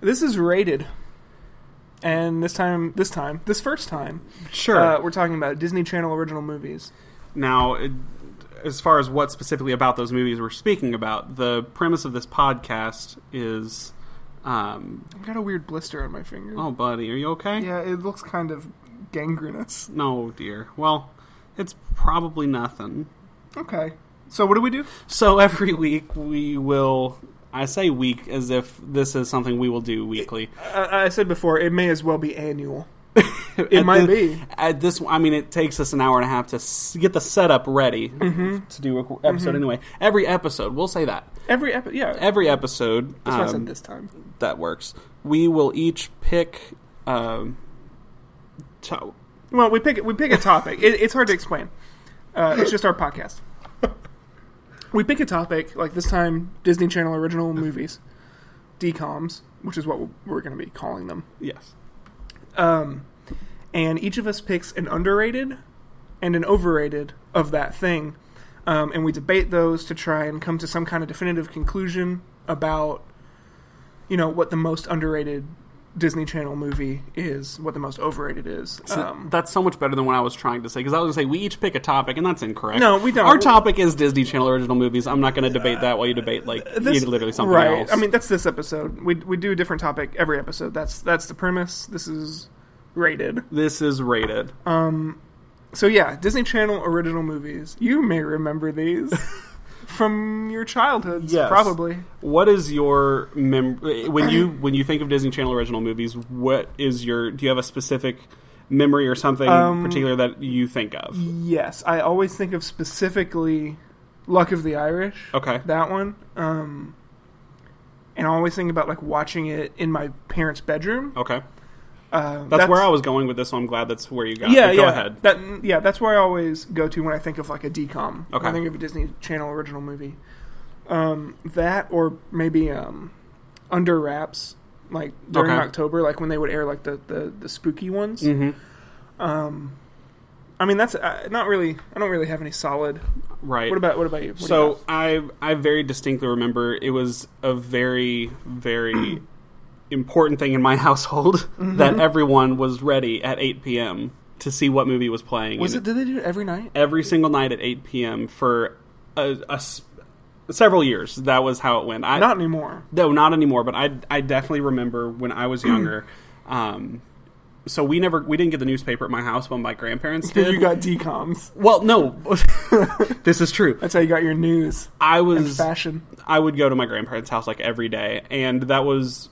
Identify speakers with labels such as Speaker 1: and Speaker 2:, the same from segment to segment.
Speaker 1: This is rated, and this time, this time, this first time,
Speaker 2: Sure.
Speaker 1: uh, we're talking about Disney Channel original movies.
Speaker 2: Now, it, as far as what specifically about those movies we're speaking about, the premise of this podcast is, um,
Speaker 1: I've got a weird blister on my finger.
Speaker 2: oh, buddy, are you okay?
Speaker 1: Yeah, it looks kind of gangrenous.
Speaker 2: No, dear. Well, it's probably nothing.
Speaker 1: Okay. So what do we do?
Speaker 2: So every week we will. I say week as if this is something we will do weekly.
Speaker 1: Uh, I, I said before, it may as well be annual. It might be.
Speaker 2: At this, I mean, it takes us an hour and a half to s- get the setup ready
Speaker 1: Mm-hmm.
Speaker 2: to do a qu- episode. Anyway, every episode, we'll say that
Speaker 1: Every episode, yeah.
Speaker 2: every episode
Speaker 1: That's what I said
Speaker 2: um,
Speaker 1: this time.
Speaker 2: that works. We will each pick. Um, to-
Speaker 1: Well, we pick we pick a topic. it, it's hard to explain. Uh, it's just our podcast. We pick a topic like this time Disney Channel original movies, DComs, which is what we're going to be calling them.
Speaker 2: yes,
Speaker 1: Um, and each of us picks an underrated and an overrated of that thing, um, and we debate those to try and come to some kind of definitive conclusion about, you know, what the most underrated Disney Channel movie is, what the most overrated is.
Speaker 2: So
Speaker 1: um,
Speaker 2: that's so much better than what I was trying to say because I was going to say we each pick a topic, and that's incorrect.
Speaker 1: No, we don't.
Speaker 2: Our topic is Disney Channel original movies. I'm not going to debate that while you debate like
Speaker 1: Uh, this-
Speaker 2: you literally something
Speaker 1: right.
Speaker 2: else.
Speaker 1: I mean, that's this episode. We we do a different topic every episode. That's that's the premise. This is rated.
Speaker 2: this is rated.
Speaker 1: Uh, So yeah, Disney Channel original movies. You may remember these from your childhoods,
Speaker 2: Yes.
Speaker 1: probably.
Speaker 2: What is your mem- when you when you think of Disney Channel original movies? What is your? Do you have a specific memory or something
Speaker 1: Um,
Speaker 2: particular that you think of?
Speaker 1: Yes, I always think of specifically Luck of the Irish.
Speaker 2: Okay,
Speaker 1: That one. Um, and I always think about like watching it in my parents' bedroom.
Speaker 2: okay.
Speaker 1: Um,
Speaker 2: That's, where I was going with this, so I'm glad that's where you got.
Speaker 1: yeah,
Speaker 2: it. go
Speaker 1: yeah.
Speaker 2: ahead.
Speaker 1: That, yeah, that's where I always go to when I think of like a DCOM. When
Speaker 2: Okay.
Speaker 1: I think of a Disney Channel original movie. Um, that or maybe um, Under Wraps, like during
Speaker 2: Okay.
Speaker 1: October, like when they would air like the, the, the spooky ones.
Speaker 2: hmm
Speaker 1: Um, I mean, that's uh, not really. I don't really have any solid.
Speaker 2: Right.
Speaker 1: What about what about you? What do you
Speaker 2: So
Speaker 1: have?
Speaker 2: I I very distinctly remember it was a very very important thing in my household
Speaker 1: Mm-hmm.
Speaker 2: that everyone was ready at 8 p.m. to see what movie was playing.
Speaker 1: was
Speaker 2: And
Speaker 1: it? Did they do it every night?
Speaker 2: every single night at 8 p.m. for a, a s- several years? That was how it went. I,
Speaker 1: Not anymore.
Speaker 2: no, not anymore. But I I definitely remember when I was younger. um, so we never we didn't get the newspaper at my house, but my grandparents did.
Speaker 1: You got DComs.
Speaker 2: well, no, this is true.
Speaker 1: That's how you got your news.
Speaker 2: I was
Speaker 1: Fashion.
Speaker 2: I would go to my grandparents' house like every day, and that was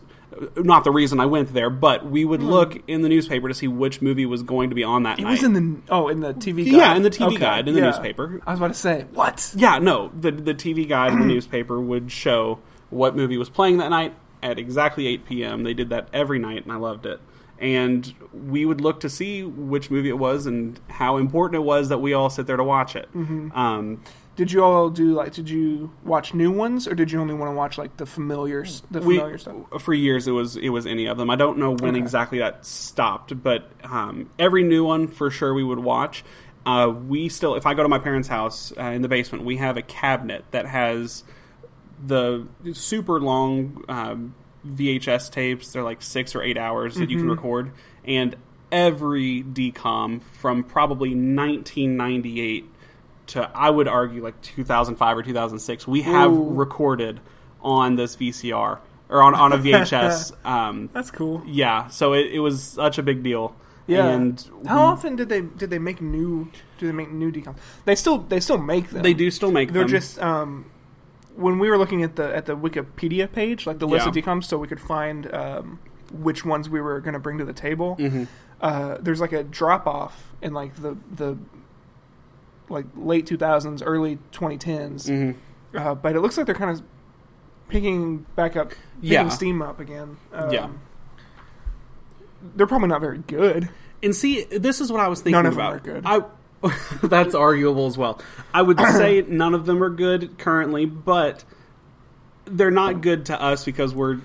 Speaker 2: not the reason I went there, but we would look in the newspaper to see which movie was going to be on that
Speaker 1: Hmm. It
Speaker 2: night.
Speaker 1: was in the oh in the TV. Guide.
Speaker 2: yeah, in the TV guide, in the
Speaker 1: yeah.
Speaker 2: newspaper.
Speaker 1: I was about to say what?
Speaker 2: Yeah, no, the the TV guide in the newspaper would show what movie was playing that night at exactly 8 p.m. They did that every night, and I loved it. And we would look to see which movie it was and how important it was that we all sit there to watch it.
Speaker 1: Mm-hmm.
Speaker 2: Um,
Speaker 1: Did you all do like? Did you watch new ones, or did you only want to watch like the familiar, s- the
Speaker 2: we,
Speaker 1: familiar stuff?
Speaker 2: for years it was it was any of them. I don't know when
Speaker 1: Okay.
Speaker 2: exactly that stopped, but um, every new one for sure we would watch. Uh, we still, if I go to my parents' house uh, in the basement, we have a cabinet that has the super long um, VHS tapes. They're like six or eight hours that you can
Speaker 1: Mm-hmm.
Speaker 2: record, and every DCOM from probably 1998 to I would argue like 2005 or 2006, we have
Speaker 1: Ooh.
Speaker 2: recorded on this VCR or on, on a VHS. um,
Speaker 1: That's cool.
Speaker 2: yeah, so it, it was such a big deal.
Speaker 1: Yeah.
Speaker 2: and
Speaker 1: How often did they did they make new? Do they make new DComs? They still they still make them.
Speaker 2: they do still make
Speaker 1: They're
Speaker 2: them.
Speaker 1: just um, when we were looking at the at the Wikipedia page, like the list of
Speaker 2: Yeah.
Speaker 1: DComs, so we could find um, which ones we were going to bring to the table.
Speaker 2: Mm-hmm.
Speaker 1: Uh, there's like a drop off in like the the like late 2000s, early 2010s,
Speaker 2: Mhm.
Speaker 1: uh, but it looks like they're kind of picking back up, picking
Speaker 2: Yeah.
Speaker 1: steam up again. Um,
Speaker 2: Yeah.
Speaker 1: they're probably not very good.
Speaker 2: And see, this is what I was thinking
Speaker 1: None of them
Speaker 2: about.
Speaker 1: are good.
Speaker 2: I, that's arguable as well. I would say none of them are good currently, but they're not good to us because we're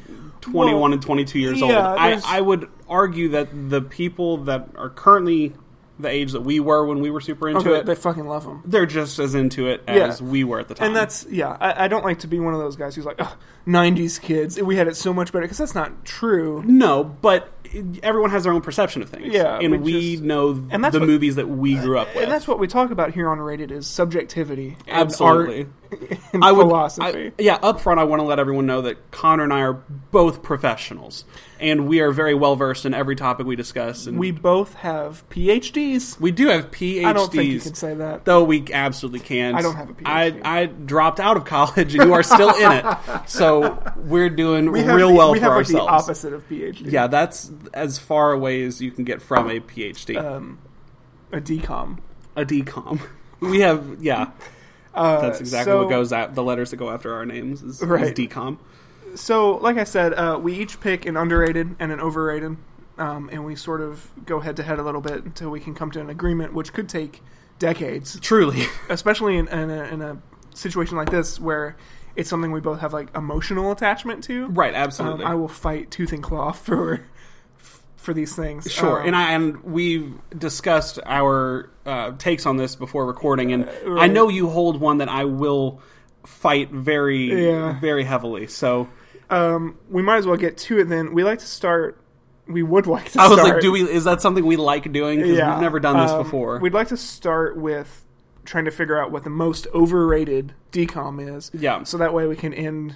Speaker 2: 21
Speaker 1: Well,
Speaker 2: and 22 years
Speaker 1: yeah,
Speaker 2: old. I,
Speaker 1: there's-
Speaker 2: I would argue that the people that are currently the age that we were when we were super into
Speaker 1: Okay,
Speaker 2: it.
Speaker 1: they fucking love them.
Speaker 2: They're just as into it as
Speaker 1: Yeah.
Speaker 2: we were at the time.
Speaker 1: And that's yeah. I, I don't like to be one of those guys who's like, Ugh, '90s kids. We had it so much better because that's not true.
Speaker 2: no, but it- everyone has their own perception of things.
Speaker 1: Yeah, we
Speaker 2: and we,
Speaker 1: just-
Speaker 2: know
Speaker 1: and that's
Speaker 2: the
Speaker 1: what-
Speaker 2: movies that we grew up with.
Speaker 1: And that's what we talk about here on Rated is subjectivity, and
Speaker 2: Absolutely.
Speaker 1: art, and
Speaker 2: I would,
Speaker 1: philosophy.
Speaker 2: I- yeah, up front, I want to let everyone know that Connor and I are both professionals, and we are very well versed in every topic we discuss. And
Speaker 1: we both have PhDs.
Speaker 2: we do have PhDs.
Speaker 1: I don't think you can say that.
Speaker 2: Though we absolutely can.
Speaker 1: I don't have a PhD.
Speaker 2: I, I dropped out of college, and you are still in it. So we're doing
Speaker 1: We have
Speaker 2: real
Speaker 1: the-
Speaker 2: well
Speaker 1: we
Speaker 2: for
Speaker 1: have like the
Speaker 2: ourselves.
Speaker 1: opposite of PhD.
Speaker 2: yeah, that's as far away as you can get from a PhD,
Speaker 1: um, a decom.
Speaker 2: a DCOM. We have yeah.
Speaker 1: Uh,
Speaker 2: That's exactly
Speaker 1: so,
Speaker 2: what goes at the letters that go after our names is, is
Speaker 1: Right.
Speaker 2: DCOM.
Speaker 1: So, like I said, uh, we each pick an underrated and an overrated, um, and we sort of go head to head a little bit until we can come to an agreement, which could take decades.
Speaker 2: Truly.
Speaker 1: especially in, in, a, in a situation like this where it's something we both have like emotional attachment to.
Speaker 2: Right,
Speaker 1: Um,
Speaker 2: absolutely.
Speaker 1: I will fight tooth and claw for for these things.
Speaker 2: Sure,
Speaker 1: Um,
Speaker 2: and I and we've discussed our uh, takes on this before recording,
Speaker 1: Uh,
Speaker 2: and I know you hold one that I will fight very,
Speaker 1: Yeah.
Speaker 2: very heavily. So
Speaker 1: um, we might as well get to it. Then we like to start. We would like to.
Speaker 2: I was
Speaker 1: start,
Speaker 2: like, do we? Is that something we like doing? Because
Speaker 1: Yeah,
Speaker 2: we've never done this
Speaker 1: um,
Speaker 2: before.
Speaker 1: We'd like to start with trying to figure out what the most overrated decom is.
Speaker 2: Yeah.
Speaker 1: So that way we can end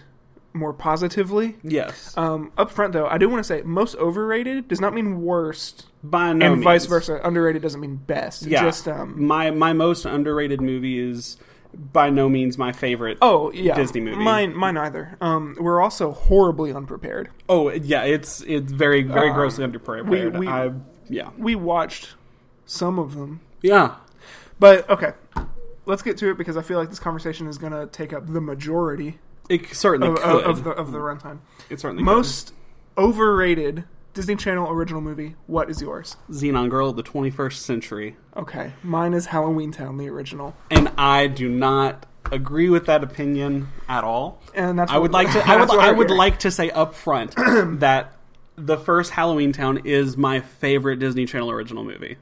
Speaker 1: more positively.
Speaker 2: yes,
Speaker 1: Um, up front though, I do want to say most overrated does not mean worst.
Speaker 2: by no
Speaker 1: and
Speaker 2: means.
Speaker 1: vice versa. Underrated doesn't mean best.
Speaker 2: Oh, Yeah,
Speaker 1: Just um.
Speaker 2: my my most underrated movie is by no means my favorite.
Speaker 1: Oh yeah.
Speaker 2: Disney movie.
Speaker 1: Mine. Mine either. Um. We're also horribly unprepared.
Speaker 2: Oh, yeah, it's it's very very grossly underprepared.
Speaker 1: Uh, we- we-
Speaker 2: I, yeah,
Speaker 1: We watched some of them,
Speaker 2: yeah.
Speaker 1: but okay. Let's get to it because I feel like this conversation is going to take up the majority
Speaker 2: It certainly
Speaker 1: of,
Speaker 2: could.
Speaker 1: of, of the of the runtime.
Speaker 2: it certainly
Speaker 1: Most overrated Disney Channel original movie. What is yours?
Speaker 2: could. Xenon Girl of the 21st Century.
Speaker 1: Okay, mine is Halloween Town, the original,
Speaker 2: and I do not agree with that opinion at all.
Speaker 1: and that's
Speaker 2: I would
Speaker 1: what-
Speaker 2: like to I would
Speaker 1: that's what
Speaker 2: I would
Speaker 1: hear.
Speaker 2: like to say up front that the first Halloween Town is my favorite Disney Channel original movie.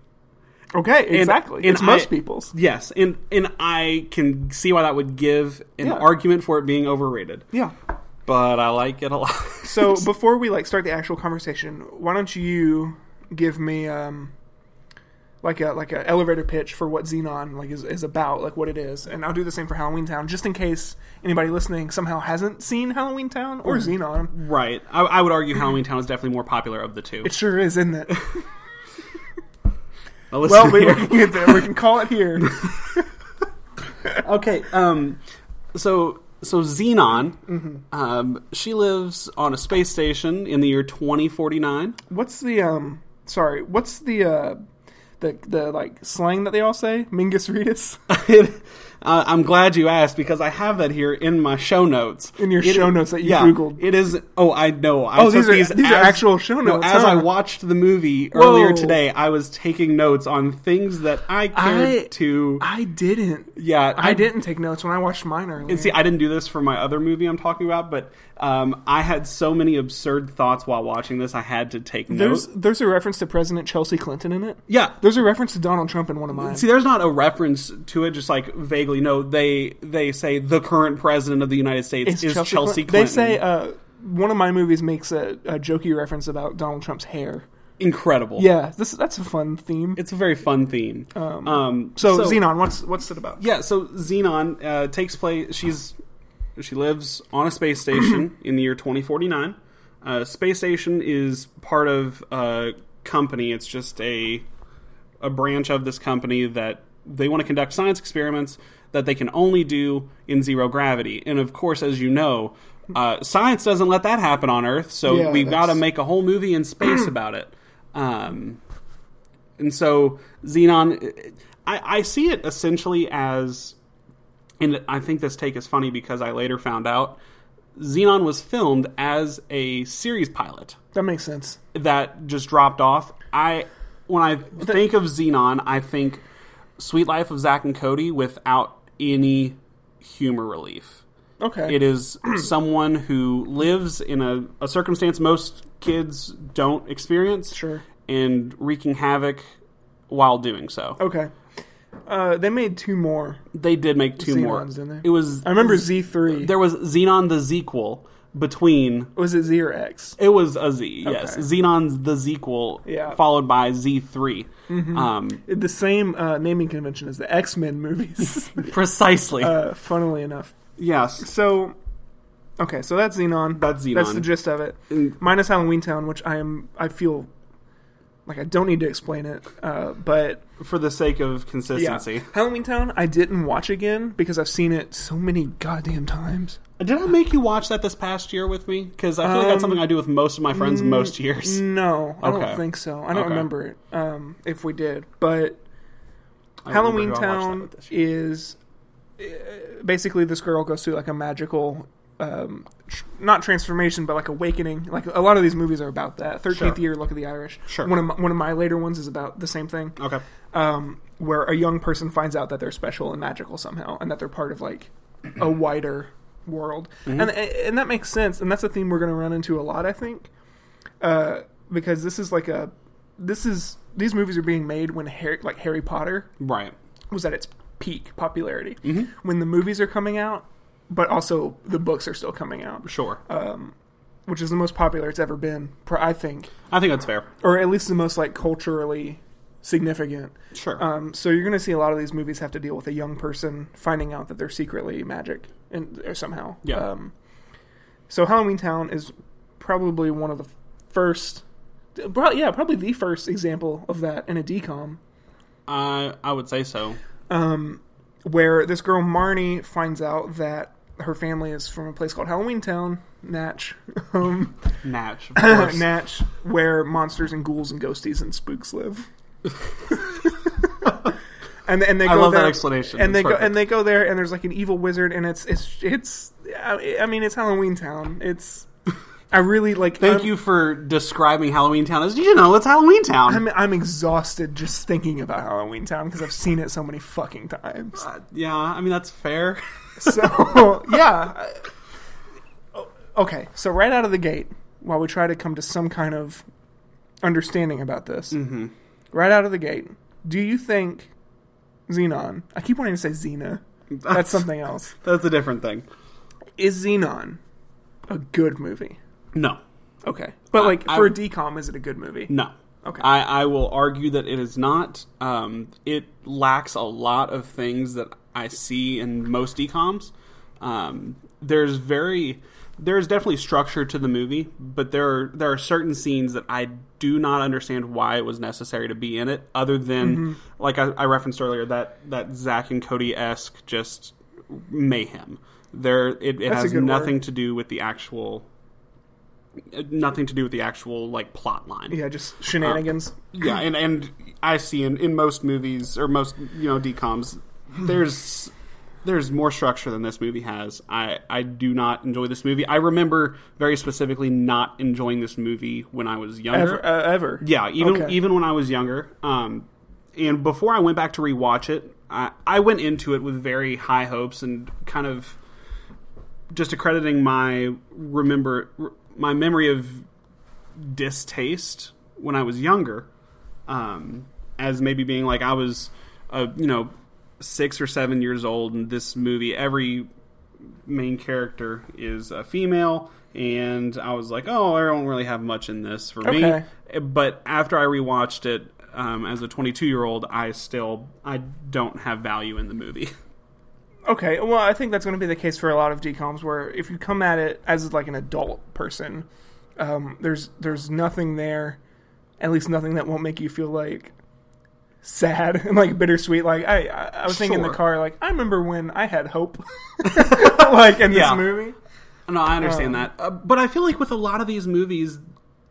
Speaker 1: Okay, exactly.
Speaker 2: and
Speaker 1: it's most
Speaker 2: I-
Speaker 1: people's.
Speaker 2: Yes, and and I can see why that would give an
Speaker 1: Yeah.
Speaker 2: argument for it being overrated,
Speaker 1: Yeah.
Speaker 2: but I like it a lot.
Speaker 1: So before we like start the actual conversation, why don't you give me um like a like a elevator pitch for what Xenon like is, is about, like what it is, and I'll do the same for Halloween Town, just in case anybody listening somehow hasn't seen Halloween Town or Xenon.
Speaker 2: right, I, I would argue Halloween Town is definitely more popular of the two.
Speaker 1: It sure is, isn't it?
Speaker 2: Now
Speaker 1: Well,
Speaker 2: listen
Speaker 1: we,
Speaker 2: here.
Speaker 1: we, can get there. we can call it here.
Speaker 2: okay. Um, so so Xenon, um, she lives on a space station in the year 2049.
Speaker 1: What's the um? Sorry, what's the uh the the like slang that they all say? Mingus Redis
Speaker 2: uh, I'm glad you asked because I have that here in my show notes.
Speaker 1: in your
Speaker 2: It-
Speaker 1: show notes that you
Speaker 2: yeah,
Speaker 1: googled.
Speaker 2: It is. Oh, I know. I
Speaker 1: Oh,
Speaker 2: took
Speaker 1: these are- these are
Speaker 2: as-
Speaker 1: actual show
Speaker 2: no,
Speaker 1: notes,
Speaker 2: as
Speaker 1: huh?
Speaker 2: I watched the movie
Speaker 1: Whoa.
Speaker 2: earlier today, I was taking notes on things that I cared
Speaker 1: I-
Speaker 2: to.
Speaker 1: I didn't.
Speaker 2: yeah,
Speaker 1: I didn't take notes when I watched mine earlier.
Speaker 2: And see, I didn't do this for my other movie I'm talking about, but um, I had so many absurd thoughts while watching this. I had to take
Speaker 1: There's
Speaker 2: notes.
Speaker 1: there's a reference to President Chelsea Clinton in it.
Speaker 2: Yeah,
Speaker 1: There's a reference to Donald Trump in one of mine.
Speaker 2: See, there's not a reference to it, just like vaguely. No, they they say the current president of the United States
Speaker 1: It's
Speaker 2: is Chelsea,
Speaker 1: Clin-
Speaker 2: Clinton.
Speaker 1: They say uh, one of my movies makes a, a jokey reference about Donald Trump's hair.
Speaker 2: incredible.
Speaker 1: Yeah, this that's a fun theme.
Speaker 2: it's a very fun theme. Um,
Speaker 1: So, Xenon, what's what's it about?
Speaker 2: Uh, yeah. So Xenon uh, takes place. She's she lives on a space station in the year 2049. Uh, space station is part of a company. It's just a a branch of this company that they want to conduct science experiments that they can only do in zero gravity. And of course, as you know, uh, science doesn't let that happen on Earth. So
Speaker 1: Yeah,
Speaker 2: we've got to
Speaker 1: that's-
Speaker 2: make a whole movie in space about it. Um, and so Xenon, I, I see it essentially as, and I think this take is funny because I later found out Xenon was filmed as a series pilot
Speaker 1: That makes sense.
Speaker 2: that just dropped off. I when I think of Xenon, I think Sweet Life of Zach and Cody without any humor relief.
Speaker 1: Okay.
Speaker 2: It is someone who lives in a, a circumstance most kids don't experience
Speaker 1: Sure.
Speaker 2: and wreaking havoc while doing so.
Speaker 1: Okay. Uh, they made two more.
Speaker 2: They did make two more.
Speaker 1: Xenons, didn't they?
Speaker 2: It was
Speaker 1: I remember Z three.
Speaker 2: there was Xenon the sequel between
Speaker 1: Was it Z or X?
Speaker 2: it was a Z, yes.
Speaker 1: Okay.
Speaker 2: Xenon's the sequel
Speaker 1: Yeah. Mm-hmm.
Speaker 2: followed by Z 3 Um,
Speaker 1: The same uh, naming convention as the X Men movies.
Speaker 2: precisely.
Speaker 1: uh, funnily enough,
Speaker 2: yes.
Speaker 1: so okay, so that's Xenon.
Speaker 2: That's Xenon.
Speaker 1: That's the gist of it.
Speaker 2: Mm.
Speaker 1: Minus Halloween Town, which I am. I feel like I don't need to explain it, uh, but
Speaker 2: For the sake of
Speaker 1: yeah,
Speaker 2: consistency.
Speaker 1: Halloween Town. I didn't watch again because I've seen it so many goddamn times.
Speaker 2: Did I make you watch that this past year with me? Because I feel like that's something I do with most of my friends most
Speaker 1: mm,
Speaker 2: years.
Speaker 1: No, I
Speaker 2: Okay.
Speaker 1: don't think so. I don't
Speaker 2: Okay.
Speaker 1: remember it. Um, if we did, but
Speaker 2: I remember who I
Speaker 1: Halloween
Speaker 2: watched that
Speaker 1: Town
Speaker 2: with this year.
Speaker 1: is uh, basically this girl goes through like a magical, um, tr- not transformation, but like awakening. Like a lot of these movies are about that. Thirteenth
Speaker 2: Sure.
Speaker 1: Year, Luck of the Irish.
Speaker 2: Sure.
Speaker 1: One of my, one of my later ones is about the same thing,
Speaker 2: Okay.
Speaker 1: um, where a young person finds out that they're special and magical somehow, and that they're part of like a wider world,
Speaker 2: Mm-hmm.
Speaker 1: and and that makes sense. And that's a theme we're going to run into a lot, I think, uh, because this is like a this is these movies are being made when Harry, like Harry Potter
Speaker 2: Right.
Speaker 1: was at its peak popularity when the movies are coming out, but also the books are still coming out,
Speaker 2: Sure.
Speaker 1: which is the most popular it's ever been, pr- I think,
Speaker 2: I think that's fair.
Speaker 1: or at least the most like culturally significant.
Speaker 2: Sure.
Speaker 1: Um, so you're going to see a lot of these movies have to deal with a young person finding out that they're secretly magic and or somehow.
Speaker 2: Yeah.
Speaker 1: Um, so Halloween Town is probably one of the first, probably, yeah, probably the first example of that in a decom.
Speaker 2: I I would say so.
Speaker 1: where this girl Marnie finds out that her family is from a place called Halloween Town, Natch, um,
Speaker 2: Natch, of course.
Speaker 1: Natch, where monsters and ghouls and ghosties and spooks live. and and they go
Speaker 2: I love
Speaker 1: there,
Speaker 2: that explanation.
Speaker 1: And they
Speaker 2: It's
Speaker 1: go
Speaker 2: perfect.
Speaker 1: and they go there, and there's like an evil wizard, and it's it's it's. I I mean, it's Halloween Town. It's. I really like.
Speaker 2: Thank
Speaker 1: I'm-
Speaker 2: you for describing Halloween Town as you know it's Halloween Town.
Speaker 1: I'm, I'm exhausted just thinking about Halloween Town because I've seen it so many fucking times.
Speaker 2: Uh, yeah, I mean that's fair.
Speaker 1: So yeah. I- o- Okay, so right out of the gate, while we try to come to some kind of understanding about this, mm-hmm. right out of the gate, do you think Xenon? I keep wanting to say Xena. That's something else.
Speaker 2: That's a different thing.
Speaker 1: Is Xenon a good movie?
Speaker 2: No,
Speaker 1: Okay, but like
Speaker 2: I-
Speaker 1: for a decom, is it a good movie?
Speaker 2: no.
Speaker 1: Okay.
Speaker 2: I, I will argue that it is not. Um, it lacks a lot of things that I see in most decoms. Um, there's very there's definitely structure to the movie, but there are, there are certain scenes that I do not understand why it was necessary to be in it, other than
Speaker 1: Mm-hmm.
Speaker 2: like I, I referenced earlier that that Zach and Cody esque just mayhem. There it, it
Speaker 1: That's a
Speaker 2: has
Speaker 1: good word.
Speaker 2: nothing to do with the actual nothing to do with the actual like plot line
Speaker 1: Yeah, just shenanigans.
Speaker 2: yeah and and i see in, in most movies or most you know decoms there's there's more structure than this movie has i i do not enjoy this movie i remember very specifically not enjoying this movie when i was younger
Speaker 1: ever, uh, ever.
Speaker 2: yeah even
Speaker 1: Okay.
Speaker 2: even when i was younger um and before i went back to rewatch it i i went into it with very high hopes and kind of just accrediting my remember my memory of distaste when I was younger, um, as maybe being like I was, uh, you know, six or seven years old, and this movie every main character is a female, and I was like, oh, I don't really have much in this for
Speaker 1: Okay.
Speaker 2: me. But after I rewatched it um, as a 22 year old, I still I don't have value in the movie.
Speaker 1: Okay, well, I think that's going to be the case for a lot of decoms, where if you come at it as like an adult person, um, there's there's nothing there, at least nothing that won't make you feel like sad and like bittersweet. Like I, I, I was thinking in the
Speaker 2: Sure.
Speaker 1: car, like I remember when I had hope, like in
Speaker 2: Yeah.
Speaker 1: this movie.
Speaker 2: No,
Speaker 1: Um,
Speaker 2: I understand that. Uh, but I feel like with a lot of these movies,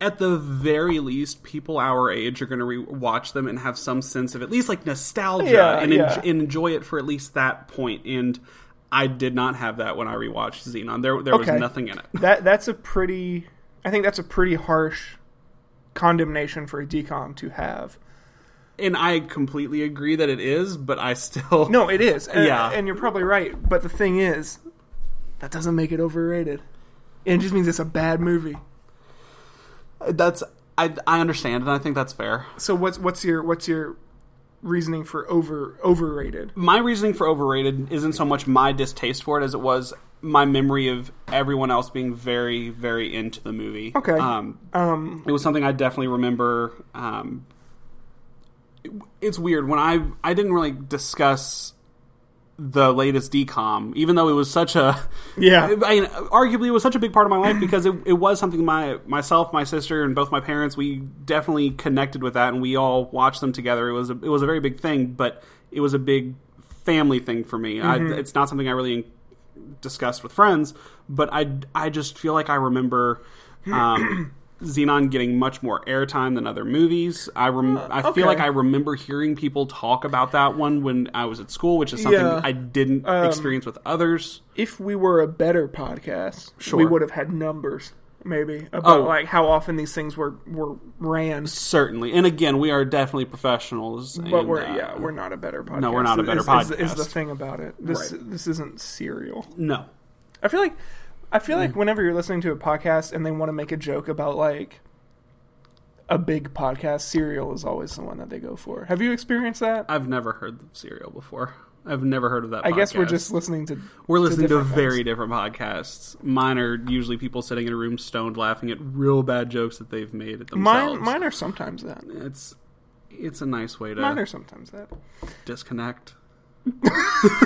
Speaker 2: at the very least, people our age are going to rewatch them and have some sense of at least like nostalgia
Speaker 1: Yeah,
Speaker 2: and, en-
Speaker 1: yeah.
Speaker 2: and enjoy it for at least that point. And I did not have that when I rewatched Xenon. There, there
Speaker 1: Okay.
Speaker 2: was nothing in it.
Speaker 1: That that's a pretty, I think that's a pretty harsh condemnation for a decom to have.
Speaker 2: And I completely agree that it is, but I still
Speaker 1: No, it is. And,
Speaker 2: Yeah.
Speaker 1: and you're probably right. But the thing is, that doesn't make it overrated. It just means it's a bad movie.
Speaker 2: That's I, I understand, and I think that's fair.
Speaker 1: So what's what's your what's your reasoning for over overrated.
Speaker 2: my reasoning for overrated isn't so much my distaste for it as it was my memory of everyone else being very, very into the movie.
Speaker 1: Okay.
Speaker 2: Um,
Speaker 1: Um,
Speaker 2: it was something I definitely remember. Um, it- it's weird when I I didn't really discuss the latest decom, even though it was such a
Speaker 1: yeah,
Speaker 2: I mean, arguably, it was such a big part of my life because it, it was something my myself, my sister, and both my parents we definitely connected with that, and we all watched them together. It was a, it was a very big thing, but it was a big family thing for me. I, it's not something I really discussed with friends, but I I just feel like I remember. Um, Xenon getting much more airtime than other movies. I rem-
Speaker 1: Uh,
Speaker 2: I
Speaker 1: okay.
Speaker 2: feel like I remember hearing people talk about that one when I was at school, which is something
Speaker 1: Yeah. Um,
Speaker 2: I didn't experience with others.
Speaker 1: if we were a better podcast, we
Speaker 2: Sure.
Speaker 1: would have had numbers maybe about
Speaker 2: Oh.
Speaker 1: like how often these things were were ran.
Speaker 2: Certainly, and again, we are definitely professionals.
Speaker 1: But
Speaker 2: and,
Speaker 1: we're
Speaker 2: uh,
Speaker 1: yeah, we're not a better podcast.
Speaker 2: we're not a better
Speaker 1: is, Is, is the
Speaker 2: podcast.
Speaker 1: thing about it? This
Speaker 2: Right.
Speaker 1: this isn't serial.
Speaker 2: no,
Speaker 1: I feel like I feel like whenever you're listening to a podcast and they want to make a joke about like a big podcast, serial is always the one that they go for. Have you experienced that?
Speaker 2: I've never heard of serial before. I've never heard of that.
Speaker 1: I guess we're
Speaker 2: podcast.
Speaker 1: just listening to
Speaker 2: we're listening to,
Speaker 1: different
Speaker 2: very different podcasts. Mine are usually people sitting in a room stoned, laughing at real bad jokes that they've made at themselves.
Speaker 1: mine. Mine are sometimes that.
Speaker 2: it's it's a nice way to
Speaker 1: Mine are sometimes that.
Speaker 2: disconnect.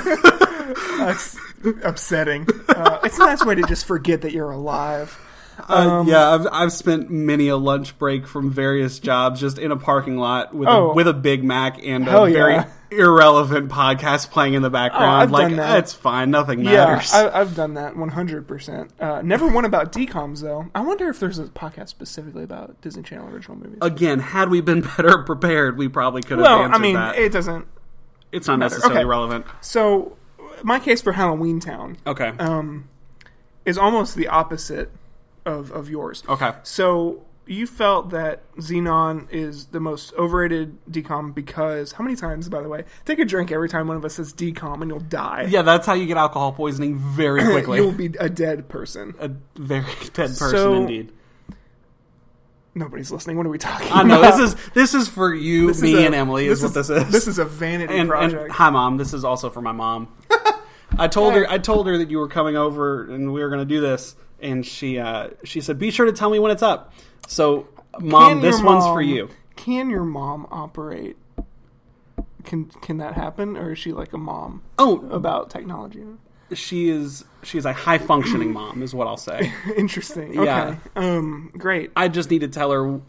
Speaker 1: That's upsetting. Uh, it's a nice way to just forget that you're alive.
Speaker 2: Uh,
Speaker 1: Um,
Speaker 2: yeah, I've, I've spent many a lunch break from various jobs just in a parking lot with
Speaker 1: Oh.
Speaker 2: a, with a Big Mac and
Speaker 1: Hell
Speaker 2: a very
Speaker 1: yeah.
Speaker 2: irrelevant podcast playing in the background.
Speaker 1: I've
Speaker 2: like
Speaker 1: done that.
Speaker 2: it's fine, nothing
Speaker 1: Yeah,
Speaker 2: matters.
Speaker 1: I, I've done that 100%. Uh, never one about DCOMs, though. I wonder if there's a podcast specifically about Disney Channel original movies.
Speaker 2: Again, had we been better prepared, we probably could have
Speaker 1: well,
Speaker 2: answered
Speaker 1: I mean,
Speaker 2: that.
Speaker 1: it doesn't.
Speaker 2: it's not necessarily
Speaker 1: Okay.
Speaker 2: relevant.
Speaker 1: So, my case for Halloween Town
Speaker 2: Okay.
Speaker 1: um, is almost the opposite of, of yours.
Speaker 2: okay.
Speaker 1: So, you felt that Xenon is the most overrated decom because, how many times, by the way, take a drink every time one of us says decom and you'll die.
Speaker 2: Yeah, that's how you get alcohol poisoning very
Speaker 1: You'll
Speaker 2: quickly.
Speaker 1: be a dead person.
Speaker 2: a very dead person
Speaker 1: So-
Speaker 2: indeed.
Speaker 1: Nobody's listening. What are we talking
Speaker 2: I know
Speaker 1: about?
Speaker 2: this is this is for you,
Speaker 1: This
Speaker 2: me,
Speaker 1: is a-
Speaker 2: and Emily. Is, what this is.
Speaker 1: This is a vanity
Speaker 2: and, and
Speaker 1: project.
Speaker 2: hi mom this is also for my mom i told her i told her that you were coming over and we were going to do this and she uh, she said be sure to tell me when it's up so mom
Speaker 1: Can
Speaker 2: this
Speaker 1: your
Speaker 2: one's for
Speaker 1: mom-
Speaker 2: you
Speaker 1: Can your mom operate? Can can that happen, or is she like a mom
Speaker 2: oh
Speaker 1: about technology?
Speaker 2: she is she's a high functioning mom is what i'll say
Speaker 1: Interesting. Okay.
Speaker 2: Yeah.
Speaker 1: Um. Great.
Speaker 2: i just need to tell her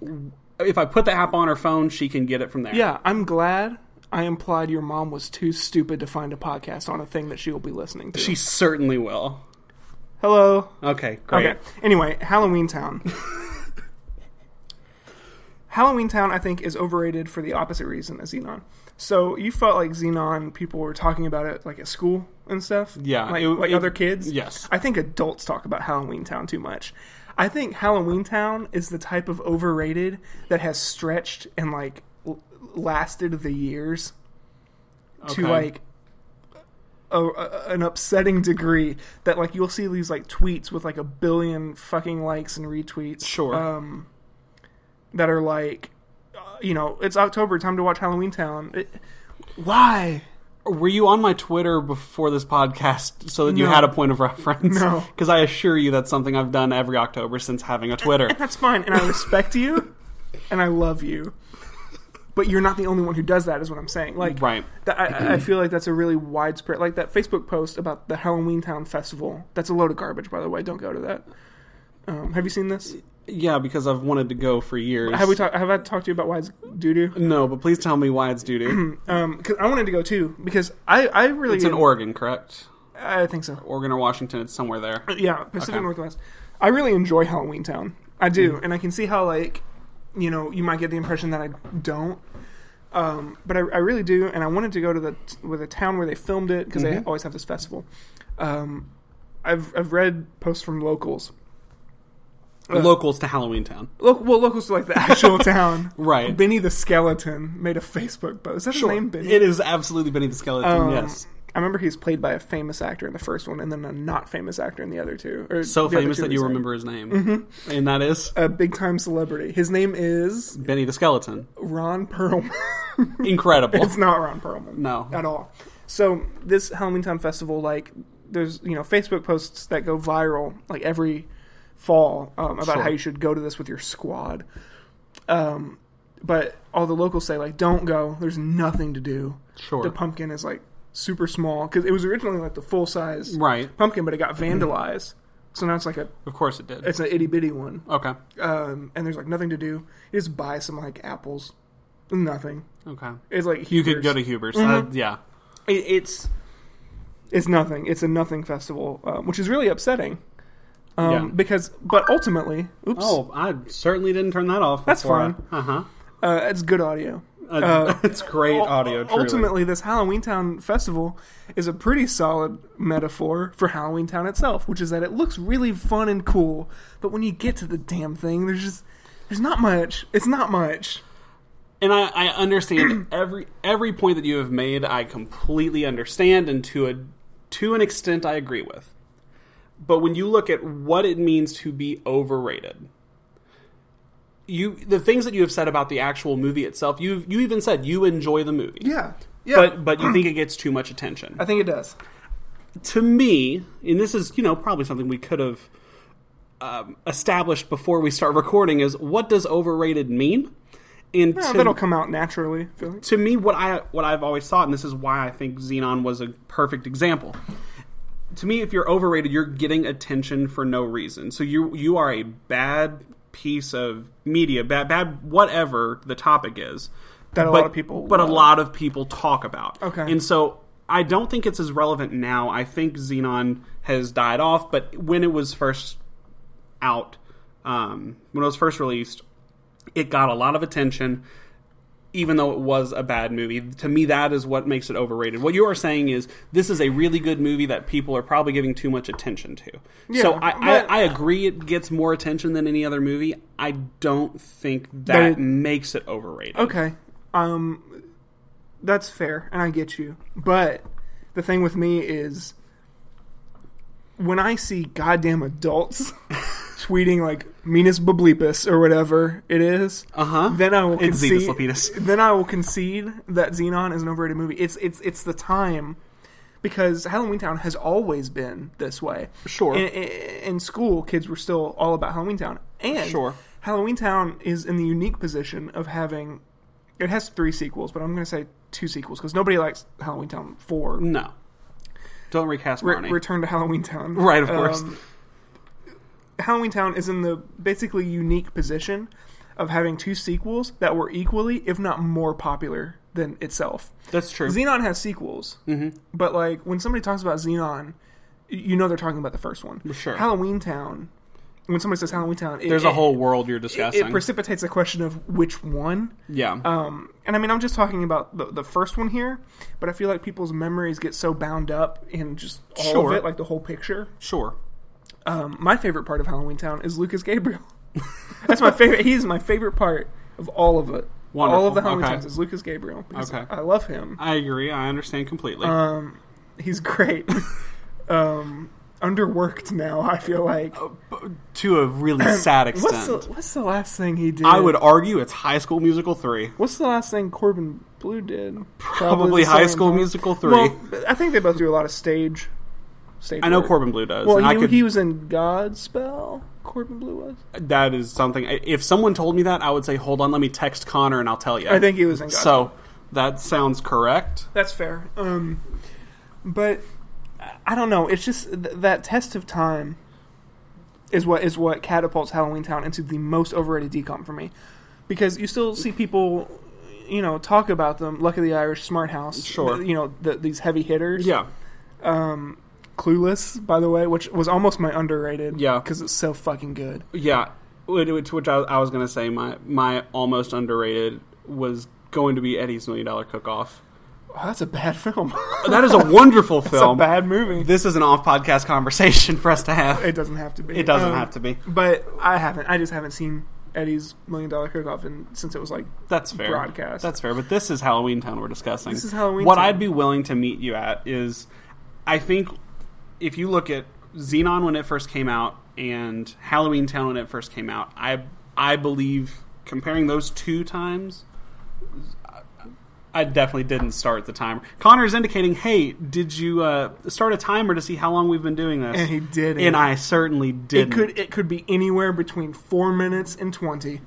Speaker 2: if i put the app on her phone she can get it from there
Speaker 1: Yeah. I'm glad. I implied your mom was too stupid to find a podcast on a thing that she will be listening to.
Speaker 2: she certainly will
Speaker 1: Hello.
Speaker 2: okay great
Speaker 1: Okay. Anyway, Halloween Town. Halloween Town, I think, is overrated for the opposite reason as Xenon. So you felt like Xenon, people were talking about it like at school and stuff.
Speaker 2: Yeah,
Speaker 1: like,
Speaker 2: it-
Speaker 1: like
Speaker 2: it-
Speaker 1: other kids.
Speaker 2: yes.
Speaker 1: I think adults talk about Halloween Town too much. I think Halloween Town is the type of overrated that has stretched and like l- lasted the years to
Speaker 2: Okay.
Speaker 1: like a, a- an upsetting degree that like you'll see these like tweets with like a billion fucking likes and retweets
Speaker 2: Sure.
Speaker 1: um that are like uh, you know it's october time to watch halloween town it, why
Speaker 2: Were you on my Twitter before this podcast so that you
Speaker 1: No.
Speaker 2: had a point of reference?
Speaker 1: No.
Speaker 2: Because I assure you that's something I've done every October since having a Twitter.
Speaker 1: that's fine and i respect you and i love you but you're not the only one who does that is what i'm saying like
Speaker 2: right.
Speaker 1: that, I, I feel like that's a really widespread like that facebook post about the halloween town festival that's a load of garbage by the way don't go to that um, have you seen this
Speaker 2: Yeah, because I've wanted to go for years.
Speaker 1: Have we talked? Have I talked to you about why it's doo doo?
Speaker 2: No, but please tell me why it's due to.
Speaker 1: Um, 'cause I wanted to go too because I I really
Speaker 2: it's in Oregon, correct?
Speaker 1: I think so.
Speaker 2: Oregon or Washington, it's somewhere there.
Speaker 1: Yeah, Pacific
Speaker 2: Okay. Mm-hmm.
Speaker 1: Northwest. I really enjoy Halloween Town. I do, and I can see how like you know you might get the impression that I don't. Um, but I, I really do, and I wanted to go to the with a town where they filmed it because they
Speaker 2: Mhm.
Speaker 1: always have this festival. Um, I've I've read posts from locals, Uh,
Speaker 2: Locals to Halloween Town.
Speaker 1: local well locals to like the actual town.
Speaker 2: Right.
Speaker 1: Benny the Skeleton made a Facebook post. Is that his name, Benny?
Speaker 2: It is absolutely Benny the Skeleton,
Speaker 1: Um,
Speaker 2: yes.
Speaker 1: I remember he was played by a famous actor in the first one, and then a not famous actor in the other two. Or
Speaker 2: So
Speaker 1: the other
Speaker 2: famous
Speaker 1: two
Speaker 2: that you
Speaker 1: he's in.
Speaker 2: remember his name.
Speaker 1: Mm-hmm.
Speaker 2: And that is
Speaker 1: A big time celebrity. His name is
Speaker 2: Benny the Skeleton.
Speaker 1: Ron Perlman.
Speaker 2: incredible.
Speaker 1: It's not Ron Perlman.
Speaker 2: No.
Speaker 1: At all. So this Halloween Town Festival, like, there's you know Facebook posts that go viral like every fall um, about
Speaker 2: Sure.
Speaker 1: how you should go to this with your squad. Um, but all the locals say like, don't go. There's nothing to do.
Speaker 2: Sure.
Speaker 1: The pumpkin is like super small because it was originally like the full size
Speaker 2: Right.
Speaker 1: pumpkin, but it got vandalized. So now it's like a
Speaker 2: Of course it did.
Speaker 1: it's an itty bitty one.
Speaker 2: okay.
Speaker 1: Um, and there's like nothing to do. You just buy some like apples. Nothing.
Speaker 2: Okay.
Speaker 1: It's like
Speaker 2: You could
Speaker 1: Hooters.
Speaker 2: go to Huber's.
Speaker 1: Mm-hmm.
Speaker 2: Uh, yeah.
Speaker 1: it, it's it's nothing. It's a nothing festival, um, which is really upsetting. Um,
Speaker 2: Yeah.
Speaker 1: Because, but ultimately, oops,
Speaker 2: Oh, I certainly didn't turn that off.
Speaker 1: That's
Speaker 2: before I-
Speaker 1: fine.
Speaker 2: Uh-huh.
Speaker 1: uh, it's good audio.
Speaker 2: Uh It's great audio. Truly.
Speaker 1: Ultimately, this Halloween Town festival is a pretty solid metaphor for Halloween Town itself, which is that it looks really fun and cool, but when you get to the damn thing, there's just there's not much. It's not much.
Speaker 2: and I, I understand every every point that you have made. I completely understand, and to a to an extent, I agree with. But when you look at what it means to be overrated, you the things that you have said about the actual movie itself, you you even said you enjoy the movie,
Speaker 1: Yeah, yeah.
Speaker 2: but but you think it gets too much attention
Speaker 1: I think it does.
Speaker 2: to me, and this is you know probably something we could have um, established before we start recording is what does overrated mean? And
Speaker 1: Yeah,
Speaker 2: to,
Speaker 1: that'll come out naturally. I feel like.
Speaker 2: to me, what I what I've always thought, and this is why I think Xenon was a perfect example. To me, if you're overrated, you're getting attention for no reason. So you you are a bad piece of media, bad bad whatever the topic is.
Speaker 1: That a
Speaker 2: but,
Speaker 1: lot of people
Speaker 2: but a
Speaker 1: love.
Speaker 2: lot of people talk about.
Speaker 1: Okay.
Speaker 2: and so I don't think it's as relevant now. I think Xenon has died off, but when it was first out, um, when it was first released, it got a lot of attention, even though it was a bad movie. To me, that is what makes it overrated. What you are saying is this is a really good movie that people are probably giving too much attention to. so
Speaker 1: Yeah,
Speaker 2: I,
Speaker 1: but-
Speaker 2: I, I agree it gets more attention than any other movie. I don't think that
Speaker 1: But it-
Speaker 2: makes it overrated.
Speaker 1: Okay. Um that's fair and I get you. But the thing with me is when I see goddamn adults tweeting like meanest bableepus or whatever it is,
Speaker 2: Uh-huh.
Speaker 1: then I will
Speaker 2: It's Zetus
Speaker 1: concede
Speaker 2: Lapidus.
Speaker 1: then I will concede that Xenon is an overrated movie. It's it's it's the time because Halloween Town has always been this way.
Speaker 2: Sure.
Speaker 1: In, in, in school, kids were still all about Halloween Town, and
Speaker 2: Sure.
Speaker 1: Halloween Town is in the unique position of having. It has three sequels, but I'm going to say two sequels because nobody likes Halloween Town four.
Speaker 2: No. Don't recast
Speaker 1: Re-
Speaker 2: Marnie.
Speaker 1: Return to Halloween Town, Um,
Speaker 2: Right, of course.
Speaker 1: Halloween Town is in the basically unique position of having two sequels that were equally, if not more, popular than itself.
Speaker 2: That's true.
Speaker 1: Xenon has sequels,
Speaker 2: Mm-hmm.
Speaker 1: but like when somebody talks about Xenon, y- you know they're talking about the first one.
Speaker 2: Sure.
Speaker 1: Halloween Town. When somebody says Halloween Town, it,
Speaker 2: There's a
Speaker 1: it-
Speaker 2: whole world you're
Speaker 1: It,
Speaker 2: discussing.
Speaker 1: it precipitates a question of which one.
Speaker 2: yeah.
Speaker 1: Um, and I mean, I'm just talking about the, the first one here, but I feel like people's memories get so bound up in just all
Speaker 2: Sure.
Speaker 1: of it, like the whole picture.
Speaker 2: sure.
Speaker 1: Um, my favorite part of Halloween Town is Lucas Gabriel. That's my favorite. He's my favorite part of all of it. All
Speaker 2: Wonderful.
Speaker 1: of the Halloween
Speaker 2: Okay.
Speaker 1: Towns is Lucas Gabriel. because
Speaker 2: Okay.
Speaker 1: I love him.
Speaker 2: I agree. I understand completely.
Speaker 1: Um, he's great. um, underworked now. I feel like.
Speaker 2: Oh, to a really sad extent.
Speaker 1: What's the, what's the last thing he did?
Speaker 2: I would argue it's High School Musical 3.
Speaker 1: What's the last thing Corbin Blue did?
Speaker 2: Probably
Speaker 1: the
Speaker 2: High
Speaker 1: same,
Speaker 2: School
Speaker 1: huh?
Speaker 2: Musical 3.
Speaker 1: Well, I think they both do a lot of stage. Stage.
Speaker 2: I know
Speaker 1: work.
Speaker 2: Corbin Blue does.
Speaker 1: Well,
Speaker 2: and I
Speaker 1: he,
Speaker 2: could,
Speaker 1: he was in Godspell. Corbin Blue was.
Speaker 2: that is something. If someone told me that, I would say, hold on, let me text Connor and I'll tell you.
Speaker 1: I think he was in Godspell.
Speaker 2: So that sounds correct.
Speaker 1: That's fair. Um, but I- I don't know. It's just th- that test of time is what is what catapults Halloween Town into the most overrated decom for me, because you still see people, you know, talk about them. Luck of the Irish, Smart House,
Speaker 2: Sure.
Speaker 1: You know, the, these heavy hitters.
Speaker 2: Yeah.
Speaker 1: Um, Clueless, by the way, which was almost my underrated.
Speaker 2: Yeah.
Speaker 1: Because it's so fucking good.
Speaker 2: Yeah. Which which- which I, I was going to say, my, my almost underrated was going to be Eddie's Million Dollar Cook Off.
Speaker 1: Oh, that's a bad film.
Speaker 2: That is a wonderful
Speaker 1: it's a
Speaker 2: film.
Speaker 1: bad movie.
Speaker 2: this is an off podcast conversation for us to have.
Speaker 1: It doesn't have to be.
Speaker 2: It doesn't
Speaker 1: Um,
Speaker 2: have to be.
Speaker 1: But I haven't. I just haven't seen Eddie's Million Dollar Cook Off in, since it was like.
Speaker 2: That's fair.
Speaker 1: broadcast.
Speaker 2: That's fair. But this is Halloween Town we're discussing.
Speaker 1: This is Halloween
Speaker 2: What
Speaker 1: Town.
Speaker 2: I'd be willing to meet you at is, I think, if you look at Xenon when it first came out and Halloween Town when it first came out, I I believe comparing those two times, I definitely didn't start the timer. Connor is indicating, "Hey, did you uh, start a timer to see how long we've been doing this?"
Speaker 1: And he didn't.
Speaker 2: And I certainly
Speaker 1: It
Speaker 2: didn't.
Speaker 1: could it could be anywhere between four minutes and twenty.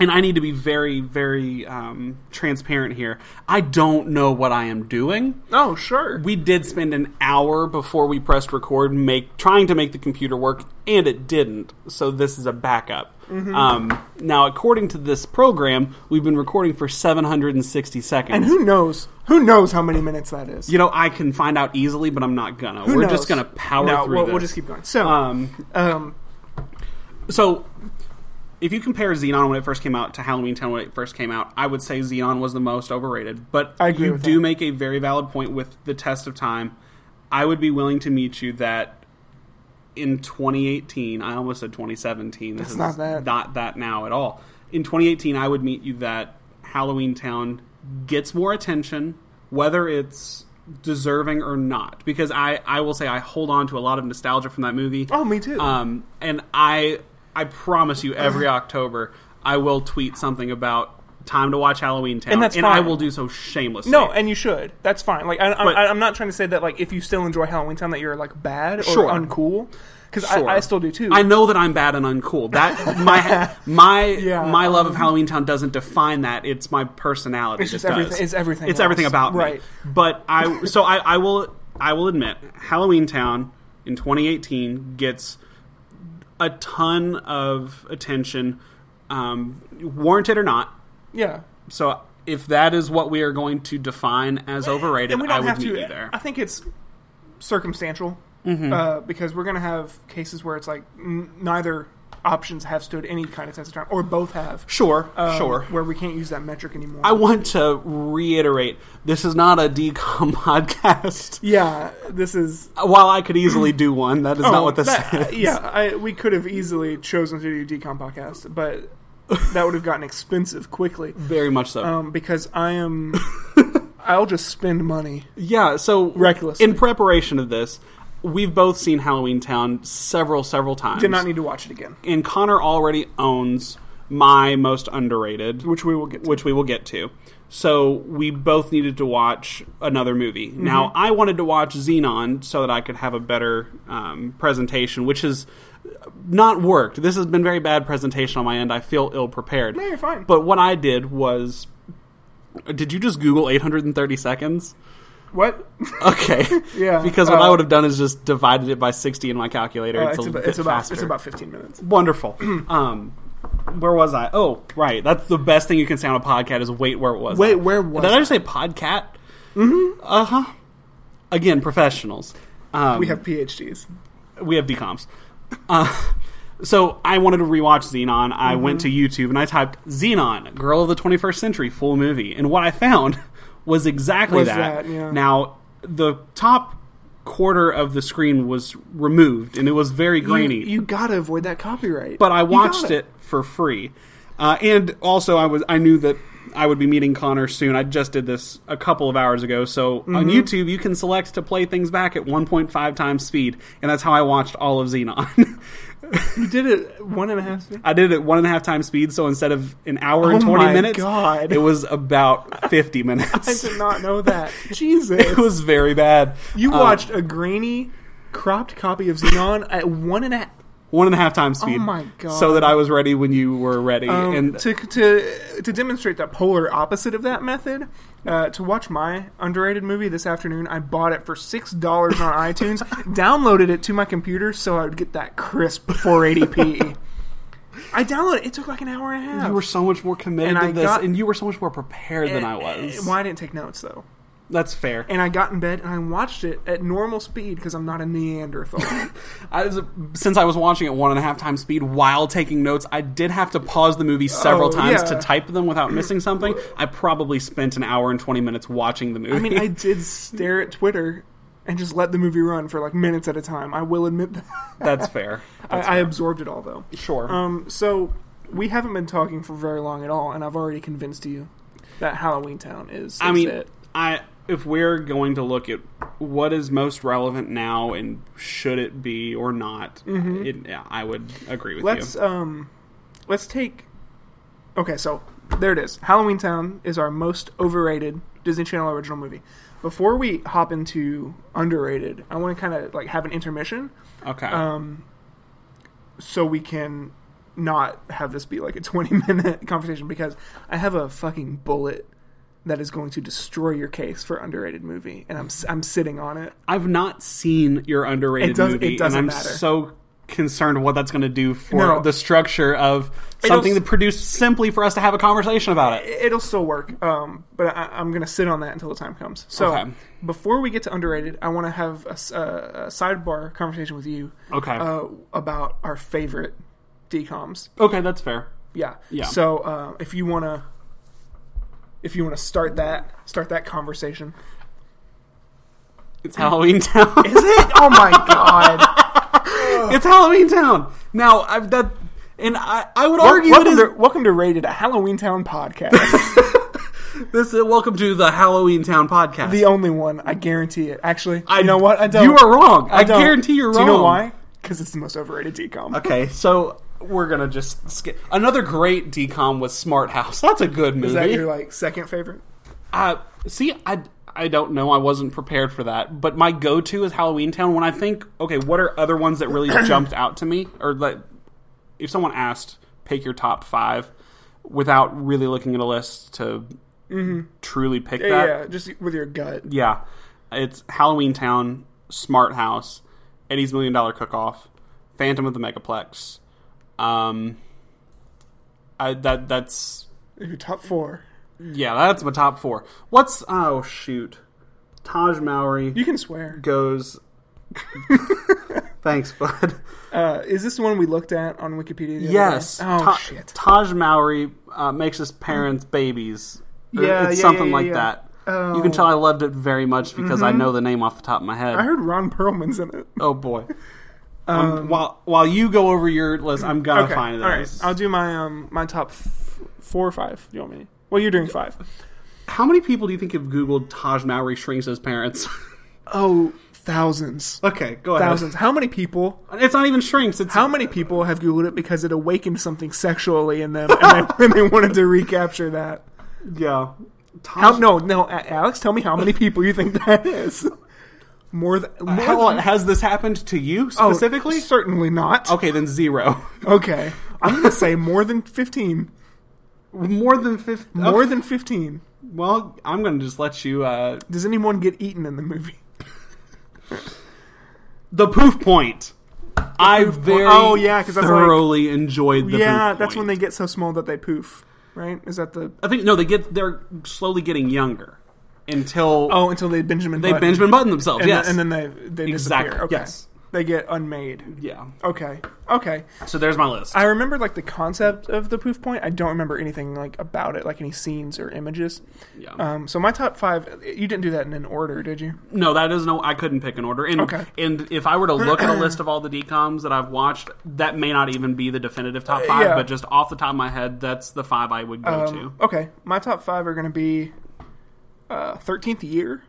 Speaker 2: and I need to be very, very um, transparent here. I don't know what I am doing.
Speaker 1: Oh sure.
Speaker 2: We did spend an hour before we pressed record, make trying to make the computer work, and it didn't. So this is a backup.
Speaker 1: Mm-hmm.
Speaker 2: Um, now, according to this program, we've been recording for 760 seconds.
Speaker 1: and who knows? Who knows how many minutes that is?
Speaker 2: you know, I can find out easily, but I'm not gonna.
Speaker 1: Who
Speaker 2: We're
Speaker 1: knows?
Speaker 2: just gonna power
Speaker 1: no,
Speaker 2: through
Speaker 1: we'll,
Speaker 2: this.
Speaker 1: we'll just keep going. So,
Speaker 2: um,
Speaker 1: um,
Speaker 2: so if you compare Xenon when it first came out to Halloween Town when it first came out, I would say Xenon was the most overrated. But
Speaker 1: I agree
Speaker 2: you
Speaker 1: with
Speaker 2: do
Speaker 1: that.
Speaker 2: make a very valid point with the test of time. I would be willing to meet you that in 2018, I almost said 2017. This
Speaker 1: It's
Speaker 2: is
Speaker 1: not that.
Speaker 2: not that now at all. In 2018, I would meet you that Halloween Town gets more attention, whether it's deserving or not. Because I, I will say I hold on to a lot of nostalgia from that movie.
Speaker 1: oh, me too.
Speaker 2: Um, and I, I promise you, every October I will tweet something about time to watch Halloween Town,
Speaker 1: And that's
Speaker 2: I
Speaker 1: fine.
Speaker 2: will do so shamelessly.
Speaker 1: no, and you should. That's fine. Like, I,
Speaker 2: But-
Speaker 1: I, I'm not trying to say that like if you still enjoy Halloween Town that you're like bad or
Speaker 2: Sure.
Speaker 1: uncool because
Speaker 2: Sure.
Speaker 1: I, I still do too.
Speaker 2: I know that I'm bad and uncool. That my my
Speaker 1: Yeah.
Speaker 2: my love of Halloween Town doesn't define that. It's my personality.
Speaker 1: It's just
Speaker 2: that does.
Speaker 1: everything- it's everything
Speaker 2: It's everything
Speaker 1: else.
Speaker 2: about me.
Speaker 1: Right.
Speaker 2: But I so I, I will I will admit Halloween Town in 2018 gets a ton of attention, um, warranted or not.
Speaker 1: yeah.
Speaker 2: So if that is what we are going to define as
Speaker 1: Eh,
Speaker 2: overrated,
Speaker 1: and we
Speaker 2: I
Speaker 1: don't
Speaker 2: would
Speaker 1: have
Speaker 2: meet
Speaker 1: to. Uh,
Speaker 2: you there.
Speaker 1: I think it's circumstantial uh, because we're going to have cases where it's like n- neither options have stood any kind of test of time, or both have.
Speaker 2: Sure,
Speaker 1: um,
Speaker 2: sure.
Speaker 1: Where we can't use that metric anymore.
Speaker 2: I want to reiterate: this is not a decom podcast.
Speaker 1: yeah, this is
Speaker 2: While I could easily do one, that is not
Speaker 1: Oh,
Speaker 2: what this
Speaker 1: that-
Speaker 2: is.
Speaker 1: Yeah, I, we could have easily chosen to do decom podcast, but that would have gotten expensive quickly
Speaker 2: Very much so.
Speaker 1: um, because I am. I'll just spend money.
Speaker 2: yeah, so
Speaker 1: Recklessly.
Speaker 2: in preparation of this, we've both seen Halloween Town several, several times.
Speaker 1: Did not need to watch it again,
Speaker 2: and Connor already owns my most underrated,
Speaker 1: which we will get. to.
Speaker 2: which we will get to. So we both needed to watch another movie.
Speaker 1: Mm-hmm.
Speaker 2: Now I wanted to watch Xenon so that I could have a better um, presentation, which has not worked. This has been very bad presentation on my end. I feel ill prepared.
Speaker 1: No, you're fine.
Speaker 2: But what I did was, did you just Google 830 seconds?
Speaker 1: what?
Speaker 2: Okay.
Speaker 1: Yeah,
Speaker 2: because what
Speaker 1: uh,
Speaker 2: I would have done is just divided it by 60 in my calculator.
Speaker 1: Uh,
Speaker 2: it's,
Speaker 1: it's,
Speaker 2: a
Speaker 1: about,
Speaker 2: bit
Speaker 1: it's, about,
Speaker 2: faster.
Speaker 1: it's about 15 minutes.
Speaker 2: Wonderful. um, where was I? Oh, right. That's the best thing you can say on a podcast is wait, where was
Speaker 1: Wait,
Speaker 2: I?
Speaker 1: where was
Speaker 2: Did I
Speaker 1: I?
Speaker 2: just say podcat? Mm-hmm. Uh huh. Again, professionals. Um,
Speaker 1: We have PhDs.
Speaker 2: we have decomps. Uh, so I wanted to rewatch Xenon. I
Speaker 1: Mm-hmm.
Speaker 2: went to YouTube and I typed Xenon, Girl of the 21st Century, full movie. And what I found was exactly
Speaker 1: Was
Speaker 2: that.
Speaker 1: that, yeah.
Speaker 2: Now, the top quarter of the screen was removed and it was very grainy.
Speaker 1: You, you gotta avoid that copyright.
Speaker 2: but I
Speaker 1: You
Speaker 2: watched
Speaker 1: gotta.
Speaker 2: it for free. Uh, and also, I was I knew that I would be meeting Connor soon. I just did this a couple of hours ago. So on YouTube, you can select to play things back at 1.5 times speed, and that's how I watched all of Xenon.
Speaker 1: You did it one and a half. minutes.
Speaker 2: I did it at one and a half times speed, so instead of an hour and
Speaker 1: Oh
Speaker 2: 20
Speaker 1: my
Speaker 2: minutes,
Speaker 1: God.
Speaker 2: it was about 50
Speaker 1: I
Speaker 2: minutes.
Speaker 1: did not know that. Jesus.
Speaker 2: it was very bad.
Speaker 1: You
Speaker 2: Um,
Speaker 1: watched a grainy, cropped copy of Xenon at one and a half.
Speaker 2: one and a half times speed.
Speaker 1: my God.
Speaker 2: So that I was ready when you were ready.
Speaker 1: Um,
Speaker 2: and
Speaker 1: to, to to demonstrate the polar opposite of that method, uh, to watch my underrated movie this afternoon, I bought it for six dollars on iTunes, downloaded it to my computer so I would get that crisp 480p. I downloaded it. It took like an hour and a half.
Speaker 2: you were so much more committed
Speaker 1: And
Speaker 2: to
Speaker 1: I
Speaker 2: this,
Speaker 1: got-
Speaker 2: and you were so much more prepared than I
Speaker 1: Eh,
Speaker 2: was.
Speaker 1: Why I didn't take notes though.
Speaker 2: That's fair.
Speaker 1: And I got in bed and I watched it at normal speed because I'm not a Neanderthal.
Speaker 2: I was, since I was watching at one and a half times speed while taking notes, I did have to pause the movie several
Speaker 1: Oh,
Speaker 2: times
Speaker 1: yeah.
Speaker 2: to type them without missing something. I probably spent an hour and twenty minutes watching the movie.
Speaker 1: I mean, I did stare at Twitter and just let the movie run for like minutes at a time. I will admit that.
Speaker 2: that's fair.
Speaker 1: I, I absorbed it all though.
Speaker 2: Sure.
Speaker 1: Um, so we haven't been talking for very long at all, and I've already convinced you that Halloween Town is.
Speaker 2: I
Speaker 1: is
Speaker 2: mean,
Speaker 1: it.
Speaker 2: I if we're going to look at what is most relevant now and should it be or not, it, yeah, I would agree with
Speaker 1: Mm-hmm. let's
Speaker 2: you.
Speaker 1: um, let's take. Okay, so there it is. Halloween Town is our most overrated Disney Channel original movie. Before we hop into underrated, I want to kind of like have an intermission
Speaker 2: Okay.
Speaker 1: um, so we can not have this be like a 20 minute conversation because I have a fucking bullet that is going to destroy your case for underrated movie and I'm s- I'm sitting on it.
Speaker 2: I've not seen your underrated
Speaker 1: It does-
Speaker 2: movie,
Speaker 1: it doesn't
Speaker 2: and I'm
Speaker 1: matter.
Speaker 2: so concerned what that's going to do for
Speaker 1: No.
Speaker 2: the structure of something that produced simply for us to have a conversation about it.
Speaker 1: I- It'll still work, um, but I, I'm going to sit on that until the time comes. So
Speaker 2: Okay.
Speaker 1: before we get to underrated, I want to have a, s- a- a sidebar conversation with you
Speaker 2: Okay.
Speaker 1: uh, about our favorite decoms.
Speaker 2: okay, that's fair.
Speaker 1: Yeah.
Speaker 2: Yeah.
Speaker 1: So uh, if you want to, if you want to start that, start that conversation.
Speaker 2: It's Halloween Town.
Speaker 1: Is it? Oh my god!
Speaker 2: it's Halloween Town. Now, I've that, and I, I would argue it
Speaker 1: welcome,
Speaker 2: is
Speaker 1: to, welcome to Rated, a Halloween Town podcast.
Speaker 2: this. Is, welcome to the Halloween Town podcast.
Speaker 1: the only one, I guarantee it. Actually,
Speaker 2: I
Speaker 1: you know what? I don't.
Speaker 2: You are wrong. I,
Speaker 1: don't.
Speaker 2: guarantee you're
Speaker 1: Do
Speaker 2: wrong.
Speaker 1: you know why? Because it's the most overrated decom.
Speaker 2: Okay, so we're gonna just skip. Another great decom was Smart House. That's a good movie.
Speaker 1: Is that your like second favorite?
Speaker 2: Uh, see, I, I don't know. I wasn't prepared for that. But my go to is Halloween Town. When I think, okay, what are other ones that really jumped out to me? Or like, if someone asked, pick your top five without really looking at a list to truly pick that.
Speaker 1: Mm-hmm. yeah, just with your gut.
Speaker 2: Yeah. It's Halloween Town, Smart House, Eddie's Million Dollar Cook Off, Phantom of the Megaplex. Um, I, that that's
Speaker 1: Your top four.
Speaker 2: yeah, that's my top four. What's oh shoot, Taj Mowry
Speaker 1: You can swear.
Speaker 2: goes. Thanks, bud.
Speaker 1: Uh, is this the one we looked at on Wikipedia? the other
Speaker 2: Yes,
Speaker 1: day? Oh
Speaker 2: Ta-
Speaker 1: shit.
Speaker 2: Taj Mowry uh, makes his parents babies. Or
Speaker 1: Yeah,
Speaker 2: it's
Speaker 1: yeah,
Speaker 2: something
Speaker 1: yeah,
Speaker 2: like
Speaker 1: yeah. Mm-hmm.
Speaker 2: that. You can tell I loved it very much because I know the name off the top of my head.
Speaker 1: I heard Ron Perlman's in it.
Speaker 2: Oh boy. Um, while while you go over your list, I'm gonna find
Speaker 1: All right.
Speaker 2: those.
Speaker 1: I'll do my um my top f- four or five. You want me? Well, you're doing five.
Speaker 2: How many people do you think have Googled Taj Mowry shrinks his parents?
Speaker 1: Oh, thousands.
Speaker 2: okay, go ahead.
Speaker 1: Thousands. How many people?
Speaker 2: It's not even shrinks. It's
Speaker 1: How many people have Googled it because it awakened something sexually in them, and they, and they wanted to recapture that?
Speaker 2: yeah. Taj,
Speaker 1: How, no, no, A- Alex, tell me how many people you think that is. More than more
Speaker 2: How-
Speaker 1: than-
Speaker 2: has this happened to you
Speaker 1: Uh, oh,
Speaker 2: specifically?
Speaker 1: certainly not.
Speaker 2: okay, then zero.
Speaker 1: Okay, I'm gonna say more than fifteen.
Speaker 2: More than fifty.
Speaker 1: More than fifteen.
Speaker 2: well, I'm gonna just let you. Uh,
Speaker 1: Does anyone get eaten in the movie?
Speaker 2: the poof point. I very
Speaker 1: Oh, yeah, 'cause that's like-
Speaker 2: thoroughly enjoyed the
Speaker 1: yeah,
Speaker 2: poof
Speaker 1: that's when they
Speaker 2: point.
Speaker 1: get so small that they poof. Right? Is that the
Speaker 2: I think no, they get they're slowly getting younger until
Speaker 1: oh until they Benjamin
Speaker 2: they
Speaker 1: Button.
Speaker 2: Benjamin Button themselves.
Speaker 1: and,
Speaker 2: yes,
Speaker 1: then, and then they they
Speaker 2: Exactly,
Speaker 1: disappear. Okay.
Speaker 2: yes.
Speaker 1: They get unmade.
Speaker 2: Yeah.
Speaker 1: Okay. Okay.
Speaker 2: So there's my list.
Speaker 1: I remember like the concept of the poof point. I don't remember anything like about it, like any scenes or images.
Speaker 2: yeah.
Speaker 1: Um, so my top five. You didn't do that in an order, did you?
Speaker 2: no, that is no. I couldn't pick an order. And
Speaker 1: Okay.
Speaker 2: and if I were to look at a list of all the decoms that I've watched, that may not even be the definitive top five.
Speaker 1: yeah.
Speaker 2: But just off the top of my head, that's the five I would go
Speaker 1: Um, okay. My top five are going to be uh, Thirteenth Year,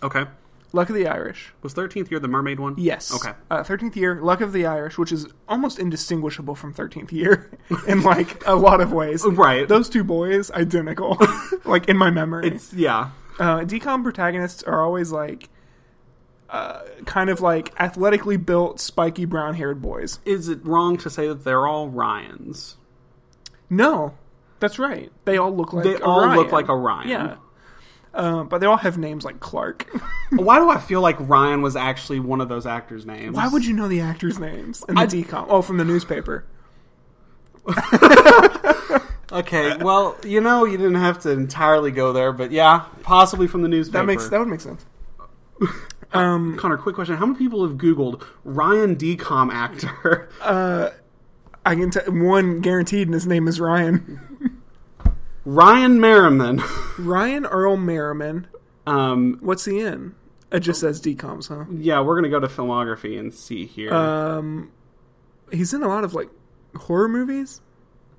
Speaker 2: to. Okay.
Speaker 1: Luck of the Irish.
Speaker 2: Was thirteenth year the mermaid one?
Speaker 1: Yes. Uh,
Speaker 2: Okay.
Speaker 1: Thirteenth Year, Luck of the Irish, which is almost indistinguishable from Thirteenth Year in like a lot of ways.
Speaker 2: Right.
Speaker 1: Those two boys identical, like in my memory.
Speaker 2: It's yeah.
Speaker 1: uh, decom protagonists are always like uh, kind of like athletically built, spiky brown haired boys.
Speaker 2: Is it wrong to say that they're all Ryans?
Speaker 1: No, that's right. They all look like
Speaker 2: They all
Speaker 1: Orion.
Speaker 2: look like Orion.
Speaker 1: Yeah. Um, but they all have names like Clark.
Speaker 2: Why do I feel like Ryan was actually one of those actors' names?
Speaker 1: Why would you know the actors' names in the
Speaker 2: I-
Speaker 1: decom? Oh, from the newspaper.
Speaker 2: Okay, well, you know, you didn't have to entirely go there, but yeah, possibly from the newspaper.
Speaker 1: That makes that would make sense.
Speaker 2: Connor, quick question. How many people have Googled Ryan DCOM actor?
Speaker 1: I can tell one guaranteed, and his name is Ryan.
Speaker 2: Ryan Merriman.
Speaker 1: Ryan Earl Merriman.
Speaker 2: Um,
Speaker 1: What's the in? It just says decoms, huh?
Speaker 2: yeah, we're going to go to filmography and see here.
Speaker 1: Uh, He's in a lot of like horror movies.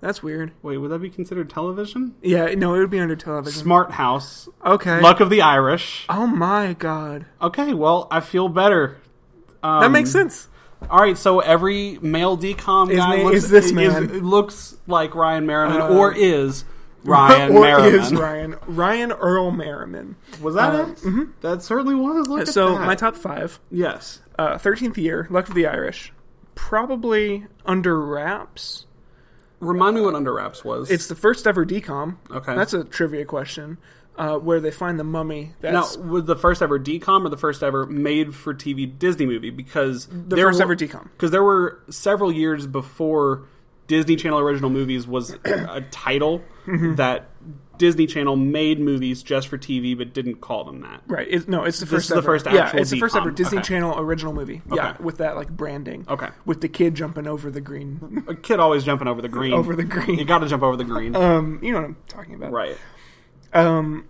Speaker 1: That's weird.
Speaker 2: Wait, would that be considered television?
Speaker 1: Yeah, no, it would be under television.
Speaker 2: Smart House.
Speaker 1: Okay.
Speaker 2: Luck of the Irish.
Speaker 1: Oh my god.
Speaker 2: Okay, well, I feel better. Um,
Speaker 1: That makes sense.
Speaker 2: All right, so every male decom
Speaker 1: His
Speaker 2: guy
Speaker 1: name
Speaker 2: looks,
Speaker 1: is this man. Uh,
Speaker 2: looks like Ryan Merriman or is Ryan
Speaker 1: or
Speaker 2: Merriman.
Speaker 1: is Ryan Ryan Earl Merriman.
Speaker 2: Was that
Speaker 1: Um,
Speaker 2: it? That certainly was. Look at
Speaker 1: Uh, So
Speaker 2: that.
Speaker 1: my top five.
Speaker 2: yes.
Speaker 1: Uh, 13th year, Luck of the Irish. Probably under wraps.
Speaker 2: Remind me what Under Wraps was.
Speaker 1: It's the first ever decom.
Speaker 2: Okay.
Speaker 1: That's a trivia question. Uh, where they find the mummy.
Speaker 2: now
Speaker 1: That's
Speaker 2: was the first ever DCOM or the first ever made-for-TV Disney movie? Because
Speaker 1: the
Speaker 2: there
Speaker 1: first
Speaker 2: were,
Speaker 1: ever decom.
Speaker 2: because there were several years before Disney Channel original movies was a title
Speaker 1: Mm-hmm.
Speaker 2: that Disney Channel made movies just for TV but didn't call them that.
Speaker 1: Right. It, no, it's the
Speaker 2: This
Speaker 1: first.
Speaker 2: is the
Speaker 1: ever,
Speaker 2: first
Speaker 1: Yeah,
Speaker 2: actual
Speaker 1: it's the first
Speaker 2: DCOM.
Speaker 1: ever Disney
Speaker 2: Okay.
Speaker 1: Channel original movie. Yeah,
Speaker 2: Okay.
Speaker 1: with that like branding.
Speaker 2: Okay.
Speaker 1: With the kid jumping over the green,
Speaker 2: A kid always jumping over the green.
Speaker 1: over the
Speaker 2: You
Speaker 1: green.
Speaker 2: got to jump over the green.
Speaker 1: Um, you know what I'm talking about,
Speaker 2: right.
Speaker 1: Um,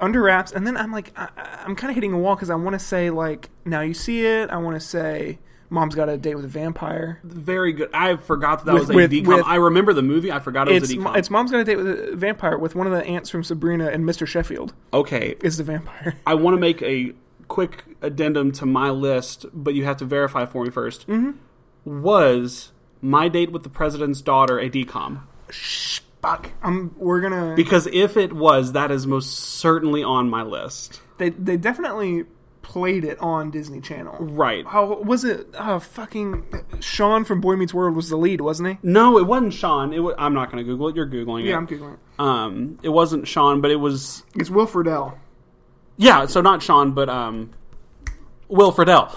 Speaker 1: under wraps, and then I'm like, I, I- I'm kind of hitting a wall because I want to say like, now you see it. I want to say, mom's got a date with a vampire.
Speaker 2: Very good. I forgot that, that
Speaker 1: With-
Speaker 2: was a
Speaker 1: with-
Speaker 2: DCOM.
Speaker 1: with-
Speaker 2: I remember the movie. I forgot it was
Speaker 1: It's
Speaker 2: a DCOM.
Speaker 1: it's mom's got a date with a vampire with one of the aunts from Sabrina and Mr. Sheffield
Speaker 2: okay.
Speaker 1: is the vampire.
Speaker 2: I want to make a quick addendum to my list, but you have to verify for me 1st
Speaker 1: Mm-hmm.
Speaker 2: Was my date with the president's daughter a DCOM?
Speaker 1: Shh, fuck. I'm, Um, we're gonna.
Speaker 2: Because if it was, that is most certainly on my list.
Speaker 1: They they definitely played it on Disney Channel.
Speaker 2: Right.
Speaker 1: How was it? Oh, fucking Sean from Boy Meets World was the lead, wasn't he?
Speaker 2: No, it wasn't Sean. It wa I'm not going to Google it. You're Googling it.
Speaker 1: Yeah, I'm googling. it.
Speaker 2: um, it wasn't Sean, but it was.
Speaker 1: It's Wilfred L.
Speaker 2: Yeah, so not Sean, but um, Will Friedle.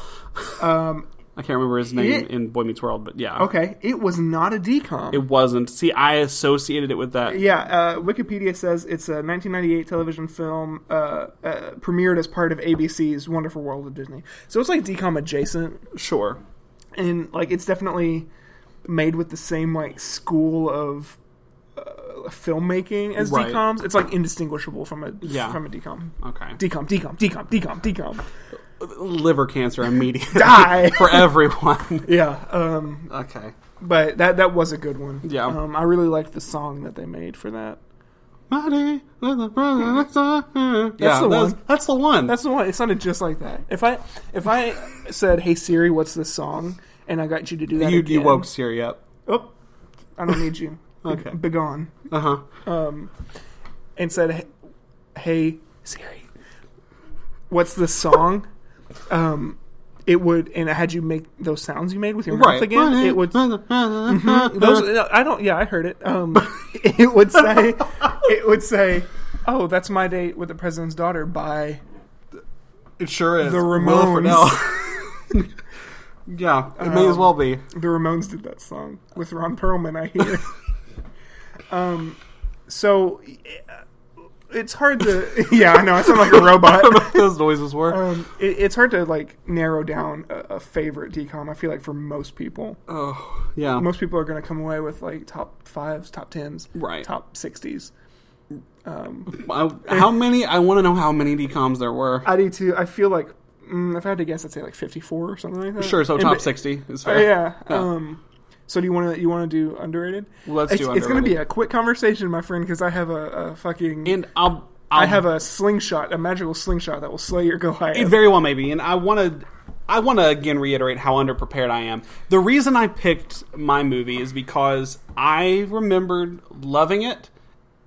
Speaker 1: Um,
Speaker 2: I can't remember his name
Speaker 1: It-
Speaker 2: in Boy Meets World, but yeah.
Speaker 1: okay, it was not a decom.
Speaker 2: It wasn't. See, I associated it with that.
Speaker 1: yeah, uh, Wikipedia says it's a 1998 television film uh, uh, premiered as part of ABC's Wonderful World of Disney. So it's like decom adjacent,
Speaker 2: Sure.
Speaker 1: and like it's definitely made with the same like school of uh, filmmaking as
Speaker 2: Right.
Speaker 1: decoms. It's like indistinguishable from a
Speaker 2: Yeah.
Speaker 1: from a decom.
Speaker 2: Okay.
Speaker 1: Decom, decom, decom, decom, decom.
Speaker 2: liver cancer immediately
Speaker 1: Die!
Speaker 2: for everyone.
Speaker 1: Yeah, um,
Speaker 2: okay.
Speaker 1: but that that was a good one.
Speaker 2: Yeah.
Speaker 1: um, I really liked the song that they made for that.
Speaker 2: Money with a brother. That's, a- yeah,
Speaker 1: the
Speaker 2: that's,
Speaker 1: one.
Speaker 2: that's the one.
Speaker 1: That's the one. It sounded just like that. If I if I said, "Hey Siri, what's this song?" and I got you to do that,
Speaker 2: you,
Speaker 1: again,
Speaker 2: you woke Siri up.
Speaker 1: Oh, I don't need you.
Speaker 2: Okay.
Speaker 1: begone.
Speaker 2: Uh huh.
Speaker 1: And said, "Hey- "Hey Siri, what's this song?" um, it would, and I had you make those sounds you made with your mouth
Speaker 2: Right.
Speaker 1: again. It would Mm-hmm. Those,
Speaker 2: Those,
Speaker 1: no, I don't. Yeah, I heard it. Um, it would say, it would say, "Oh, that's my date with the president's daughter." By
Speaker 2: it sure is.
Speaker 1: The
Speaker 2: Will Friedle. yeah, it may as well be.
Speaker 1: the Ramones did that song with Ron Perlman. I hear. um, so uh, it's hard to. Yeah, I know. I sound like a robot.
Speaker 2: Those noises were.
Speaker 1: Um, it, it's hard to like narrow down a, a favorite decom. I feel like for most people,
Speaker 2: Oh, yeah.
Speaker 1: most people are going to come away with like top fives, top tens,
Speaker 2: Right.
Speaker 1: top sixties. Um,
Speaker 2: I- How many? I want to know how many decoms there were.
Speaker 1: I do too. I feel like mm, if I had to guess, I'd say like fifty-four or something like that.
Speaker 2: Sure, so
Speaker 1: And
Speaker 2: top
Speaker 1: ba-
Speaker 2: sixty is
Speaker 1: uh,
Speaker 2: fair.
Speaker 1: yeah. Um, so do you want to you want to do underrated?
Speaker 2: Let's
Speaker 1: it's,
Speaker 2: do
Speaker 1: It's going to be
Speaker 2: underrated.
Speaker 1: a quick conversation, my friend, because I have a, a fucking
Speaker 2: And I'll, I'll
Speaker 1: I have a slingshot, a magical slingshot that will slay your
Speaker 2: It
Speaker 1: Goliath.
Speaker 2: very well may be, and I want to. I want to again reiterate how underprepared I am. The reason I picked my movie is because I remembered loving it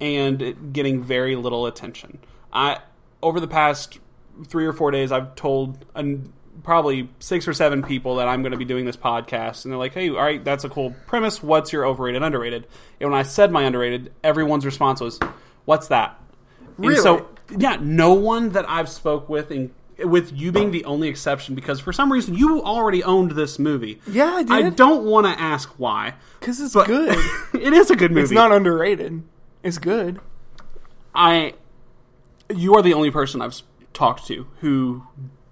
Speaker 2: and it getting very little attention. I over the past three or four days, I've told an, probably six or seven people that I'm going to be doing this podcast, and they're like, "Hey, all right, that's a cool premise. What's your overrated, underrated?" And when I said my underrated, everyone's response was, "What's that?" And
Speaker 1: Really?
Speaker 2: so yeah, no one that I've spoke with, and with you being the only exception, because for some reason you already owned this movie.
Speaker 1: Yeah, I did.
Speaker 2: I don't want to ask why.
Speaker 1: Because it's
Speaker 2: but-
Speaker 1: good.
Speaker 2: it is a good movie.
Speaker 1: it's not underrated. It's good.
Speaker 2: I. You are the only person I've s- talked to who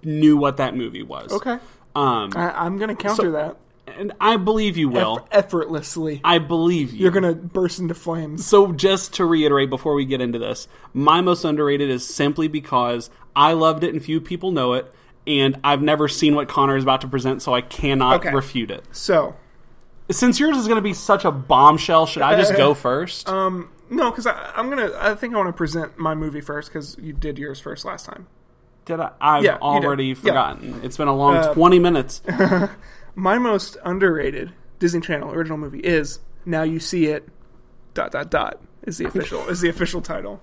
Speaker 2: knew what that movie was.
Speaker 1: Okay.
Speaker 2: Um,
Speaker 1: I, I'm going to counter
Speaker 2: So-
Speaker 1: that
Speaker 2: and I believe you will.
Speaker 1: eff- effortlessly.
Speaker 2: I believe you.
Speaker 1: You're going to burst into flames.
Speaker 2: So, just to reiterate before we get into this, my most underrated is simply because I loved it and few people know it, and I've never seen what Connor is about to present, so I cannot
Speaker 1: Okay.
Speaker 2: refute it.
Speaker 1: So
Speaker 2: Since yours is going to be such a bombshell, should I just go first?
Speaker 1: Um, no, because I'm gonna. I think I want to present my movie first because you did yours first last time.
Speaker 2: Did I? I've
Speaker 1: yeah, you
Speaker 2: already
Speaker 1: did. Yeah.
Speaker 2: forgotten. It's been a long
Speaker 1: Uh,
Speaker 2: 20 minutes.
Speaker 1: My most underrated Disney Channel original movie is Now You See It. Dot dot dot. is the official is the official title.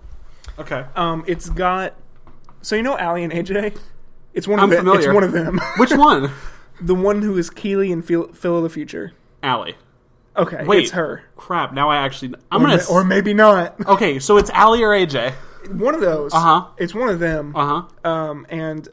Speaker 2: Okay.
Speaker 1: Um, it's got so you know Ali and AJ. It's one
Speaker 2: I'm
Speaker 1: of them.
Speaker 2: familiar.
Speaker 1: It's one of them.
Speaker 2: Which one?
Speaker 1: the one who is Keely and Phil, Phil of the future.
Speaker 2: Allie.
Speaker 1: Okay,
Speaker 2: Wait.
Speaker 1: it's her.
Speaker 2: Crap. Now I actually. I'm
Speaker 1: Or,
Speaker 2: gonna.
Speaker 1: ma- or maybe not.
Speaker 2: okay, so it's Allie or AJ.
Speaker 1: one of those.
Speaker 2: Uh-huh.
Speaker 1: It's one of them.
Speaker 2: Uh huh.
Speaker 1: Um, and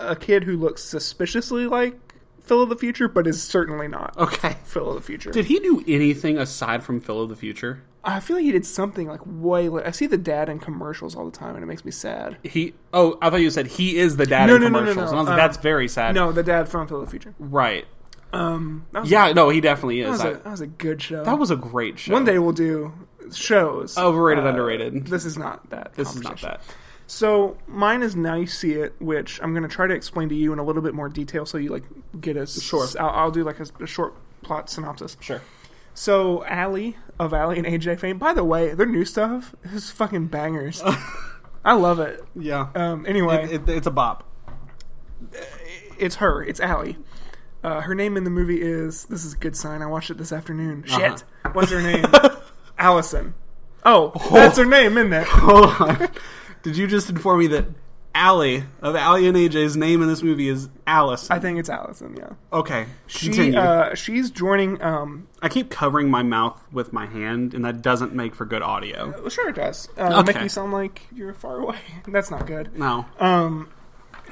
Speaker 1: a kid who looks suspiciously like Phil of the future, but is certainly not
Speaker 2: Okay.
Speaker 1: Phil of the future.
Speaker 2: Did he do anything aside from Phil of the Future?
Speaker 1: I feel like he did something like way. Late. I see the dad in commercials all the time, and it makes me sad.
Speaker 2: He. Oh, I thought you said he is the dad
Speaker 1: No,
Speaker 2: in
Speaker 1: no, no, no,
Speaker 2: commercials.
Speaker 1: no.
Speaker 2: And I was like,
Speaker 1: Um,
Speaker 2: that's very sad.
Speaker 1: No, the dad from Phil of the future.
Speaker 2: Right.
Speaker 1: Um, that was,
Speaker 2: Yeah. No, he definitely
Speaker 1: that
Speaker 2: is.
Speaker 1: was,
Speaker 2: I-
Speaker 1: a, that was a good show.
Speaker 2: that was a great show.
Speaker 1: One day we'll do shows.
Speaker 2: Overrated,
Speaker 1: Uh,
Speaker 2: underrated.
Speaker 1: This is not that.
Speaker 2: This is not
Speaker 1: conversation.
Speaker 2: that.
Speaker 1: So mine is now you see it, which I'm going to try to explain to you in a little bit more detail, so you like get a s-
Speaker 2: Sure.
Speaker 1: I'll, I'll do like a, s- a short plot synopsis.
Speaker 2: Sure.
Speaker 1: So Allie of Allie and AJ fame. By the way, their new stuff is fucking bangers. I love it.
Speaker 2: Yeah.
Speaker 1: Um, anyway,
Speaker 2: Uh, It- it- it's a bop.
Speaker 1: it's her. It's Allie. Uh, her name in the movie is. This is a good sign. I watched it this afternoon.
Speaker 2: Uh-huh.
Speaker 1: Shit. What's her name? Allison. Oh, that's her name, isn't it?
Speaker 2: Hold on. Did you just inform me that Allie of Allie and AJ's name in this movie is Alice?
Speaker 1: I think it's Allison. Yeah.
Speaker 2: okay.
Speaker 1: She
Speaker 2: continue.
Speaker 1: uh, she's joining. Um,
Speaker 2: I keep covering my mouth with my hand, and that doesn't make for good audio.
Speaker 1: well, oh, sure it does. Uh,
Speaker 2: Okay.
Speaker 1: Make me sound like you're far away. That's not good.
Speaker 2: No.
Speaker 1: Um,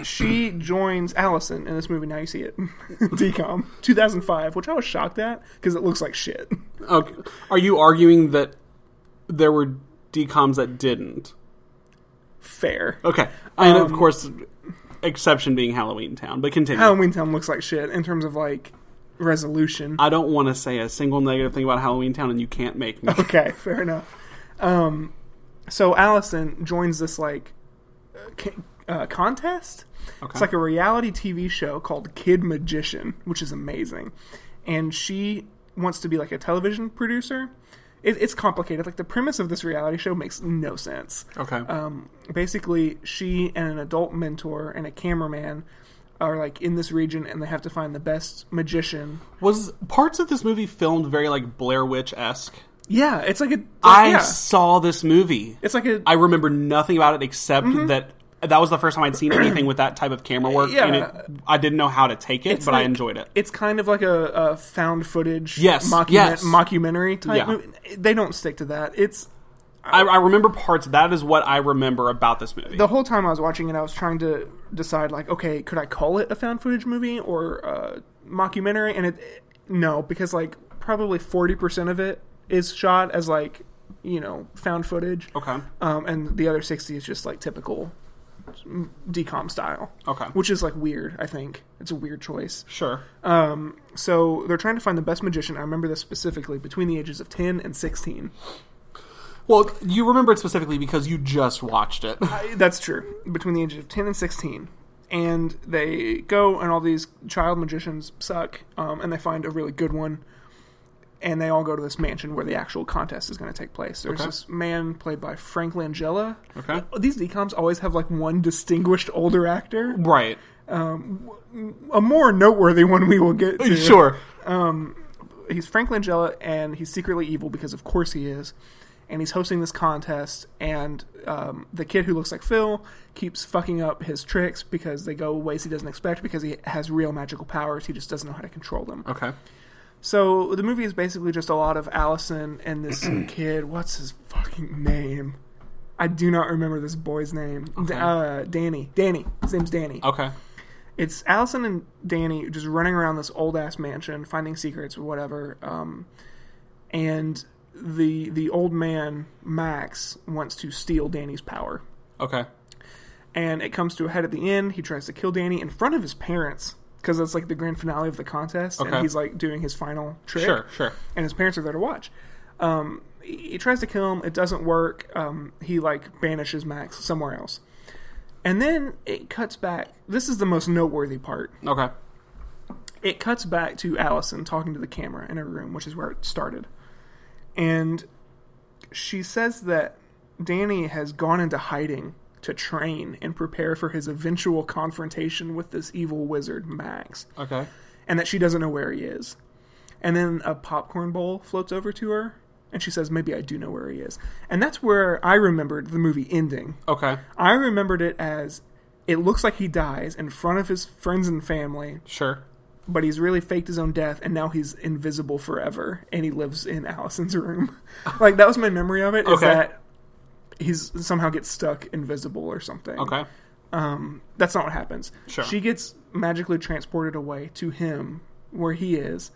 Speaker 1: she joins Allison in this movie. Now you see it. Decom 2005, which I was shocked at because it looks like shit.
Speaker 2: Okay. Are you arguing that there were decoms that didn't?
Speaker 1: Fair.
Speaker 2: Okay. And of
Speaker 1: Um,
Speaker 2: course, exception being Halloween Town, but continue.
Speaker 1: Halloween Town looks like shit in terms of like resolution.
Speaker 2: I don't want to say a single negative thing about Halloween Town, and you can't make me.
Speaker 1: okay, fair enough. Um, so Allison joins this like uh, ca- uh, contest.
Speaker 2: Okay.
Speaker 1: It's like a reality TV show called Kid Magician, which is amazing. And she wants to be like a television producer. It, it's complicated. Like the premise of this reality show makes no sense
Speaker 2: okay.
Speaker 1: um, basically she and an adult mentor and a cameraman are like in this region and they have to find the best magician
Speaker 2: Was parts of this movie filmed very like Blair Witch esque?
Speaker 1: yeah it's like a
Speaker 2: I
Speaker 1: Oh, yeah.
Speaker 2: saw this movie.
Speaker 1: it's like a
Speaker 2: I remember nothing about it except
Speaker 1: Mm-hmm.
Speaker 2: that that was the first time I'd seen anything with that type of camera work, and
Speaker 1: Yeah.
Speaker 2: it, I didn't know how to take it, but I
Speaker 1: like-
Speaker 2: enjoyed it.
Speaker 1: it's kind of like a, a found footage
Speaker 2: Yes,
Speaker 1: mockument-
Speaker 2: yes.
Speaker 1: mockumentary type
Speaker 2: Yeah.
Speaker 1: movie. they don't stick to that it's
Speaker 2: I, I remember parts. That is what I remember about this movie.
Speaker 1: the whole time I was watching it, I was trying to decide like, okay, could I call it a found footage movie or a mockumentary? And it no, because like probably forty percent of it is shot as like you know found footage,
Speaker 2: okay.
Speaker 1: um, and the other sixty is just like typical mm, decom style,
Speaker 2: Okay.
Speaker 1: which is like weird. I think it's a weird choice.
Speaker 2: Sure.
Speaker 1: Um, so they're trying to find the best magician. I remember this specifically between the ages of ten and sixteen.
Speaker 2: Well, you remember it specifically because you just watched it.
Speaker 1: I- That's true. Between the ages of 10 and 16. And they go, and all these child magicians suck, um, and they find a really good one. And they all go to this mansion where the actual contest is going to take place. There's
Speaker 2: Okay.
Speaker 1: this man played by Frank Langella. Uh,
Speaker 2: Okay.
Speaker 1: These decoms always have like one distinguished older actor.
Speaker 2: Right.
Speaker 1: A more noteworthy one we will get to.
Speaker 2: Sure.
Speaker 1: he's Frank Langella, and he's secretly evil because, of course, he is. And he's hosting this contest, and um, the kid who looks like Phil keeps fucking up his tricks because they go ways he doesn't expect because he has real magical powers. He just doesn't know how to control them.
Speaker 2: Okay.
Speaker 1: So the movie is basically just a lot of Allison and this kid. What's his fucking name? I do not remember this boy's name. D- uh, Danny. Danny. His name's Danny
Speaker 2: Okay.
Speaker 1: it's Allison and Danny just running around this old ass mansion, finding secrets or whatever. Um, and the the old man Max wants to steal Danny's power,
Speaker 2: Okay.
Speaker 1: and it comes to a head at the end. He tries to kill Danny in front of his parents because that's like the grand finale of the contest,
Speaker 2: Okay.
Speaker 1: and he's like doing his final trick
Speaker 2: Sure. Sure.
Speaker 1: and his parents are there to watch. Um, he he tries to kill him. It doesn't work. Um, he like banishes Max somewhere else, and then it cuts back. This is the most noteworthy part.
Speaker 2: Okay.
Speaker 1: It cuts back to Allison talking to the camera in her room, which is where it started, and she says that Danny has gone into hiding to train and prepare for his eventual confrontation with this evil wizard Max
Speaker 2: Okay.
Speaker 1: and that she doesn't know where he is. And then a popcorn bowl floats over to her, And she says, maybe I do know where he is. And that's where I remembered the movie ending.
Speaker 2: Okay.
Speaker 1: I remembered it as it looks like he dies in front of his friends and family,
Speaker 2: Sure.
Speaker 1: but he's really faked his own death and now he's invisible forever and he lives in Allison's room. like that was my memory of it is
Speaker 2: Okay.
Speaker 1: that he's somehow gets stuck invisible or something.
Speaker 2: Okay.
Speaker 1: That's not what happens.
Speaker 2: Sure.
Speaker 1: She gets magically transported away to him where he is.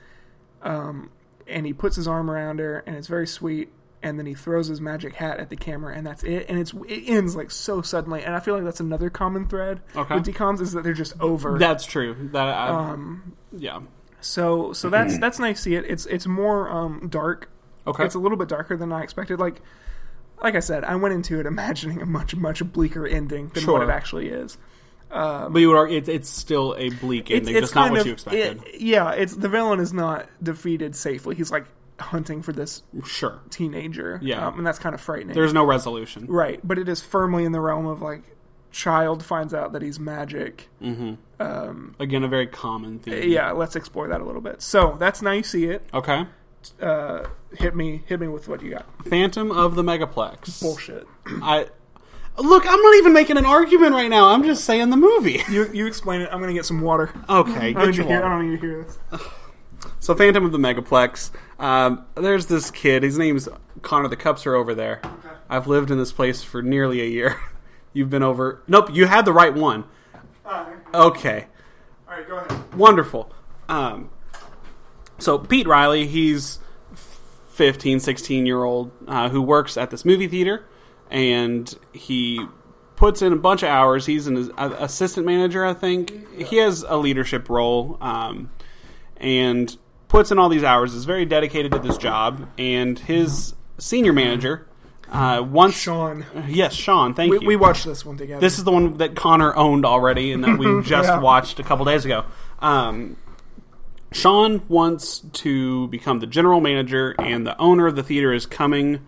Speaker 1: Um and he puts his arm around her and it's very sweet and then he throws his magic hat at the camera and that's it and it's it ends like so suddenly and I feel like that's another common thread
Speaker 2: Okay.
Speaker 1: with decons is that they're just over.
Speaker 2: That's true. That I,
Speaker 1: Um,
Speaker 2: yeah.
Speaker 1: So so that's that's nice to see it. It's it's more um, dark.
Speaker 2: Okay.
Speaker 1: It's a little bit darker than I expected. Like like I said, I went into it imagining a much much bleaker ending than what it
Speaker 2: Sure.
Speaker 1: actually is.
Speaker 2: but you would argue it's it's still a bleak ending, just not
Speaker 1: kind
Speaker 2: what
Speaker 1: of-
Speaker 2: you expected.
Speaker 1: it- yeah, it's the villain is not defeated safely. He's like hunting for this
Speaker 2: sure.
Speaker 1: teenager.
Speaker 2: Yeah.
Speaker 1: um, and that's kind of frightening.
Speaker 2: There's no resolution.
Speaker 1: right, but it is firmly in the realm of like child finds out that he's magic.
Speaker 2: Again, a very common theme.
Speaker 1: Uh, Yeah, let's explore that a little bit. So that's now you see it.
Speaker 2: Okay.
Speaker 1: Uh, hit me, hit me with what you got.
Speaker 2: Phantom of the Megaplex.
Speaker 1: Bullshit.
Speaker 2: I look. I'm not even making an argument right now. I'm just saying the movie.
Speaker 1: You, you explain it. I'm gonna get some water.
Speaker 2: Okay.
Speaker 1: I don't,
Speaker 2: Good
Speaker 1: need to hear, I don't need to hear this.
Speaker 2: So, Phantom of the Megaplex. Um, there's this kid. His name's Connor. The cups are over there. I've lived in this place for nearly a year. You've been over. Nope. You had the right one. Okay.
Speaker 1: all right, go ahead.
Speaker 2: wonderful. Um, so Pete Riley, he's 15, 16 year old uh, who works at this movie theater, and he puts in a bunch of hours. He's an a- assistant manager, I think. He has a leadership role, um, and puts in all these hours. is very dedicated to this job, and his senior manager. Uh, once
Speaker 1: Sean,
Speaker 2: yes, Sean. Thank
Speaker 1: we,
Speaker 2: you.
Speaker 1: we watched this one together.
Speaker 2: This is the one that Connor owned already and that we just
Speaker 1: Yeah.
Speaker 2: watched a couple days ago. Um, Sean wants to become the general manager, and the owner of the theater is coming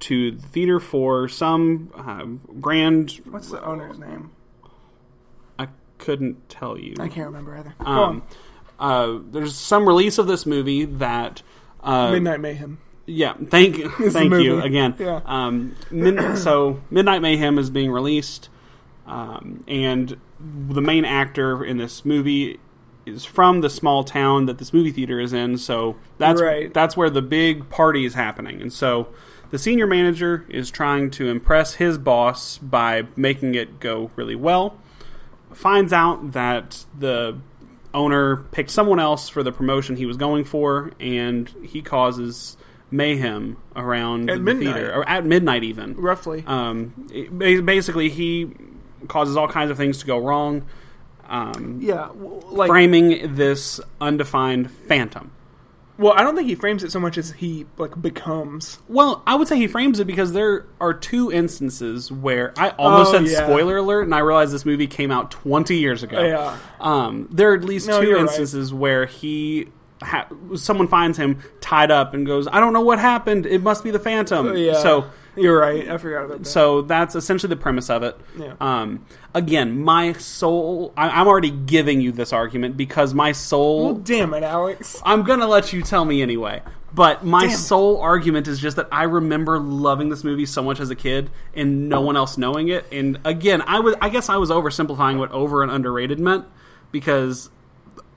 Speaker 2: to the theater for some uh, grand.
Speaker 1: what's the owner's name?
Speaker 2: I couldn't tell you.
Speaker 1: I can't remember either. Go
Speaker 2: Um, uh, there's some release of this movie that.
Speaker 1: on.
Speaker 2: Uh,
Speaker 1: Midnight Mayhem.
Speaker 2: Yeah, thank thank you
Speaker 1: movie.
Speaker 2: again.
Speaker 1: Yeah.
Speaker 2: Um, Mid- so Midnight Mayhem is being released, um, and the main actor in this movie is from the small town that this movie theater is in. So that's
Speaker 1: Right.
Speaker 2: that's where the big party is happening. And so the senior manager is trying to impress his boss by making it go really well. Finds out that the owner picked someone else for the promotion he was going for, and he causes mayhem around
Speaker 1: At
Speaker 2: the
Speaker 1: midnight.
Speaker 2: theater, or at midnight even.
Speaker 1: Roughly.
Speaker 2: Um, it- ba- basically, he causes all kinds of things to go wrong, um,
Speaker 1: yeah, w- like
Speaker 2: framing this undefined phantom.
Speaker 1: well, I don't think he frames it so much as he like becomes.
Speaker 2: Well, I would say he frames it because there are two instances where I almost
Speaker 1: Oh,
Speaker 2: said
Speaker 1: yeah.
Speaker 2: spoiler alert, and I realized this movie came out 20 years ago.
Speaker 1: Yeah.
Speaker 2: Um, there are at least
Speaker 1: No,
Speaker 2: two
Speaker 1: you're right.
Speaker 2: instances where he. Ha- someone finds him tied up and goes, "I don't know what happened. It must be the Phantom."
Speaker 1: Yeah.
Speaker 2: So
Speaker 1: you're right. I forgot about that.
Speaker 2: So that's essentially the premise of it.
Speaker 1: Yeah.
Speaker 2: Um, again, my soul. I, I'm already giving you this argument because my soul.
Speaker 1: well, damn it, Alex.
Speaker 2: I'm gonna let you tell me anyway. But my
Speaker 1: Damn it.
Speaker 2: sole argument is just that I remember loving this movie so much as a kid, and no one else knowing it. And again, I was—I guess I was oversimplifying what over and underrated meant, because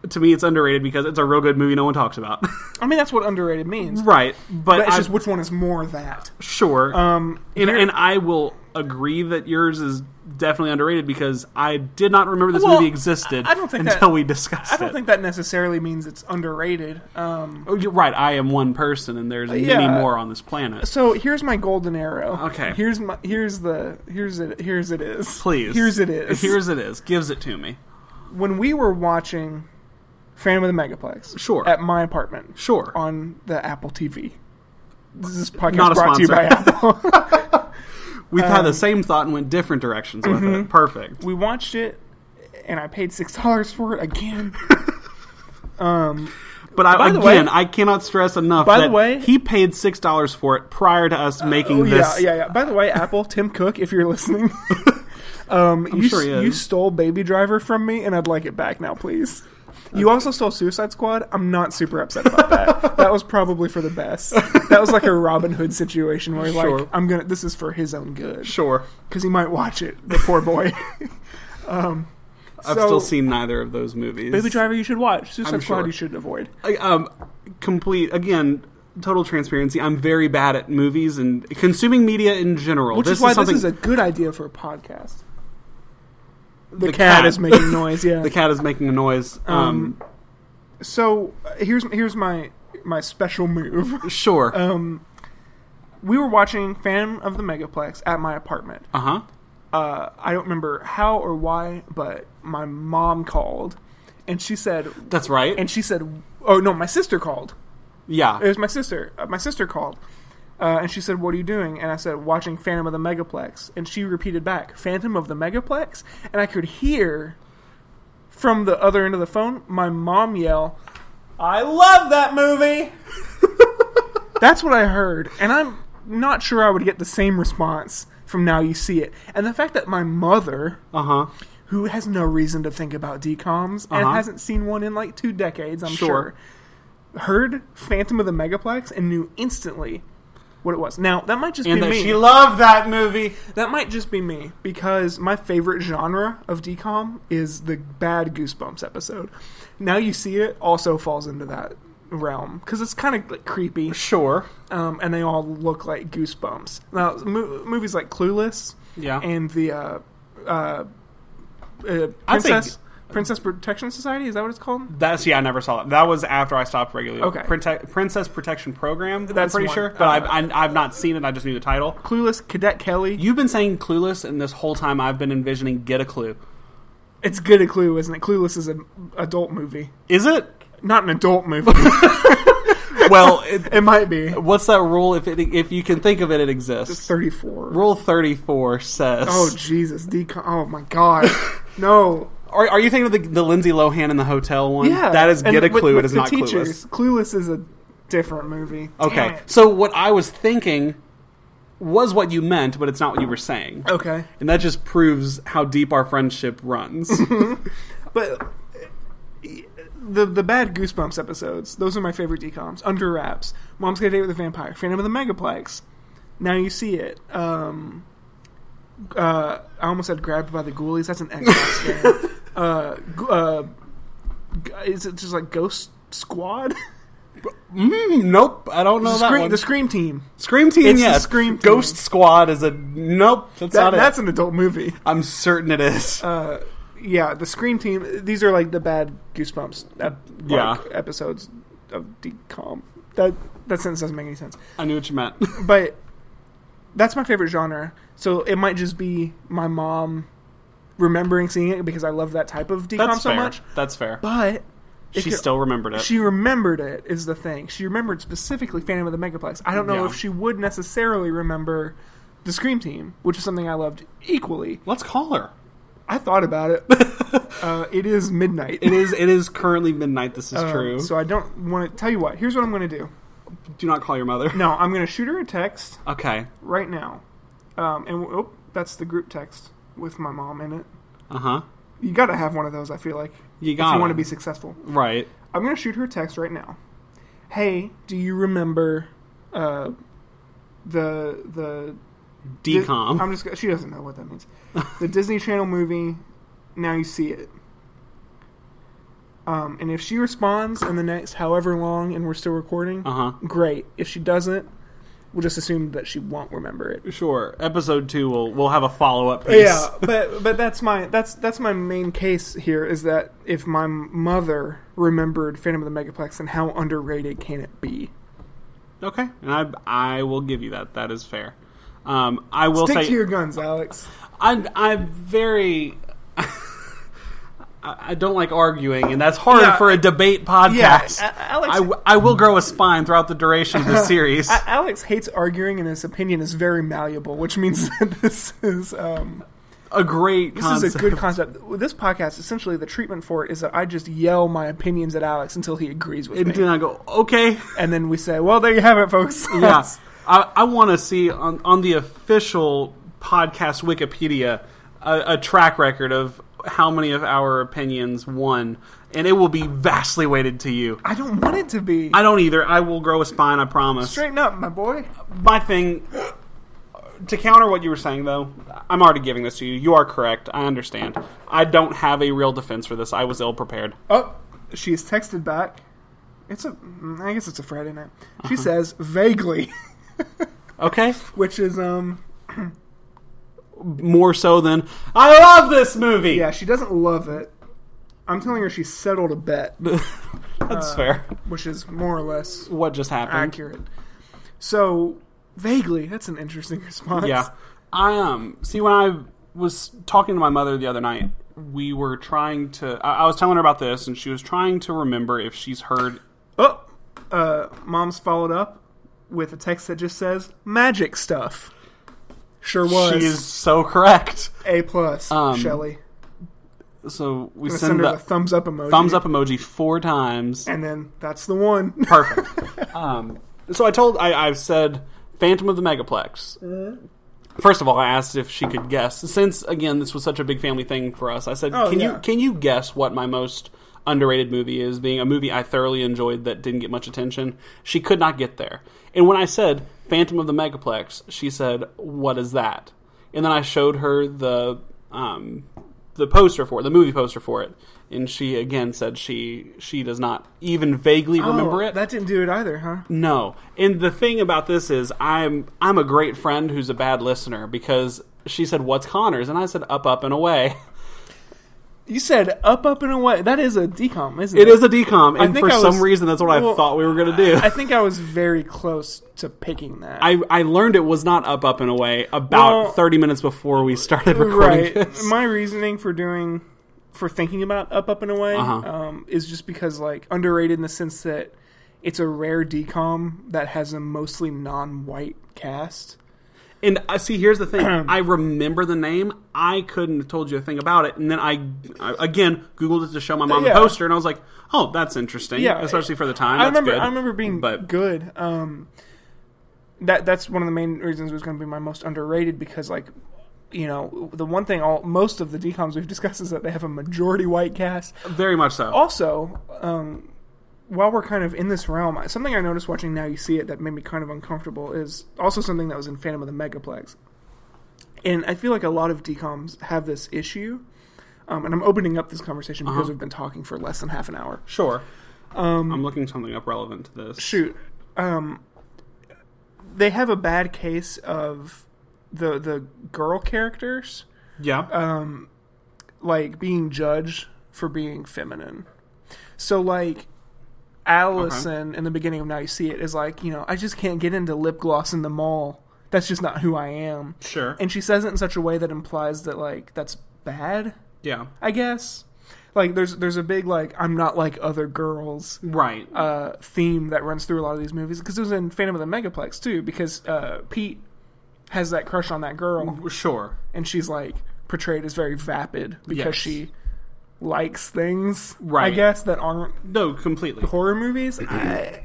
Speaker 2: to me, it's underrated because it's a real good movie no one talks about.
Speaker 1: I mean, that's what underrated means.
Speaker 2: right, but
Speaker 1: That's
Speaker 2: I-
Speaker 1: just which one is more that.
Speaker 2: Sure.
Speaker 1: Um,
Speaker 2: and, and I will agree that yours is definitely underrated because I did not remember this
Speaker 1: Well,
Speaker 2: movie existed
Speaker 1: I- I don't think that-
Speaker 2: until we discussed
Speaker 1: I don't
Speaker 2: it.
Speaker 1: think that necessarily means it's underrated. Um,
Speaker 2: Oh, you're right. I am one person, and there's many
Speaker 1: Uh, yeah.
Speaker 2: more on this planet.
Speaker 1: so here's my golden arrow.
Speaker 2: Okay.
Speaker 1: Here's my here's the here's it here's it is.
Speaker 2: Please.
Speaker 1: Here's it is.
Speaker 2: Here's it is. Gives it to me.
Speaker 1: when we were watching Phantom of the Megaplex.
Speaker 2: Sure.
Speaker 1: At my apartment.
Speaker 2: Sure.
Speaker 1: On the Apple TV. This is podcast
Speaker 2: Not a
Speaker 1: brought to you by
Speaker 2: sponsor.
Speaker 1: Apple.
Speaker 2: We've had
Speaker 1: um,
Speaker 2: the same thought and went different directions with
Speaker 1: Mm-hmm.
Speaker 2: it. Perfect.
Speaker 1: we watched it, and I paid six dollars for it again.
Speaker 2: But I,
Speaker 1: By the
Speaker 2: again,
Speaker 1: way-
Speaker 2: I cannot stress enough
Speaker 1: By the
Speaker 2: that
Speaker 1: way-
Speaker 2: he paid $6 for it prior to us making
Speaker 1: Oh,
Speaker 2: this.
Speaker 1: Yeah, yeah, yeah. By the way, Apple, Tim Cook, if you're listening, um, you,
Speaker 2: sure he
Speaker 1: you
Speaker 2: is.
Speaker 1: stole Baby Driver from me, and I'd like it back now, please. You also stole Suicide Squad. I'm not super upset about that. that was probably for the best. That was like a Robin Hood situation where
Speaker 2: Sure.
Speaker 1: like I'm gonna. This is for his own good
Speaker 2: Sure.
Speaker 1: because he might watch it. The poor boy. um,
Speaker 2: I've
Speaker 1: so,
Speaker 2: still seen neither of those movies.
Speaker 1: Baby Driver. You should watch Suicide
Speaker 2: I'm
Speaker 1: Squad.
Speaker 2: sure.
Speaker 1: You should avoid.
Speaker 2: I, um, complete again. Total transparency. I'm very bad at movies and consuming media in general.
Speaker 1: Which
Speaker 2: Oh, this
Speaker 1: is why
Speaker 2: something
Speaker 1: this is a good idea for a podcast. The,
Speaker 2: The
Speaker 1: cat,
Speaker 2: cat.
Speaker 1: is making noise. Yeah.
Speaker 2: the cat is making a noise. Um,
Speaker 1: so uh, here's here's my my special move.
Speaker 2: sure. Uh
Speaker 1: Um, we were watching Phantom of the Megaplex at my apartment.
Speaker 2: huh.
Speaker 1: Uh, I don't remember how or why, but my mom called, and she said,
Speaker 2: That's right.
Speaker 1: and she said, oh no, my sister called. It
Speaker 2: yeah.
Speaker 1: was my sister. Uh, my sister called, uh, and she said, "What are you doing?" And I said, "Watching Phantom of the Megaplex." And she repeated back, "Phantom of the Megaplex," and I could hear from the other end of the phone my mom yell, "I love that movie." That's what I heard, and I'm not sure I would get the same response from now you see it. And the fact that my mother
Speaker 2: Uh huh.
Speaker 1: who has no reason to think about decoms and
Speaker 2: Uh-huh.
Speaker 1: hasn't seen one in like two decades, I'm sure.
Speaker 2: Sure.
Speaker 1: heard Phantom of the Megaplex and knew instantly what it was. Now that might just
Speaker 2: And
Speaker 1: be
Speaker 2: that
Speaker 1: me.
Speaker 2: she loved that movie.
Speaker 1: that might just be me because my favorite genre of decom is the bad Goosebumps episode. Now you see it also falls into that realm because it's kind of like creepy
Speaker 2: Sure.
Speaker 1: um, and they all look like goosebumps. Now, mo- movies like Clueless,
Speaker 2: Yeah.
Speaker 1: and the uh, uh, uh,
Speaker 2: I think-
Speaker 1: Princess Princess Protection Society is that what it's called?
Speaker 2: That's yeah. I never saw that. That was after I stopped regularly.
Speaker 1: Okay.
Speaker 2: Prote- Princess Protection Program.
Speaker 1: That's
Speaker 2: I'm pretty
Speaker 1: one.
Speaker 2: sure, but I've,
Speaker 1: Uh,
Speaker 2: I, I've not seen it. I just knew the title.
Speaker 1: Clueless, Cadet Kelly.
Speaker 2: You've been saying clueless, and this whole time I've been envisioning get a clue.
Speaker 1: it's good at Clue, isn't it? Clueless is an adult movie,
Speaker 2: Is it?
Speaker 1: not an adult movie.
Speaker 2: Well, it,
Speaker 1: it might be.
Speaker 2: what's that rule? If it, if you can think of it, it
Speaker 1: It's
Speaker 2: exists.
Speaker 1: thirty four.
Speaker 2: Rule thirty four says.
Speaker 1: Oh Jesus, decom. Oh my God, no.
Speaker 2: are, are you thinking of the, the Lindsay Lohan in the hotel one?
Speaker 1: Yeah,
Speaker 2: that is
Speaker 1: and
Speaker 2: get a
Speaker 1: with-
Speaker 2: clue.
Speaker 1: with
Speaker 2: it is
Speaker 1: the
Speaker 2: not clueless.
Speaker 1: teachers, clueless. is a different movie. Damn
Speaker 2: Okay.
Speaker 1: it.
Speaker 2: So what I was thinking was what you meant, but it's not what you were saying.
Speaker 1: Okay.
Speaker 2: And that just proves how deep our friendship runs.
Speaker 1: But uh, the the bad Goosebumps episodes, those are my favorite decoms. Under Wraps, Mom's Got a Date with a Vampire, Phantom of the Megaplex. Now you see it. Um, uh, I almost said Grabbed by the Ghoulies. That's an Xbox game. Uh, g- uh, g- is it just like Ghost Squad?
Speaker 2: Mm, nope, I don't know
Speaker 1: The
Speaker 2: that
Speaker 1: Scream,
Speaker 2: one.
Speaker 1: the Scream Team.
Speaker 2: Scream Team,
Speaker 1: It's the
Speaker 2: yes.
Speaker 1: Scream Team.
Speaker 2: Ghost Squad is a nope. That's
Speaker 1: That,
Speaker 2: not it.
Speaker 1: that's an adult movie.
Speaker 2: I'm certain it is.
Speaker 1: Uh, yeah, the Scream Team. These are like the bad Goosebumps ep-
Speaker 2: Yeah.
Speaker 1: like, episodes of decom. That that sentence doesn't make any sense.
Speaker 2: I knew what you meant.
Speaker 1: but that's my favorite genre. So it might just be my mom remembering seeing it because I love that type of decom
Speaker 2: That's
Speaker 1: so
Speaker 2: fair.
Speaker 1: much.
Speaker 2: That's fair.
Speaker 1: But it
Speaker 2: She
Speaker 1: could-
Speaker 2: still remembered it.
Speaker 1: she remembered it is the thing. She remembered specifically Phantom of the Megaplex. I don't know
Speaker 2: Yeah.
Speaker 1: if she would necessarily remember the Scream Team, which is something I loved equally.
Speaker 2: Let's call her.
Speaker 1: I thought about it. uh, it is midnight.
Speaker 2: It is. It is currently midnight. This is
Speaker 1: Um,
Speaker 2: true.
Speaker 1: So I don't want to tell you what. Here's what I'm going to do.
Speaker 2: Do not call your mother.
Speaker 1: No, I'm going to shoot her a text.
Speaker 2: Okay.
Speaker 1: right now. Um, and oh, that's the group text with my mom in it.
Speaker 2: Uh huh.
Speaker 1: You got to have one of those. I feel like
Speaker 2: You
Speaker 1: if
Speaker 2: got.
Speaker 1: you want to
Speaker 2: it.
Speaker 1: be successful.
Speaker 2: right.
Speaker 1: I'm gonna shoot her a text right now. Hey, do you remember uh, the the
Speaker 2: Decom.
Speaker 1: I'm just. gonna- She doesn't know what that means. the Disney Channel movie. Now you see it. Um, and if she responds in the next however long, and we're still recording,
Speaker 2: Uh huh.
Speaker 1: great. If she doesn't, we'll just assume that she won't remember it.
Speaker 2: Sure. Episode two will we'll have a follow up piece.
Speaker 1: yeah but but that's my that's that's my main case here is that if my mother remembered phantom of the megaplex and how underrated can it be
Speaker 2: Okay. And I I will give you that. That is fair. Um, I will
Speaker 1: stick
Speaker 2: say
Speaker 1: to your guns alex
Speaker 2: I'm I'm very. I I don't like arguing, and that's hard
Speaker 1: Yeah.
Speaker 2: for a debate podcast.
Speaker 1: A- alex
Speaker 2: I, w- I will grow a spine throughout the duration of the series.
Speaker 1: A- Alex hates arguing, and his opinion is very malleable, which means that this is um,
Speaker 2: a great
Speaker 1: this
Speaker 2: concept.
Speaker 1: is a good concept. This podcast, essentially, the treatment for it is that I just yell my opinions at Alex until he agrees with
Speaker 2: and
Speaker 1: me,
Speaker 2: then I go, okay,
Speaker 1: and then we say, "Well, there you have it, folks."
Speaker 2: yeah. I, I want to see on, on the official podcast Wikipedia a, a track record of how many of our opinions won, and it will be vastly weighted to you.
Speaker 1: I don't want it to be.
Speaker 2: I don't either. I will grow a spine. I promise.
Speaker 1: Straighten up, my boy.
Speaker 2: My thing. To counter what you were saying, though, I'm already giving this to you. You are correct. I understand. I don't have a real defense for this. I was ill prepared.
Speaker 1: Oh, she's texted back. It's a. mm, I guess it's a Friday night.
Speaker 2: Uh-huh.
Speaker 1: She says vaguely,
Speaker 2: Okay.
Speaker 1: which is um.
Speaker 2: More so than I love this movie.
Speaker 1: Yeah, she doesn't love it. I'm telling her she settled a bet,
Speaker 2: That's fair.
Speaker 1: which is more or less
Speaker 2: What just happened?
Speaker 1: accurate. So vaguely, that's an interesting response.
Speaker 2: Yeah. I um see when I was talking to my mother the other night, we were trying to I, I was telling her about this and she was trying to remember if she's heard
Speaker 1: Oh, uh, mom's followed up with a text that just says magic stuff. Sure was
Speaker 2: she is so correct.
Speaker 1: a plus.
Speaker 2: Um,
Speaker 1: Shelley,
Speaker 2: So we
Speaker 1: send,
Speaker 2: send
Speaker 1: her the
Speaker 2: the
Speaker 1: thumbs up emoji.
Speaker 2: thumbs up emoji four times.
Speaker 1: and then that's the one.
Speaker 2: Perfect. um, so I told I, I've said Phantom of the Megaplex.
Speaker 1: Mm-hmm.
Speaker 2: First of all, I asked if she could guess. Since again, this was such a big family thing for us, I said,
Speaker 1: Oh,
Speaker 2: "Can
Speaker 1: yeah.
Speaker 2: you can you guess what my most underrated movie is?" Being a movie I thoroughly enjoyed that didn't get much attention, she could not get there. And when I said Phantom of the Megaplex, she said, "What is that?" And then I showed her the um, the poster for it, the movie poster for it, and she again said she she does not even vaguely remember
Speaker 1: Oh,
Speaker 2: it.
Speaker 1: That didn't do it either, huh?
Speaker 2: No. And the thing about this is I'm I'm a great friend who's a bad listener because she said what's Connors and I said up up and away.
Speaker 1: You said up, up, and away. That is a decom, isn't it?
Speaker 2: It is a decom and
Speaker 1: think
Speaker 2: for
Speaker 1: I
Speaker 2: some
Speaker 1: was-
Speaker 2: reason that's what I
Speaker 1: well,
Speaker 2: thought we were going to do.
Speaker 1: I think I was very close to picking that.
Speaker 2: I, I learned it was not up up and away about
Speaker 1: Well-
Speaker 2: 30 minutes before we started
Speaker 1: right.
Speaker 2: recording this.
Speaker 1: My reasoning for doing for thinking about up, up, and away
Speaker 2: Uh-huh.
Speaker 1: um, is just because like underrated in the sense that it's a rare decom that has a mostly non-white cast.
Speaker 2: And I see here's the thing. I remember the name. I couldn't have told you a thing about it and then I, I again googled it to show my mom
Speaker 1: Yeah.
Speaker 2: the poster and I was like, "Oh, that's interesting."
Speaker 1: Yeah.
Speaker 2: especially for the time.
Speaker 1: I
Speaker 2: That's
Speaker 1: remember.
Speaker 2: good.
Speaker 1: I remember being
Speaker 2: But-
Speaker 1: good. Um, that that's one of the main reasons it was going to be my most underrated because like. You know, the one thing all most of the decoms we've discussed is that they have a majority white cast.
Speaker 2: Very much so.
Speaker 1: also, um, while we're kind of in this realm, something I noticed watching Now You See It that made me kind of uncomfortable is also something that was in Phantom of the Megaplex. And I feel like a lot of DCOMs have this issue. Um, and I'm opening up this conversation because we've been talking for less than half an hour.
Speaker 2: Sure.
Speaker 1: Um,
Speaker 2: I'm looking something up relevant to this.
Speaker 1: Shoot. Um, they have a bad case of the the girl characters
Speaker 2: Yeah.
Speaker 1: Uh, like being judged for being feminine. So like Allison in the beginning of Now You See It is like, you know, I just can't get into lip gloss in the mall. That's just not who I am.
Speaker 2: sure.
Speaker 1: And she says it in such a way that implies that like that's bad,
Speaker 2: yeah.
Speaker 1: I guess. Like there's there's a big like I'm not like other girls
Speaker 2: Right.
Speaker 1: uh, theme that runs through a lot of these movies because it was in Phantom of the Megaplex too because uh, Pete has that crush on that girl
Speaker 2: sure.
Speaker 1: and she's like portrayed as very vapid because
Speaker 2: Yes.
Speaker 1: she likes things i
Speaker 2: Right.
Speaker 1: guess that aren't
Speaker 2: No, completely.
Speaker 1: horror movies I,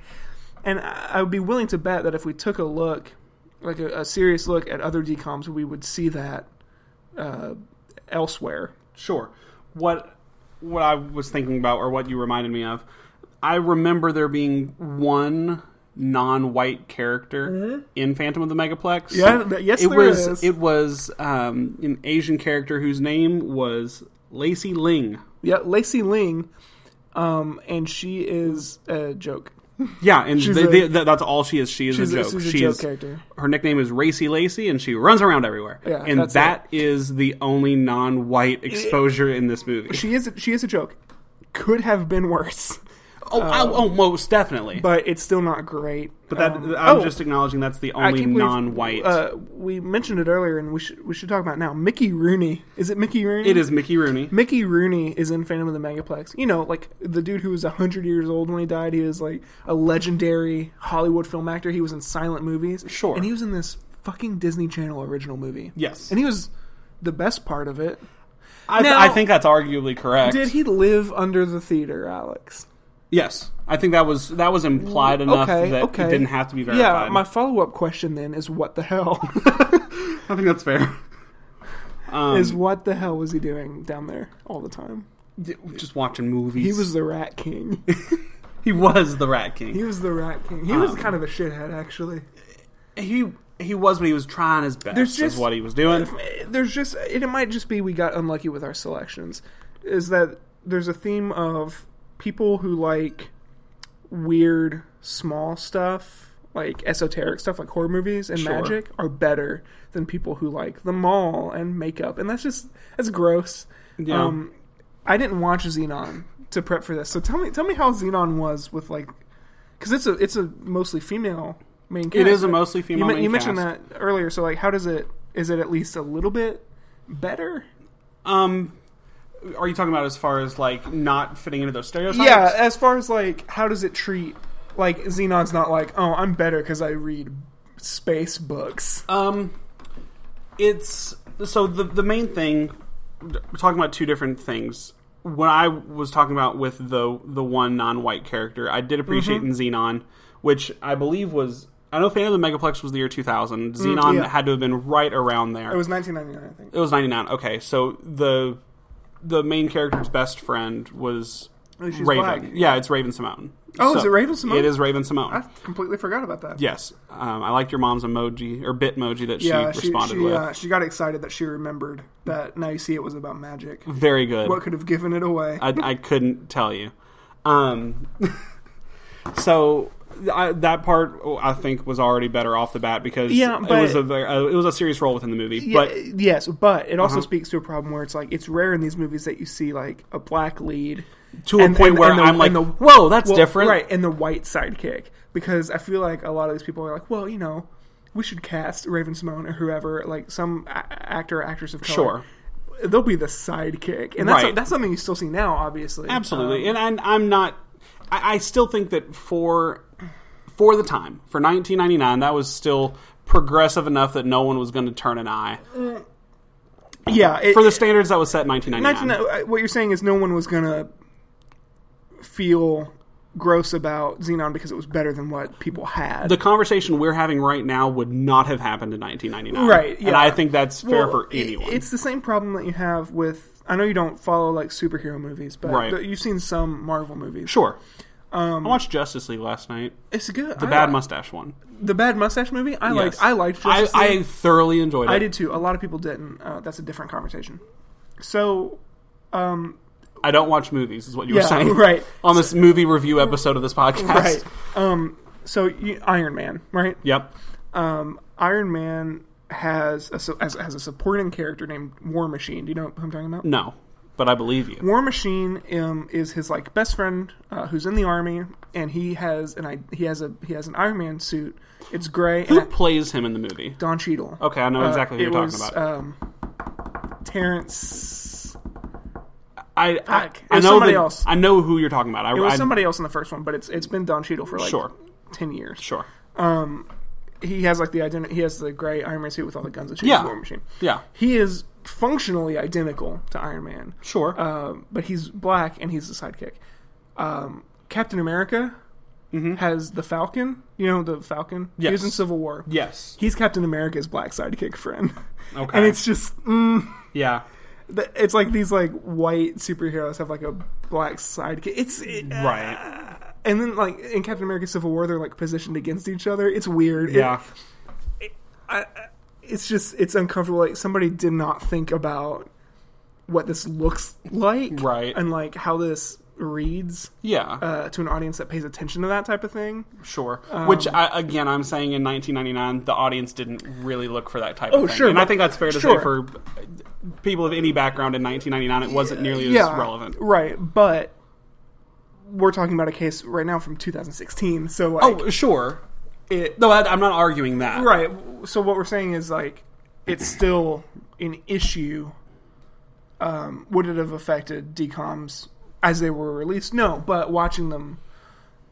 Speaker 1: and i I would be willing to bet that if we took a look like a, a serious look at other decoms we would see that uh, elsewhere
Speaker 2: Sure. What what I was thinking about or what you reminded me of, I remember there being one non-white character in Phantom of the Megaplex.
Speaker 1: Mm-hmm. Yeah, th- yes,
Speaker 2: it
Speaker 1: there
Speaker 2: was
Speaker 1: is.
Speaker 2: it was um, an Asian character whose name was Lacey Ling.
Speaker 1: yeah lacey ling um, and she is a joke
Speaker 2: Yeah, and
Speaker 1: She's
Speaker 2: they,
Speaker 1: a-
Speaker 2: they, that- that's all she is. She is
Speaker 1: she's
Speaker 2: a
Speaker 1: a,
Speaker 2: joke.
Speaker 1: she's a
Speaker 2: she
Speaker 1: joke
Speaker 2: is
Speaker 1: character
Speaker 2: her nickname is Racy Lacey, and she runs around everywhere.
Speaker 1: Yeah,
Speaker 2: and
Speaker 1: that's
Speaker 2: that is the only non-white exposure in this movie.
Speaker 1: she is a, she is a joke could have been worse
Speaker 2: oh, I- oh, most definitely. But,
Speaker 1: but it's still not great
Speaker 2: that
Speaker 1: Um,
Speaker 2: I'm
Speaker 1: oh,
Speaker 2: just acknowledging that's the
Speaker 1: I
Speaker 2: only
Speaker 1: think we've-
Speaker 2: non-white.
Speaker 1: Uh, we mentioned it earlier, and we should we should talk about it now. Mickey Rooney is it Mickey Rooney?
Speaker 2: it is Mickey Rooney.
Speaker 1: Mickey Rooney is in Phantom of the Megaplex. You know, like the dude who was hundred years old when he died. He was like a legendary Hollywood film actor. He was in silent movies,
Speaker 2: Sure.
Speaker 1: and he was in this fucking Disney Channel original movie.
Speaker 2: Yes,
Speaker 1: and he was the best part of it.
Speaker 2: I,
Speaker 1: Now-
Speaker 2: I think that's arguably correct.
Speaker 1: Did he live under the theater, Alex?
Speaker 2: Yes, I think that was that was implied enough
Speaker 1: Mm, okay,
Speaker 2: that
Speaker 1: okay.
Speaker 2: it didn't have to be verified.
Speaker 1: Yeah. My follow up question then is, what the hell?
Speaker 2: I think that's fair. Um,
Speaker 1: is what the hell was he doing down there all the time?
Speaker 2: d- just watching movies.
Speaker 1: He was the Rat King.
Speaker 2: he was the Rat
Speaker 1: he
Speaker 2: King.
Speaker 1: was the Rat King. He was
Speaker 2: Um,
Speaker 1: kind of a shithead, actually.
Speaker 2: He he was, but he was trying his best.
Speaker 1: There's
Speaker 2: is
Speaker 1: just-
Speaker 2: what he was doing.
Speaker 1: There's just, and it might just be we got unlucky with our selections. Is that there's a theme of people who like weird, small stuff, like esoteric stuff, like horror movies and
Speaker 2: Sure.
Speaker 1: magic, are better than people who like the mall and makeup. And that's just that's gross.
Speaker 2: Yeah.
Speaker 1: Um, I didn't watch Xenon to prep for this, so tell me, tell me how Xenon was with like, because it's a it's a mostly female main.
Speaker 2: It
Speaker 1: character
Speaker 2: is a mostly female.
Speaker 1: you, men-
Speaker 2: main
Speaker 1: you mentioned
Speaker 2: cast.
Speaker 1: that earlier so like how does it is it at least a little bit better
Speaker 2: Um, are you talking about as far as like not fitting into those stereotypes?
Speaker 1: yeah as far as like how does it treat like xenon's not like oh i'm better because i read space books
Speaker 2: Um, it's so the the main thing. We're talking about two different things. When I was talking about with the the one non-white character, I did appreciate
Speaker 1: Mm-hmm.
Speaker 2: in Xenon, which I believe was I know Phantom of the Megaplex was the year two thousand. Xenon
Speaker 1: Mm, yeah.
Speaker 2: had to have been right around there.
Speaker 1: it was 1999 i think
Speaker 2: It was 99. Okay, so the the main character's best friend was
Speaker 1: Oh, she's
Speaker 2: Raven.
Speaker 1: black.
Speaker 2: Yeah, it's Raven Simone.
Speaker 1: Oh, is it Raven Simone?
Speaker 2: It is Raven Simone.
Speaker 1: i completely forgot about that
Speaker 2: yes, um, I liked your mom's emoji or bitmoji that she
Speaker 1: yeah she,
Speaker 2: responded
Speaker 1: she,
Speaker 2: with.
Speaker 1: uh, she got excited that she remembered that now you see it was about magic
Speaker 2: Very good.
Speaker 1: what could have given it away
Speaker 2: I, I couldn't tell you. Um, so I, that part I think was already better off the bat because
Speaker 1: Yeah,
Speaker 2: it
Speaker 1: but-
Speaker 2: was a very, uh, it was a serious role within the movie.
Speaker 1: Yeah, eh,
Speaker 2: But Uh-huh.
Speaker 1: yes, but it also speaks to a problem where it's like it's rare in these movies that you see like a black lead
Speaker 2: to a
Speaker 1: and-
Speaker 2: point
Speaker 1: and-
Speaker 2: where
Speaker 1: and the-
Speaker 2: I'm like,
Speaker 1: and the-
Speaker 2: whoa, that's
Speaker 1: well,
Speaker 2: different.
Speaker 1: right? And the white sidekick because I feel like a lot of these people are like, well, you know, we should cast Raven Simone or whoever, like some a- actor or actress of color.
Speaker 2: Sure.
Speaker 1: they'll be the sidekick, and that's
Speaker 2: Right.
Speaker 1: that's something you still see now, obviously.
Speaker 2: Absolutely,
Speaker 1: Um,
Speaker 2: and, and I'm not. I, I still think that for for the time for 1999, that was still progressive enough that no one was going to turn an eye
Speaker 1: yeah, it,
Speaker 2: for the standards that was set in 1999.
Speaker 1: 1999 what you're saying is no one was gonna feel gross about Xenon because it was better than what people had.
Speaker 2: The conversation we're having right now would not have happened in 1999,
Speaker 1: Right,
Speaker 2: And
Speaker 1: yeah.
Speaker 2: I think that's fair
Speaker 1: Well,
Speaker 2: for
Speaker 1: i-
Speaker 2: anyone.
Speaker 1: It's the same problem that you have with. I know you don't follow like superhero movies, but
Speaker 2: Right.
Speaker 1: but you've seen some Marvel movies.
Speaker 2: sure.
Speaker 1: Um,
Speaker 2: I watched Justice League last night.
Speaker 1: It's good.
Speaker 2: The bad mustache one.
Speaker 1: the bad mustache movie. I
Speaker 2: Yes.
Speaker 1: liked. I liked.
Speaker 2: I,
Speaker 1: Justice
Speaker 2: I
Speaker 1: League.
Speaker 2: thoroughly enjoyed it.
Speaker 1: I did too. A lot of people didn't. Uh, that's a different conversation. So
Speaker 2: I don't watch movies, is what you were
Speaker 1: Yeah,
Speaker 2: saying,
Speaker 1: right.
Speaker 2: On this movie review episode of this podcast,
Speaker 1: right. Um. So you, Iron Man, right?
Speaker 2: Yep.
Speaker 1: Um. Iron Man has a su- has, has a supporting character named War Machine. Do you know who I'm talking about?
Speaker 2: No, but I believe you.
Speaker 1: War Machine um, is his like best friend uh, who's in the army, and he has an I- he has a he has an Iron Man suit. It's gray.
Speaker 2: Who
Speaker 1: And
Speaker 2: plays him in the movie?
Speaker 1: Don Cheadle.
Speaker 2: Okay, I know
Speaker 1: Uh,
Speaker 2: exactly who
Speaker 1: it
Speaker 2: you're talking
Speaker 1: was,
Speaker 2: about.
Speaker 1: Um, Terrence.
Speaker 2: I I,
Speaker 1: fuck. It
Speaker 2: I
Speaker 1: was
Speaker 2: know
Speaker 1: somebody
Speaker 2: that-
Speaker 1: else.
Speaker 2: I know who you're talking about. I,
Speaker 1: It was
Speaker 2: I-
Speaker 1: somebody else in the first one, but it's it's been Don Cheadle for like
Speaker 2: Sure.
Speaker 1: ten years.
Speaker 2: sure.
Speaker 1: He has like the identi- He has the gray Iron Man suit with all the guns and shit.
Speaker 2: Yeah.
Speaker 1: He's War Machine.
Speaker 2: Yeah,
Speaker 1: He is functionally identical to Iron Man,
Speaker 2: sure.
Speaker 1: um, but he's black and he's the sidekick. Um, Captain America has the Falcon. You know the Falcon. He was
Speaker 2: Mm-hmm. Yes.
Speaker 1: in Civil War.
Speaker 2: yes.
Speaker 1: He's Captain America's black sidekick friend.
Speaker 2: Okay.
Speaker 1: And it's just, mm,
Speaker 2: Yeah.
Speaker 1: th- it's like these like white superheroes have like a black sidekick. It's it, uh,
Speaker 2: Right.
Speaker 1: and then like in Captain America: Civil War, they're like positioned against each other. It's weird. It-
Speaker 2: Yeah.
Speaker 1: it's just it's uncomfortable. Like somebody did not think about what this looks like,
Speaker 2: Right.
Speaker 1: and like how this reads
Speaker 2: Yeah.
Speaker 1: uh, um, to an audience that pays attention to that type of thing.
Speaker 2: sure. Which I, again, I'm saying in 1999, the audience didn't really look for that type
Speaker 1: Oh,
Speaker 2: of thing,
Speaker 1: sure,
Speaker 2: and I
Speaker 1: but-
Speaker 2: think that's fair to
Speaker 1: sure.
Speaker 2: say for people of any background in 1999, it wasn't nearly as relevant.
Speaker 1: right? But we're talking about a case right now from 2016, so like,
Speaker 2: Oh, sure. It, no, I, I'm not arguing that.
Speaker 1: Right. So what we're saying is like it's still an issue. Um, would it have affected DComs as they were released? No, but watching them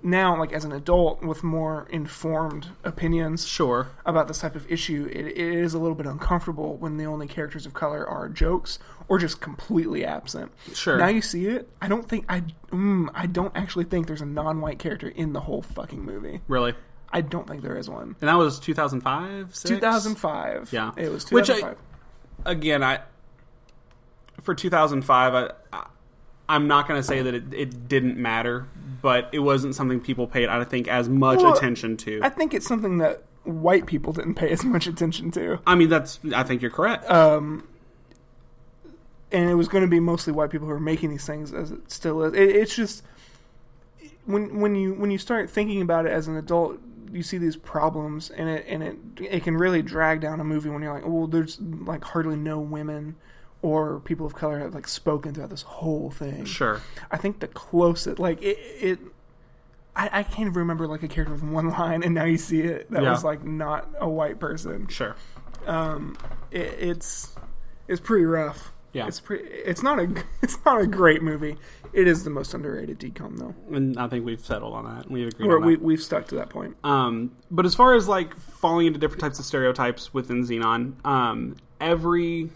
Speaker 1: now, like as an adult with more informed opinions
Speaker 2: Sure.
Speaker 1: about this type of issue, it, it is a little bit uncomfortable when the only characters of color are jokes or just completely absent.
Speaker 2: Sure.
Speaker 1: Now you see it. I don't think I. Mm, I don't actually think there's a non-white character in the whole fucking movie.
Speaker 2: Really.
Speaker 1: I don't think there is one.
Speaker 2: And that was 2005, 6?
Speaker 1: 2005.
Speaker 2: Yeah.
Speaker 1: It was
Speaker 2: Which I-
Speaker 1: 2005.
Speaker 2: again, I for 2005, I, I, I'm not going to say that it, it didn't matter, but it wasn't something people paid, I think, as much
Speaker 1: Well,
Speaker 2: attention to.
Speaker 1: I think it's something that white people didn't pay as much attention to,
Speaker 2: I mean, that's. I think you're correct.
Speaker 1: Uh, and it was going to be mostly white people who were making these things, as it still is. It, it's just when when you when you start thinking about it as an adult, you see these problems, and it and it it can really drag down a movie when you're like, well, there's like hardly no women or people of color have like spoken throughout this whole thing.
Speaker 2: sure.
Speaker 1: I think the closest, like it, it I, I can't even remember like a character with one line, and now you see it that
Speaker 2: Yeah.
Speaker 1: was like not a white person.
Speaker 2: Sure.
Speaker 1: It, it's it's pretty rough.
Speaker 2: Yeah.
Speaker 1: it's pretty. It's not a it's not a great movie. It is the most underrated decom though.
Speaker 2: And I think we've settled on that. We've agreed
Speaker 1: Or
Speaker 2: on that.
Speaker 1: we we've stuck to that point.
Speaker 2: Um, but as far as like falling into different types of stereotypes within Xenon, um, every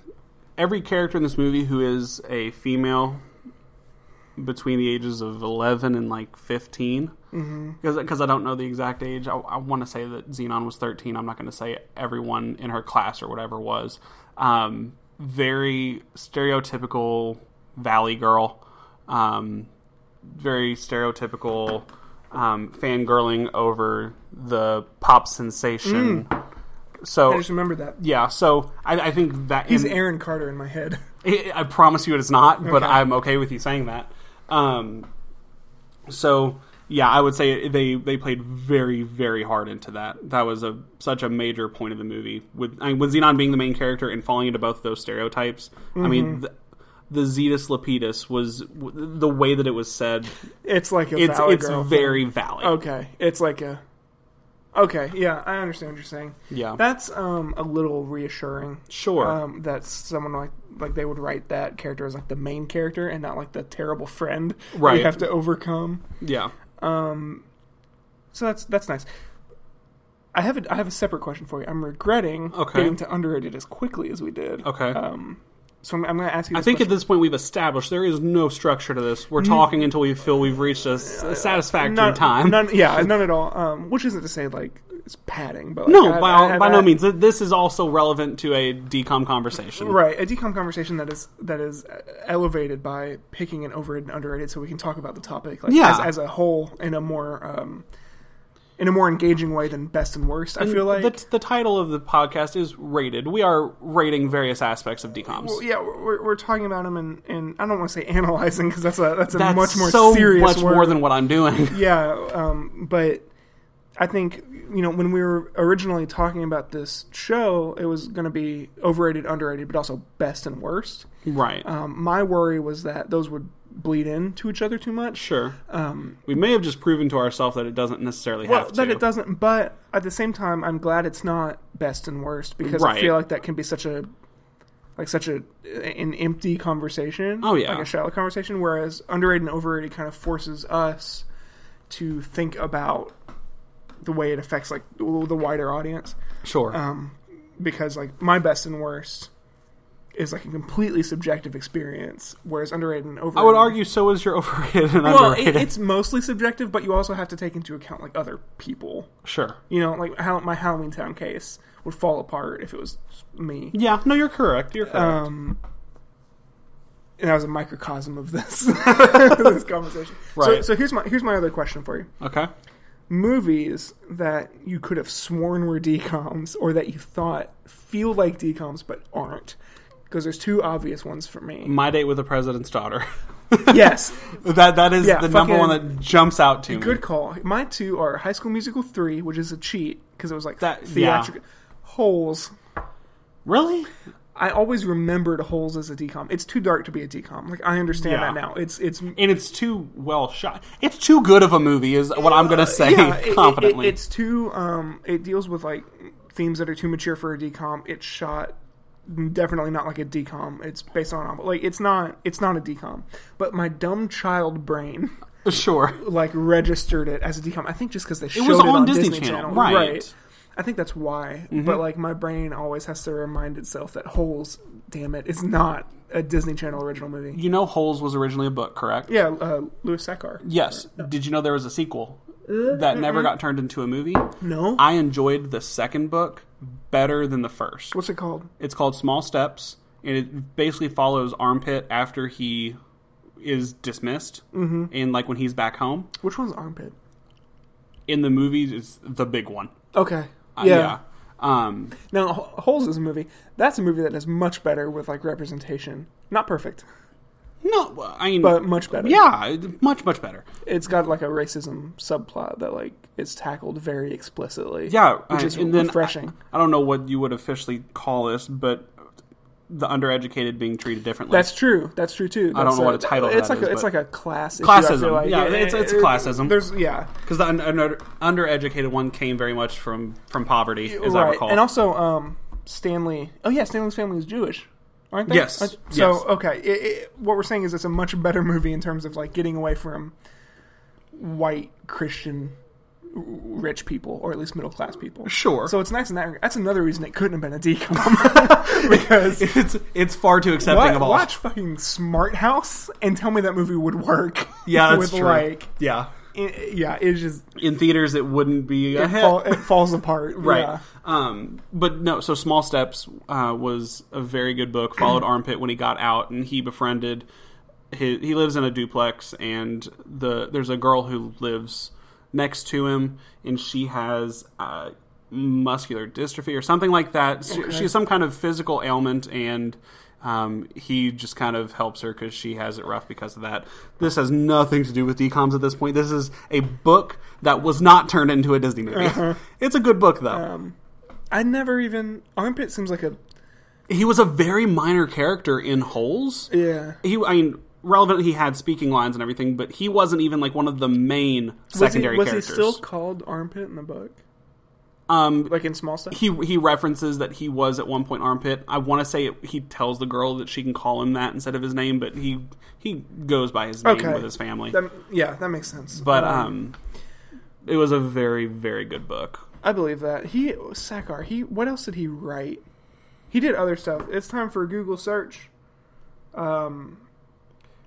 Speaker 2: every character in this movie who is a female between the ages of eleven and like fifteen, because I don't know the exact age. I, I want to say that Xenon was thirteen. I'm not going to say everyone in her class or whatever was. Um, very stereotypical Valley girl. Um, very stereotypical um, fangirling over the pop sensation.
Speaker 1: I
Speaker 2: So
Speaker 1: just remember that.
Speaker 2: yeah, so I, I think that
Speaker 1: He's
Speaker 2: in-
Speaker 1: Aaron Carter in my head.
Speaker 2: I I promise you it is not, but
Speaker 1: Okay.
Speaker 2: I'm okay with you saying that. Um, so yeah, I would say they they played very very hard into that. That was a such a major point of the movie with I mean, with Xenon being the main character and falling into both those stereotypes. I
Speaker 1: Mm-hmm.
Speaker 2: mean. The, the Zetus Lapidus was w- the way that it was said.
Speaker 1: It's like a
Speaker 2: It's
Speaker 1: Valley
Speaker 2: it's
Speaker 1: Girl thing.
Speaker 2: very valid.
Speaker 1: okay. It's like a okay. Yeah, I understand what you're saying.
Speaker 2: Yeah,
Speaker 1: That's um a little reassuring.
Speaker 2: sure.
Speaker 1: um, that someone like like they would write that character as like the main character and not like the terrible friend that
Speaker 2: Right.
Speaker 1: you have to overcome.
Speaker 2: yeah,
Speaker 1: So that's that's nice. I have a, I have a separate question for you. I'm regretting
Speaker 2: Okay.
Speaker 1: getting to underrated as quickly as we did.
Speaker 2: okay.
Speaker 1: Um, so I'm, I'm going to ask you.
Speaker 2: I
Speaker 1: This
Speaker 2: think at
Speaker 1: question.
Speaker 2: this point we've established there is no structure to this. We're talking until we feel we've reached a, s- a satisfactory
Speaker 1: none,
Speaker 2: time.
Speaker 1: None, yeah, none at all. Um, which isn't to say like it's padding, but like,
Speaker 2: no,
Speaker 1: I-
Speaker 2: by,
Speaker 1: I
Speaker 2: all,
Speaker 1: have
Speaker 2: by no
Speaker 1: had-
Speaker 2: means. Th- This is also relevant to a decom conversation.
Speaker 1: Right, a decom conversation that is that is uh, elevated by picking an overrated and underrated, so we can talk about the topic like,
Speaker 2: Yeah.
Speaker 1: as, as a whole in a more um, in a more engaging way than best and worst. I feel like,
Speaker 2: the, the title of the podcast is rated. We are rating various aspects of decoms.
Speaker 1: Well, yeah, we're, we're talking about them, and, and I don't want to say analyzing because that's a that's a
Speaker 2: That's
Speaker 1: much more
Speaker 2: so
Speaker 1: serious
Speaker 2: much
Speaker 1: word.
Speaker 2: more than what I'm doing.
Speaker 1: yeah, um, but I think you know when we were originally talking about this show, it was going to be overrated, underrated, but also best and worst.
Speaker 2: right.
Speaker 1: Um, my worry was that those would bleed into each other too much.
Speaker 2: sure. we may have just proven to ourselves that it doesn't necessarily
Speaker 1: um, Well,
Speaker 2: have to.
Speaker 1: that it doesn't, but at the same time, I'm glad it's not best and worst because I
Speaker 2: Right.
Speaker 1: feel like that can be such a like such a an empty conversation.
Speaker 2: Oh, yeah.
Speaker 1: like a shallow conversation. Whereas underrated and overrated kind of forces us to think about the way it affects like the wider audience
Speaker 2: Sure.
Speaker 1: um, because like my best and worst is like a completely subjective experience, whereas underrated and overrated.
Speaker 2: I would argue so is your overrated and
Speaker 1: Well, it,
Speaker 2: underrated.
Speaker 1: it's mostly subjective, but you also have to take into account like other people.
Speaker 2: sure.
Speaker 1: You know, like how my Halloween Town case would fall apart if it was me.
Speaker 2: Yeah, no, you're correct. You're correct.
Speaker 1: Um, and that was a microcosm of this this conversation. So,
Speaker 2: Right.
Speaker 1: so here's my here's my other question for you:
Speaker 2: okay.
Speaker 1: movies that you could have sworn were decoms, or that you thought feel like decoms but aren't. Because there's two obvious ones for me.
Speaker 2: My date with the president's daughter. Mm.
Speaker 1: yes,
Speaker 2: that that is
Speaker 1: Yeah,
Speaker 2: the number one
Speaker 1: fucking-
Speaker 2: that jumps out to me.
Speaker 1: good call. My two are High School Musical three, which is a cheat because it was like
Speaker 2: That-
Speaker 1: theatrical holes.
Speaker 2: Really?
Speaker 1: I always remembered holes as a decom. It's too dark to be a decom. Like I understand
Speaker 2: Yeah.
Speaker 1: that now. It's it's
Speaker 2: And it's too well shot. It's too good of a movie, is what I'm going to say
Speaker 1: yeah, it- it-
Speaker 2: confidently.
Speaker 1: it- it's too um. It deals with like themes that are too mature for a decom. It's shot definitely not like a decom. It's based on a novel. Like it's not it's not a decom. But my dumb child brain
Speaker 2: sure.
Speaker 1: like registered it as a decom. I think just because they showed
Speaker 2: was
Speaker 1: it
Speaker 2: on
Speaker 1: on
Speaker 2: Disney
Speaker 1: Disney,
Speaker 2: Channel,
Speaker 1: Channel,
Speaker 2: right. Mm-hmm.
Speaker 1: I think that's why. But like my brain always has to remind itself that holes. Damn it, it's not a Disney Channel original movie.
Speaker 2: You know, Holes was originally a book, correct?
Speaker 1: Yeah, uh, Louis Sackar.
Speaker 2: Yes. Did you know there was a sequel that never got turned into a movie?
Speaker 1: No.
Speaker 2: I enjoyed the second book better than the first.
Speaker 1: What's it called?
Speaker 2: It's called Small Steps. and it basically follows Armpit after he is dismissed, mm-hmm. and like when he's back home.
Speaker 1: Which one's Armpit?
Speaker 2: In the movies, it's the big one.
Speaker 1: Okay.
Speaker 2: Uh,
Speaker 1: yeah.
Speaker 2: Um,
Speaker 1: Now, Ho- Holes is a movie. That's a movie that is much better with like representation. Not perfect,
Speaker 2: no, well, I mean,
Speaker 1: but much better.
Speaker 2: yeah, it- much much better.
Speaker 1: It's got like a racism subplot that like is tackled very explicitly.
Speaker 2: Yeah,
Speaker 1: Which
Speaker 2: I-
Speaker 1: is
Speaker 2: and then
Speaker 1: refreshing.
Speaker 2: I don't know what you would officially call this, but the undereducated being treated differently.
Speaker 1: That's true. That's true too. That's
Speaker 2: don't know what a title
Speaker 1: It's
Speaker 2: that
Speaker 1: like
Speaker 2: is,
Speaker 1: a, it's
Speaker 2: but-
Speaker 1: like a class issue, I feel
Speaker 2: classism.
Speaker 1: like.
Speaker 2: yeah, it's, it's classism.
Speaker 1: There's yeah,
Speaker 2: because the un- under- undereducated one came very much from from poverty, as I
Speaker 1: right.
Speaker 2: recall.
Speaker 1: And also, um, Stanley. Oh yeah, Stanley's family is Jewish, aren't they?
Speaker 2: Yes.
Speaker 1: Aren't-
Speaker 2: Yes.
Speaker 1: So okay, it, it, what we're saying is it's a much better movie in terms of like getting away from white Christian r- rich people, or at least middle class people.
Speaker 2: sure,
Speaker 1: So it's nice in that. reg- That's another reason it couldn't have been a decom because.
Speaker 2: it's it's far too accepting
Speaker 1: Wa-
Speaker 2: of all.
Speaker 1: watch fucking Smart House and tell me that movie would work.
Speaker 2: Yeah, that's
Speaker 1: with
Speaker 2: true.
Speaker 1: like,
Speaker 2: yeah,
Speaker 1: i- yeah, it's just
Speaker 2: in theaters it wouldn't be a
Speaker 1: it,
Speaker 2: hit.
Speaker 1: fall, it falls apart.
Speaker 2: Uh-huh. right.
Speaker 1: yeah.
Speaker 2: Um, but no, so Small Steps uh, was a very good book. Followed Armpit when he got out, and he befriended. His, he lives in a duplex, and the there's a girl who lives next to him, and she has uh, muscular dystrophy or something like that. She, she has some kind of physical ailment, and um, he just kind of helps her because she has it rough because of that. This has nothing to do with decoms at this point. This is a book that was not turned into a Disney movie. It's a good book though.
Speaker 1: I never even armpit seems like a
Speaker 2: he was a very minor character in Holes.
Speaker 1: yeah.
Speaker 2: He, I mean, relevant. He had speaking lines and everything, but he wasn't even like one of the main secondary
Speaker 1: was he, was
Speaker 2: characters.
Speaker 1: he still called armpit in the book?
Speaker 2: um,
Speaker 1: Like in small stuff?
Speaker 2: he he references that he was at one point armpit. I want to say it, he tells the girl that she can call him that instead of his name, but he he goes by his name
Speaker 1: Okay.
Speaker 2: with his family.
Speaker 1: That, yeah, that makes sense.
Speaker 2: but um, it was a very very good book.
Speaker 1: I believe that he Sakar. He what else did he write? He did other stuff. It's time for a Google search. Um,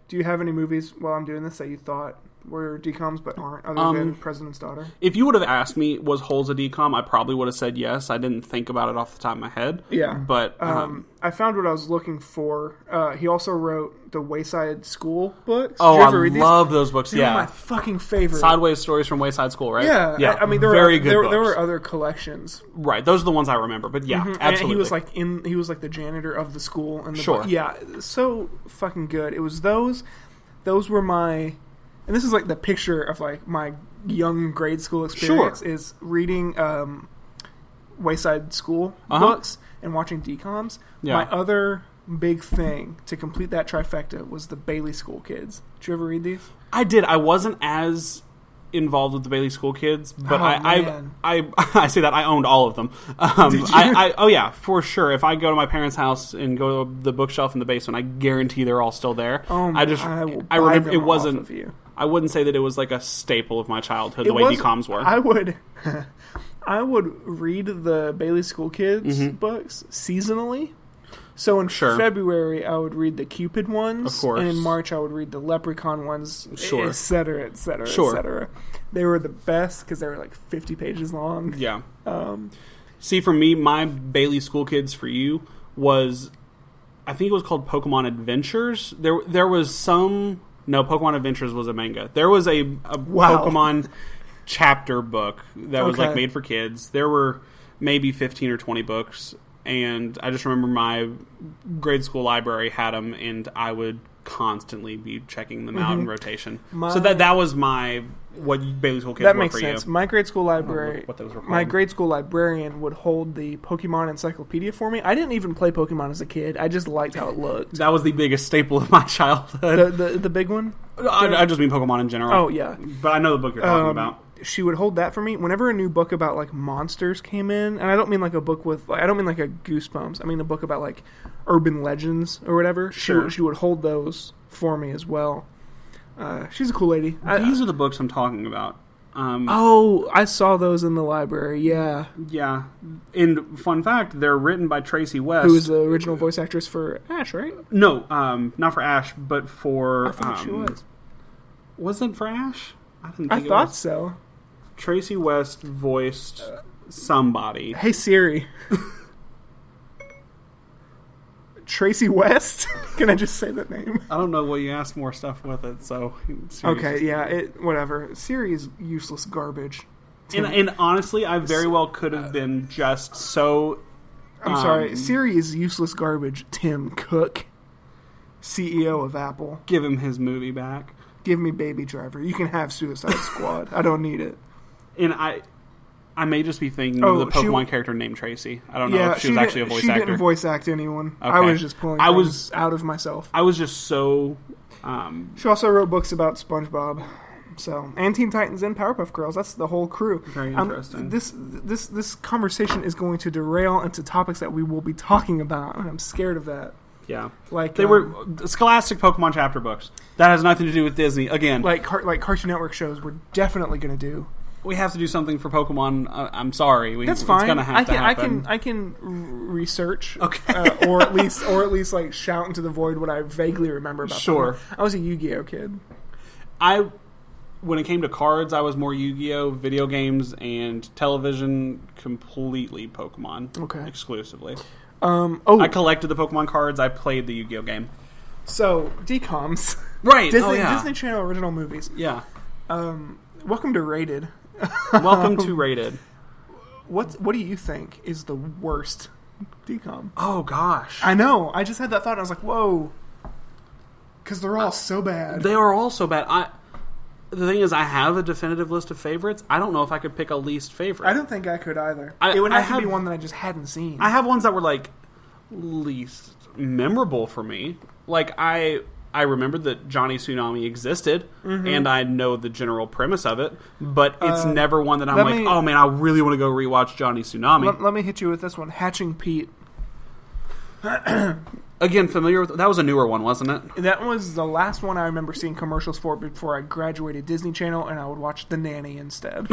Speaker 1: do you have any movies while I'm doing this that you thought were decoms but aren't, other
Speaker 2: Um,
Speaker 1: than President's Daughter?
Speaker 2: If you would have asked me was Holes a decom, I probably would have said yes. I didn't think about it off the top of my head.
Speaker 1: Yeah.
Speaker 2: but um,
Speaker 1: Um, I found what I was looking for. Uh, he also wrote the Wayside School books.
Speaker 2: oh,
Speaker 1: Did you
Speaker 2: I
Speaker 1: ever read these?
Speaker 2: love those books.
Speaker 1: They're
Speaker 2: yeah,
Speaker 1: my fucking favorite.
Speaker 2: Sideways stories from Wayside School, right?
Speaker 1: Yeah, I, I mean, there
Speaker 2: very
Speaker 1: were,
Speaker 2: good.
Speaker 1: there,
Speaker 2: books.
Speaker 1: there were other collections. Mm-hmm.
Speaker 2: right. Those are the ones I remember. But yeah,
Speaker 1: And he
Speaker 2: absolutely.
Speaker 1: was like in. He was like the janitor of the school, and the
Speaker 2: Sure.
Speaker 1: yeah, so fucking good. It was those. Those were my, and this is like the picture of like my young grade school experience is reading um, Wayside School
Speaker 2: Uh-huh.
Speaker 1: books and watching decoms.
Speaker 2: Yeah.
Speaker 1: My other big thing to complete that trifecta was the Bailey School Kids. Did you ever read these?
Speaker 2: I did. I wasn't as involved with the Bailey School Kids, but
Speaker 1: Oh,
Speaker 2: I,
Speaker 1: man.
Speaker 2: I, I, I say that I owned all of them. Um,
Speaker 1: Did you?
Speaker 2: I, I, oh yeah, for sure. If I go to my parents' house and go to the bookshelf in the basement, I guarantee they're all still there.
Speaker 1: Oh,
Speaker 2: I just,
Speaker 1: I will buy
Speaker 2: remember
Speaker 1: them
Speaker 2: it
Speaker 1: off
Speaker 2: wasn't.
Speaker 1: of you.
Speaker 2: I wouldn't say that it was like a staple of my childhood the
Speaker 1: It
Speaker 2: way
Speaker 1: was-
Speaker 2: decoms were.
Speaker 1: I would, I would read the Bailey School Kids books seasonally. So in
Speaker 2: Mm-hmm. Sure.
Speaker 1: February, I would read the Cupid ones,
Speaker 2: Of course.
Speaker 1: and in March, I would read the Leprechaun ones,
Speaker 2: Sure.
Speaker 1: et cetera, et cetera,
Speaker 2: Sure.
Speaker 1: et cetera. They were the best because they were like fifty pages long.
Speaker 2: Yeah. Um, See, for me, my Bailey School Kids for You was, I think it was called Pokemon Adventures. There, there was some. No, Pokemon Adventures was a manga. There was a, a
Speaker 1: Wow.
Speaker 2: Pokemon chapter book that was like
Speaker 1: Okay.
Speaker 2: made for kids. There were maybe fifteen or twenty books, and I just remember my grade school library had them, and I would constantly be checking them out in rotation.
Speaker 1: Mm-hmm. My-
Speaker 2: so that that was my what Bailey School Kids
Speaker 1: That
Speaker 2: were
Speaker 1: makes
Speaker 2: for
Speaker 1: sense.
Speaker 2: you.
Speaker 1: My grade school library,
Speaker 2: what those were
Speaker 1: my
Speaker 2: called.
Speaker 1: grade school librarian would hold the Pokemon encyclopedia for me. I didn't even play Pokemon as a kid. I just liked how it looked.
Speaker 2: That was the biggest staple of my childhood.
Speaker 1: the, the the big one.
Speaker 2: I, I just mean Pokemon in general.
Speaker 1: Oh yeah.
Speaker 2: but I know the book you're talking
Speaker 1: Um,
Speaker 2: about.
Speaker 1: She would hold that for me whenever a new book about like monsters came in, and I don't mean like a book with like, I don't mean like a Goosebumps. I mean a book about like urban legends or whatever.
Speaker 2: Sure.
Speaker 1: She, she would hold those for me as well. Uh, she's a cool lady. I,
Speaker 2: These are the books I'm talking about. Um,
Speaker 1: oh, I saw those in the library. Yeah,
Speaker 2: yeah. And fun fact, they're written by Tracy West.
Speaker 1: who was the original voice actress for Ash? Right?
Speaker 2: no, um, not for Ash, but for
Speaker 1: I thought she
Speaker 2: um,
Speaker 1: was.
Speaker 2: Wasn't for Ash? I didn't. Think
Speaker 1: I
Speaker 2: it
Speaker 1: thought
Speaker 2: was.
Speaker 1: so.
Speaker 2: Tracy West voiced somebody.
Speaker 1: Hey Siri, Tracy West. Can I just say that name?
Speaker 2: I don't know what you asked more stuff with it. So seriously.
Speaker 1: Okay, yeah, it whatever. Siri is useless garbage. to
Speaker 2: And,
Speaker 1: me.
Speaker 2: and honestly, I very well could have been just so. Um,
Speaker 1: I'm sorry, Siri is useless garbage. Tim Cook, CEO of Apple,
Speaker 2: Give him his movie back.
Speaker 1: give me Baby Driver. You can have Suicide Squad. I don't need it.
Speaker 2: And I, I may just be thinking
Speaker 1: Oh,
Speaker 2: of the
Speaker 1: she-
Speaker 2: Pokemon character named Tracy. I don't know
Speaker 1: Yeah,
Speaker 2: if she was
Speaker 1: didn't-
Speaker 2: actually a voice
Speaker 1: she
Speaker 2: actor.
Speaker 1: didn't voice act anyone. I
Speaker 2: Okay.
Speaker 1: was just pulling.
Speaker 2: I
Speaker 1: I
Speaker 2: was-
Speaker 1: was out of myself.
Speaker 2: I was just so. Um,
Speaker 1: She also wrote books about SpongeBob. So, and Teen Titans and Powerpuff Girls. That's the whole crew.
Speaker 2: Very
Speaker 1: Um,
Speaker 2: interesting.
Speaker 1: this this this conversation is going to derail into topics that we will be talking about, and I'm scared of that.
Speaker 2: yeah.
Speaker 1: Like
Speaker 2: They
Speaker 1: um,
Speaker 2: were Scholastic Pokemon chapter books. That has nothing to do with Disney. Again,
Speaker 1: like car- like Cartoon Network shows. We're definitely going to do.
Speaker 2: we have to do something for Pokemon. I, I'm sorry, we,
Speaker 1: That's
Speaker 2: It's
Speaker 1: fine.
Speaker 2: gonna have
Speaker 1: I
Speaker 2: to
Speaker 1: can I
Speaker 2: happen.
Speaker 1: can I can r- research.
Speaker 2: Okay.
Speaker 1: uh, or at least or at least like shout into the void what I vaguely remember about.
Speaker 2: Sure.
Speaker 1: Pokemon. I was a Yu-Gi-Oh kid.
Speaker 2: I when it came to cards, I was more Yu-Gi-Oh, video games, and television. Completely Pokemon,
Speaker 1: Okay.
Speaker 2: exclusively.
Speaker 1: Um. Oh.
Speaker 2: I collected the Pokemon cards. I played the Yu-Gi-Oh game.
Speaker 1: so DComs.
Speaker 2: Right.
Speaker 1: Disney
Speaker 2: oh, yeah.
Speaker 1: Disney Channel original movies.
Speaker 2: Yeah.
Speaker 1: Um. Welcome to Rated.
Speaker 2: Welcome to Rated.
Speaker 1: What What do you think is the worst DCOM?
Speaker 2: Oh gosh.
Speaker 1: I know. I just had that thought. and I was like, whoa. Because they're all so bad.
Speaker 2: They are all so bad. I the thing is, I have a definitive list of favorites. I don't know if I could pick a least favorite.
Speaker 1: I don't think I could either.
Speaker 2: I-
Speaker 1: it would
Speaker 2: I
Speaker 1: have to be
Speaker 2: have-
Speaker 1: one that I just hadn't seen.
Speaker 2: I have ones that were like least memorable for me. Like I I remembered that Johnny Tsunami existed and I know the general premise of it, but it's
Speaker 1: Mm-hmm. Uh,
Speaker 2: never one that I'm
Speaker 1: let
Speaker 2: like,
Speaker 1: me-
Speaker 2: "Oh man, I really want to go rewatch Johnny Tsunami."
Speaker 1: let, let me hit you with this one. Hatching Pete.
Speaker 2: Again, familiar with That was a newer one, wasn't it?
Speaker 1: That was the last one I remember seeing commercials for before I graduated Disney Channel, and I would watch The Nanny instead.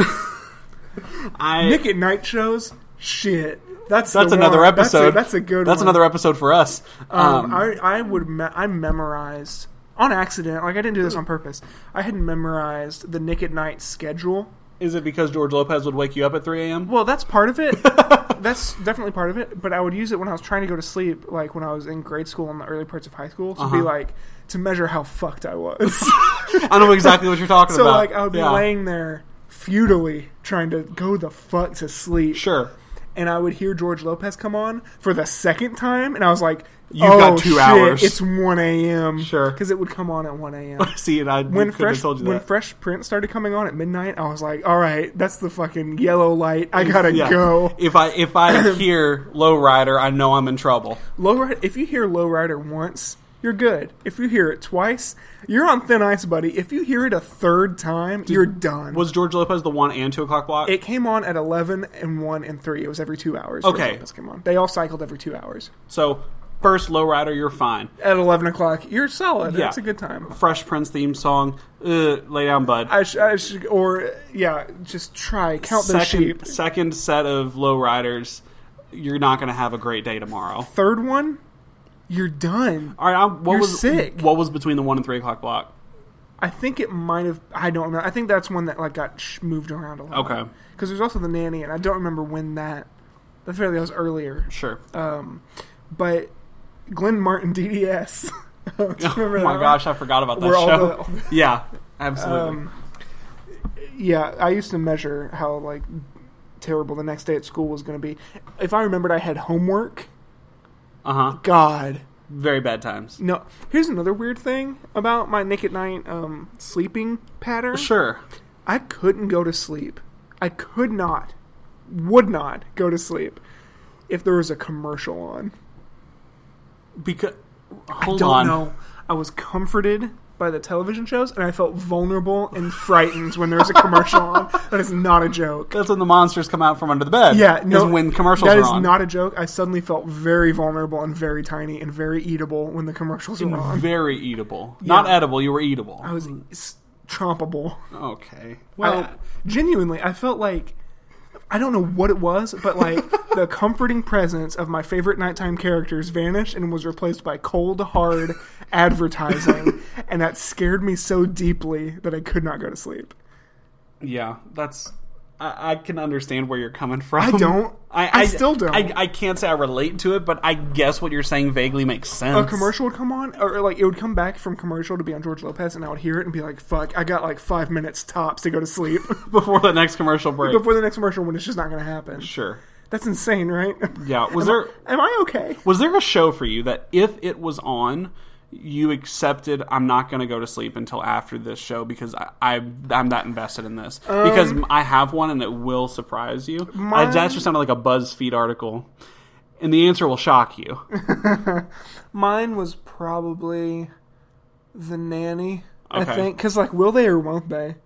Speaker 2: I
Speaker 1: Nick at Night shows. Shit, that's
Speaker 2: That's
Speaker 1: the
Speaker 2: another
Speaker 1: one. That's a-
Speaker 2: episode.
Speaker 1: That's a, good.
Speaker 2: That's
Speaker 1: one.
Speaker 2: another episode for us. Um,
Speaker 1: Um, I I would me- I memorized on accident. Like I didn't do this on purpose. I had memorized the Nick at Night schedule.
Speaker 2: is it because George Lopez would wake you up at 3 a.m.?
Speaker 1: Well, that's part of it. that's definitely part of it. But I would use it when I was trying to go to sleep, like when I was in grade school and the early parts of high school, to be
Speaker 2: Uh-huh.
Speaker 1: like to measure how fucked I was.
Speaker 2: I know exactly what you're talking
Speaker 1: so
Speaker 2: about.
Speaker 1: like I would be
Speaker 2: Yeah.
Speaker 1: laying there futilely trying to go the fuck to sleep.
Speaker 2: Sure.
Speaker 1: and I would hear George Lopez come on for the second time, and I was like,
Speaker 2: You've
Speaker 1: oh,
Speaker 2: got two
Speaker 1: shit,
Speaker 2: hours."
Speaker 1: It's one a.m.
Speaker 2: Sure.
Speaker 1: because it would come on at one a.m.
Speaker 2: See, and I
Speaker 1: When
Speaker 2: couldn't
Speaker 1: fresh
Speaker 2: have told you
Speaker 1: when
Speaker 2: that.
Speaker 1: Fresh Print started coming on at midnight, I was like, all right, that's the fucking yellow light. I gotta
Speaker 2: Yeah.
Speaker 1: go.
Speaker 2: If I if I hear Lowrider, I know I'm in trouble.
Speaker 1: Lowrider. If you hear Lowrider once. You're good. If you hear it twice, you're on thin ice, buddy. If you hear it a third time, you're done.
Speaker 2: Was George Lopez the one and two o'clock block?
Speaker 1: it came on at 11 and 1 and 3. It was every two hours.
Speaker 2: Okay.
Speaker 1: George Lopez came on. They all cycled every two hours.
Speaker 2: so first Lowrider, you're fine.
Speaker 1: At 11 o'clock, you're solid.
Speaker 2: Yeah.
Speaker 1: It's a good time.
Speaker 2: Fresh Prince theme song. Uh, lay down, bud.
Speaker 1: I, sh- I sh- or yeah, just try count those sheep.
Speaker 2: second second set of Lowriders. You're not going to have a great day tomorrow.
Speaker 1: Third one, you're done.
Speaker 2: All right, I, what
Speaker 1: You're
Speaker 2: was
Speaker 1: sick.
Speaker 2: what was between the one and three o'clock block?
Speaker 1: I think it might have. I don't know. I think that's one that like got sh- moved around a lot.
Speaker 2: Okay.
Speaker 1: because there's also the nanny, and I don't remember when that. That's fairly that was earlier.
Speaker 2: Sure.
Speaker 1: Um, but Glenn Martin DDS. Do you remember
Speaker 2: oh
Speaker 1: that
Speaker 2: my
Speaker 1: one?
Speaker 2: gosh, I forgot about that
Speaker 1: Where all
Speaker 2: show.
Speaker 1: the- all the-
Speaker 2: yeah, absolutely.
Speaker 1: Um, yeah, I used to measure how like terrible the next day at school was going to be. If I remembered, I had homework.
Speaker 2: uh huh.
Speaker 1: God.
Speaker 2: Very bad times.
Speaker 1: No. Here's another weird thing about my Nick at Night um, sleeping pattern.
Speaker 2: Sure.
Speaker 1: I couldn't go to sleep. I could not, would not go to sleep if there was a commercial on.
Speaker 2: Because hold
Speaker 1: I don't
Speaker 2: on.
Speaker 1: know. I was comforted by the television shows, and I felt vulnerable and frightened when there was a commercial on. That is not a joke.
Speaker 2: That's when the monsters come out from under the bed.
Speaker 1: Yeah, no.
Speaker 2: is when commercials
Speaker 1: that
Speaker 2: are
Speaker 1: is
Speaker 2: on.
Speaker 1: not a joke. I suddenly felt very vulnerable and very tiny and very eatable when the commercials were on.
Speaker 2: Very eatable, not edible. You were eatable.
Speaker 1: I was s- trompable.
Speaker 2: okay.
Speaker 1: Well,
Speaker 2: Well,
Speaker 1: genuinely, I felt like I don't know what it was, but like the comforting presence of my favorite nighttime characters vanished and was replaced by cold, hard advertising, and that scared me so deeply that I could not go to sleep.
Speaker 2: yeah, that's. I, I can understand where you're coming from. I
Speaker 1: don't. I still don't.
Speaker 2: I, I can't say I relate to it, but I guess what you're saying vaguely makes sense.
Speaker 1: a commercial would come on, or like it would come back from commercial to be on George Lopez, and I would hear it and be like, "Fuck, I got like five minutes tops to go to sleep
Speaker 2: before the next commercial break.
Speaker 1: before the next commercial when it's just not going to happen."
Speaker 2: Sure.
Speaker 1: That's insane, right?
Speaker 2: Yeah. Was there
Speaker 1: Am I okay?
Speaker 2: was there a show for you that if it was on, you accepted I'm not going to go to sleep until after this show because I, I I'm that invested in this
Speaker 1: Um,
Speaker 2: because I have one and it will surprise you. I, that just sounded like a BuzzFeed article, and the answer will shock you.
Speaker 1: Mine was probably the nanny. I
Speaker 2: Okay.
Speaker 1: think because like, will they or won't they?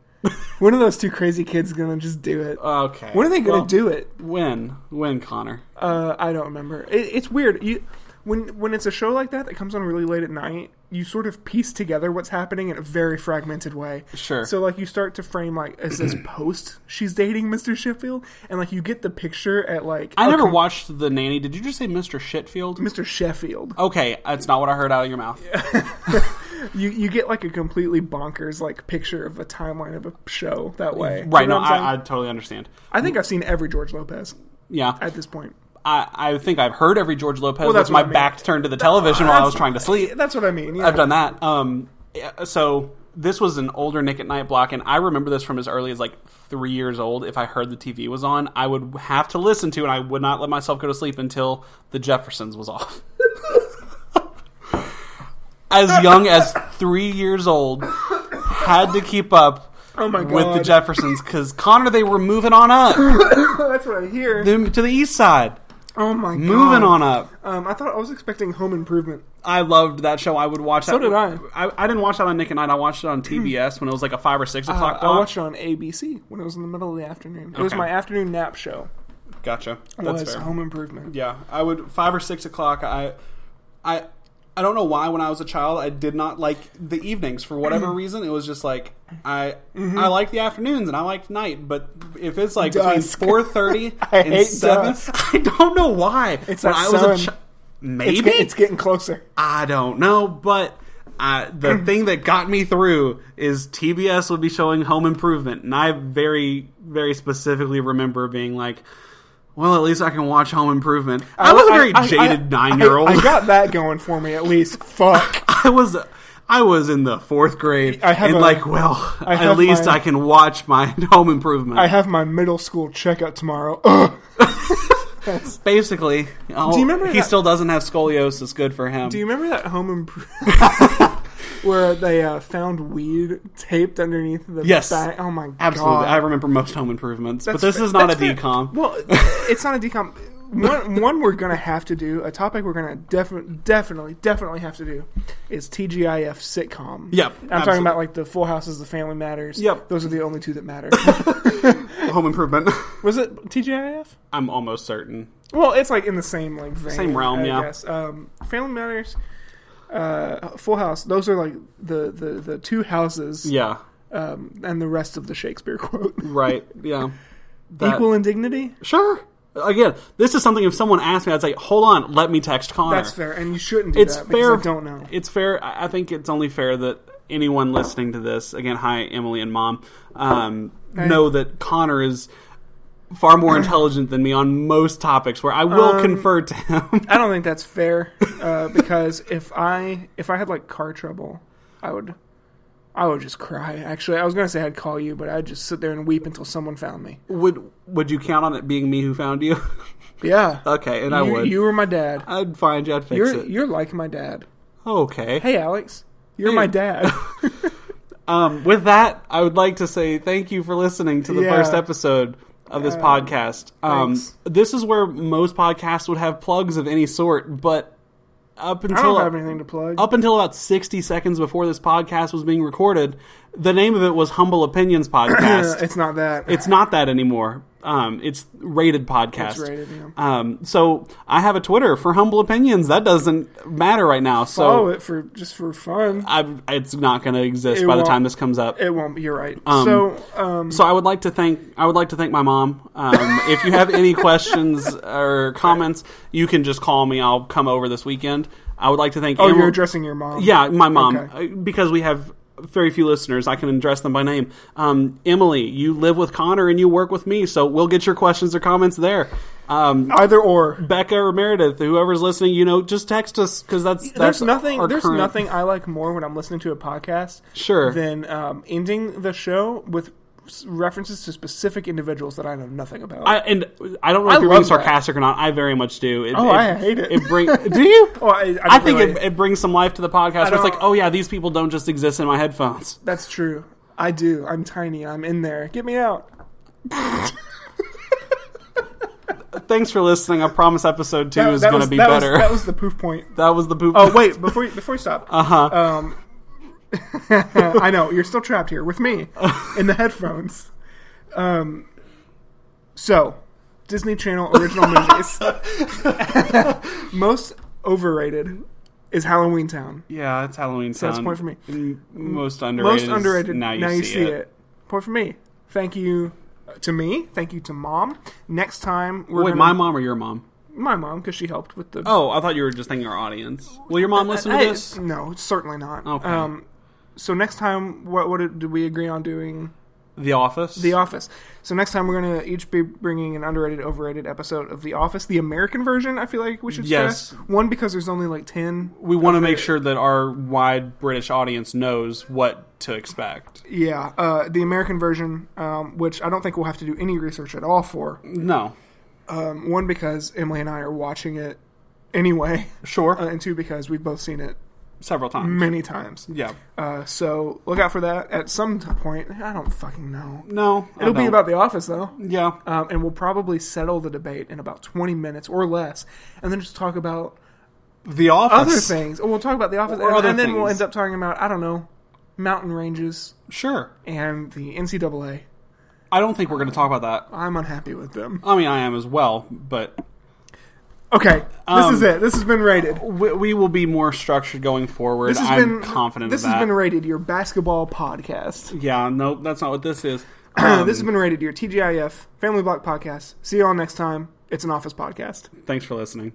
Speaker 1: One of those two crazy kids gonna just do it.
Speaker 2: Okay.
Speaker 1: when are they gonna
Speaker 2: Well,
Speaker 1: do it?
Speaker 2: When? When, Connor?
Speaker 1: Uh, I don't remember. It, it's weird. You when when it's a show like that that comes on really late at night, you sort of piece together what's happening in a very fragmented way.
Speaker 2: Sure.
Speaker 1: So like you start to frame like is this post she's dating Mr. Sheffield, and like you get the picture at like
Speaker 2: I
Speaker 1: a
Speaker 2: never
Speaker 1: com-
Speaker 2: watched The Nanny. Did you just say Mr. Shitfield?
Speaker 1: Mr. Sheffield.
Speaker 2: Okay, that's not what I heard out of your mouth.
Speaker 1: You you get like a completely bonkers like picture of a timeline of a show that way. Do
Speaker 2: Right,
Speaker 1: you know
Speaker 2: no,
Speaker 1: what I'm saying?
Speaker 2: I, I totally understand.
Speaker 1: I think I've seen every George Lopez
Speaker 2: Yeah.
Speaker 1: at this point.
Speaker 2: I, I think I've heard every George Lopez.
Speaker 1: that's
Speaker 2: that's my
Speaker 1: what I mean.
Speaker 2: back turned to the television while I was trying to sleep.
Speaker 1: That's what I mean. Yeah.
Speaker 2: I've done that. Um, yeah, so this was an older Nick at Night block, and I remember this from as early as like three years old. If I heard the TV was on, I would have to listen to, and I would not let myself go to sleep until The Jeffersons was off. as young as three years old, had to keep up.
Speaker 1: Oh my
Speaker 2: With the
Speaker 1: God.
Speaker 2: Jeffersons, because Connor, they were moving on up
Speaker 1: that's what I hear.
Speaker 2: them to the east side,
Speaker 1: oh my god.
Speaker 2: moving on up.
Speaker 1: Um, I thought I was expecting Home Improvement.
Speaker 2: I loved that show. I would watch. So
Speaker 1: did I.
Speaker 2: I. I didn't watch that on Nick and Night. I watched it on TBS when it was like a five or six
Speaker 1: Uh,
Speaker 2: o'clock.
Speaker 1: I
Speaker 2: block.
Speaker 1: watched it on ABC when it was in the middle of the afternoon. It was
Speaker 2: Uh, Okay.
Speaker 1: my afternoon nap show.
Speaker 2: Gotcha.
Speaker 1: That's
Speaker 2: That's
Speaker 1: was
Speaker 2: fair.
Speaker 1: Home Improvement.
Speaker 2: Yeah, I would five or six o'clock. I, I, I don't know why. When I was a child, I did not like the evenings for whatever reason. It was just like I,
Speaker 1: Mm-hmm.
Speaker 2: I like the afternoons and I liked night. But if it's like
Speaker 1: Dusk.
Speaker 2: between four thirty
Speaker 1: I
Speaker 2: and
Speaker 1: hate
Speaker 2: seven, I don't know why. It's
Speaker 1: that sun.
Speaker 2: Maybe
Speaker 1: It's, get- it's getting closer.
Speaker 2: I don't know, but I, the thing that got me through is TBS would be showing Home Improvement, and I very, very specifically remember being like, "Well, at least I can watch Home Improvement." I, was a very
Speaker 1: Uh, I- I-
Speaker 2: jaded
Speaker 1: I-
Speaker 2: nine-year-old.
Speaker 1: I,
Speaker 2: I,
Speaker 1: I got that going for me at least. Fuck.
Speaker 2: was, I was in the fourth grade,
Speaker 1: I have
Speaker 2: and
Speaker 1: a-
Speaker 2: like, well,
Speaker 1: have
Speaker 2: at least
Speaker 1: my-
Speaker 2: I can watch my Home Improvement.
Speaker 1: I have my middle school checkup tomorrow. Ugh.
Speaker 2: Basically, oh,
Speaker 1: you remember
Speaker 2: he
Speaker 1: that-
Speaker 2: still doesn't have scoliosis. Good for him.
Speaker 1: Do you remember that Home Improvement where they uh, found weed taped underneath the
Speaker 2: Yes.
Speaker 1: back? Oh my
Speaker 2: Absolutely,
Speaker 1: god.
Speaker 2: I remember most Home Improvements, but
Speaker 1: That's
Speaker 2: this
Speaker 1: fa-
Speaker 2: is not a
Speaker 1: that's fair.
Speaker 2: decom.
Speaker 1: Well, it's not a decom. One, one we're gonna have to do a topic we're gonna definitely, definitely, definitely have to do is TGIF sitcom.
Speaker 2: Yep,
Speaker 1: I'm
Speaker 2: absolutely.
Speaker 1: talking about like the Full Houses, the Family Matters.
Speaker 2: Yep.
Speaker 1: those are the only two that matter.
Speaker 2: Home Improvement.
Speaker 1: Was it TGIF?
Speaker 2: I'm almost certain.
Speaker 1: Well, it's like in the same like vein,
Speaker 2: Same realm,
Speaker 1: I
Speaker 2: yeah.
Speaker 1: Guess. Um, Family Matters, uh, Full House. Those are like the the the two houses,
Speaker 2: Yeah.
Speaker 1: um, and the rest of the Shakespeare quote.
Speaker 2: Right. Yeah. That-
Speaker 1: Equal indignity.
Speaker 2: Sure. Again, this is something. If someone asked me, I'd say, "Hold on, let me text Connor."
Speaker 1: That's fair, and you shouldn't do
Speaker 2: It's
Speaker 1: that
Speaker 2: fair.
Speaker 1: because I don't know.
Speaker 2: It's fair. I I think it's only fair that anyone listening to this, again, hi Emily and Mom, um, know that Connor is far more intelligent than me on most topics. Where I
Speaker 1: Um,
Speaker 2: will confer to him.
Speaker 1: I don't think that's fair uh, because if I if I had like car trouble, I would I would just cry. Actually, I was gonna say I'd call you, but I'd just sit there and weep until someone found me.
Speaker 2: would Would you count on it being me who found you?
Speaker 1: Yeah,
Speaker 2: okay, and Uh, I
Speaker 1: you,
Speaker 2: would.
Speaker 1: you were my dad.
Speaker 2: I'd find you. I'd fix
Speaker 1: You're
Speaker 2: it.
Speaker 1: you're like my dad.
Speaker 2: okay.
Speaker 1: Hey, Alex, you're my dad.
Speaker 2: Um, with that, I would like to say thank you for listening to the
Speaker 1: Yeah.
Speaker 2: first episode of this podcast. Um,
Speaker 1: thanks.
Speaker 2: this is where most podcasts would have plugs of any sort, but up
Speaker 1: I don't
Speaker 2: until
Speaker 1: have anything to plug.
Speaker 2: up until about sixty seconds before this podcast was being recorded, the name of it was Humble Opinions Podcast.
Speaker 1: Uh, it's not that.
Speaker 2: it's not that anymore. Um, it's rated podcast.
Speaker 1: It's rated, yeah.
Speaker 2: Um, so I have a Twitter for Humble Opinions. That doesn't matter right now. So
Speaker 1: follow it for just for fun.
Speaker 2: I, it's not going to exist
Speaker 1: Oh. It
Speaker 2: by the
Speaker 1: won't-
Speaker 2: time this comes up.
Speaker 1: It won't be. You're right. so um,
Speaker 2: So I would like to thank I would like to thank my mom. Um, if you have any questions or comments, you can just call me. I'll come over this weekend. I would like to thank.
Speaker 1: oh,
Speaker 2: Emily-
Speaker 1: you're addressing your mom.
Speaker 2: yeah, my mom
Speaker 1: Okay.
Speaker 2: Uh, because we have very few listeners. I can address them by name. Um, Emily, you live with Connor and you work with me, so we'll get your questions or comments there. Um,
Speaker 1: Either or.
Speaker 2: Becca or Meredith, whoever's listening, you know, just text us because that's, that's
Speaker 1: There's nothing.
Speaker 2: our
Speaker 1: There's
Speaker 2: current-
Speaker 1: nothing I like more when I'm listening to a podcast.
Speaker 2: Sure.
Speaker 1: Than um, ending the show with s- references to specific individuals that I know nothing about.
Speaker 2: I, and I don't know
Speaker 1: I
Speaker 2: if you're
Speaker 1: love
Speaker 2: being
Speaker 1: that.
Speaker 2: sarcastic or not. I very much do. It,
Speaker 1: Oh,
Speaker 2: it,
Speaker 1: I hate it.
Speaker 2: It bring do you?
Speaker 1: Oh, I- I don't
Speaker 2: I think
Speaker 1: really-
Speaker 2: it, it brings some life to the podcast. Where it's
Speaker 1: don't-
Speaker 2: like, oh yeah, these people don't just exist in my headphones.
Speaker 1: That's true. I do. I'm tiny. I'm in there. Get me out.
Speaker 2: Thanks for listening. I promise episode two
Speaker 1: That,
Speaker 2: is
Speaker 1: that
Speaker 2: going to
Speaker 1: was-
Speaker 2: be
Speaker 1: that
Speaker 2: better.
Speaker 1: Was, that was the poof point.
Speaker 2: that was the poop.
Speaker 1: Oh wait, before you, before you stop. Uh
Speaker 2: Uh-huh.
Speaker 1: Um, I know you're still trapped here with me in the headphones. Um, so Disney Channel original movies. Most overrated is Halloween Town.
Speaker 2: yeah, it's Halloween. So
Speaker 1: that's a point for me.
Speaker 2: Most underrated.
Speaker 1: Most
Speaker 2: is
Speaker 1: underrated.
Speaker 2: Now you, see, it.
Speaker 1: Point for me. Thank you uh, to me. Thank you to mom. Next time we're
Speaker 2: Wait,
Speaker 1: gonna-
Speaker 2: my mom or your mom?
Speaker 1: my mom because she helped with the
Speaker 2: Oh, I thought you were just thinking our audience. Will your mom listen to
Speaker 1: Hey,
Speaker 2: this?
Speaker 1: No, certainly not.
Speaker 2: Okay.
Speaker 1: Uh, Um, so next time, what what did did we agree on doing?
Speaker 2: The Office.
Speaker 1: The Office. So next time we're gonna each be bringing an underrated, overrated episode of The Office, the American version. I feel like we should
Speaker 2: Yes.
Speaker 1: stress one because there's only like ten.
Speaker 2: we want to make sure that our wide British audience knows what to expect.
Speaker 1: Yeah, uh, the American version, um, which I don't think we'll have to do any research at all for.
Speaker 2: No.
Speaker 1: Um, one because Emily and I are watching it anyway,
Speaker 2: Sure.
Speaker 1: uh, and two because we've both seen it
Speaker 2: Several times.
Speaker 1: many times.
Speaker 2: Yeah.
Speaker 1: Uh, so look out for that at some t- point. I don't fucking know.
Speaker 2: No. I
Speaker 1: It'll be
Speaker 2: don't.
Speaker 1: about The Office, though.
Speaker 2: Yeah.
Speaker 1: Um, and we'll probably settle the debate in about 20 minutes or less, and then just talk about
Speaker 2: The
Speaker 1: other
Speaker 2: Office.
Speaker 1: things. Or we'll talk about The Office,
Speaker 2: Or
Speaker 1: and,
Speaker 2: other
Speaker 1: and then we'll
Speaker 2: things.
Speaker 1: end up talking about, I don't know, mountain ranges
Speaker 2: Sure.
Speaker 1: and the NCAA.
Speaker 2: I don't think we're going to talk about that.
Speaker 1: I'm unhappy with them.
Speaker 2: I mean, I am as well, but
Speaker 1: Okay, this
Speaker 2: Um,
Speaker 1: is it. This has been rated.
Speaker 2: we, we will be more structured going forward.
Speaker 1: This has
Speaker 2: I'm
Speaker 1: been
Speaker 2: confident
Speaker 1: This
Speaker 2: of
Speaker 1: has
Speaker 2: that.
Speaker 1: been rated your basketball podcast.
Speaker 2: yeah, no, that's not what this is. Um,
Speaker 1: this has been rated your TGIF Family Block podcast. See you all next time. It's an office podcast.
Speaker 2: Thanks for listening.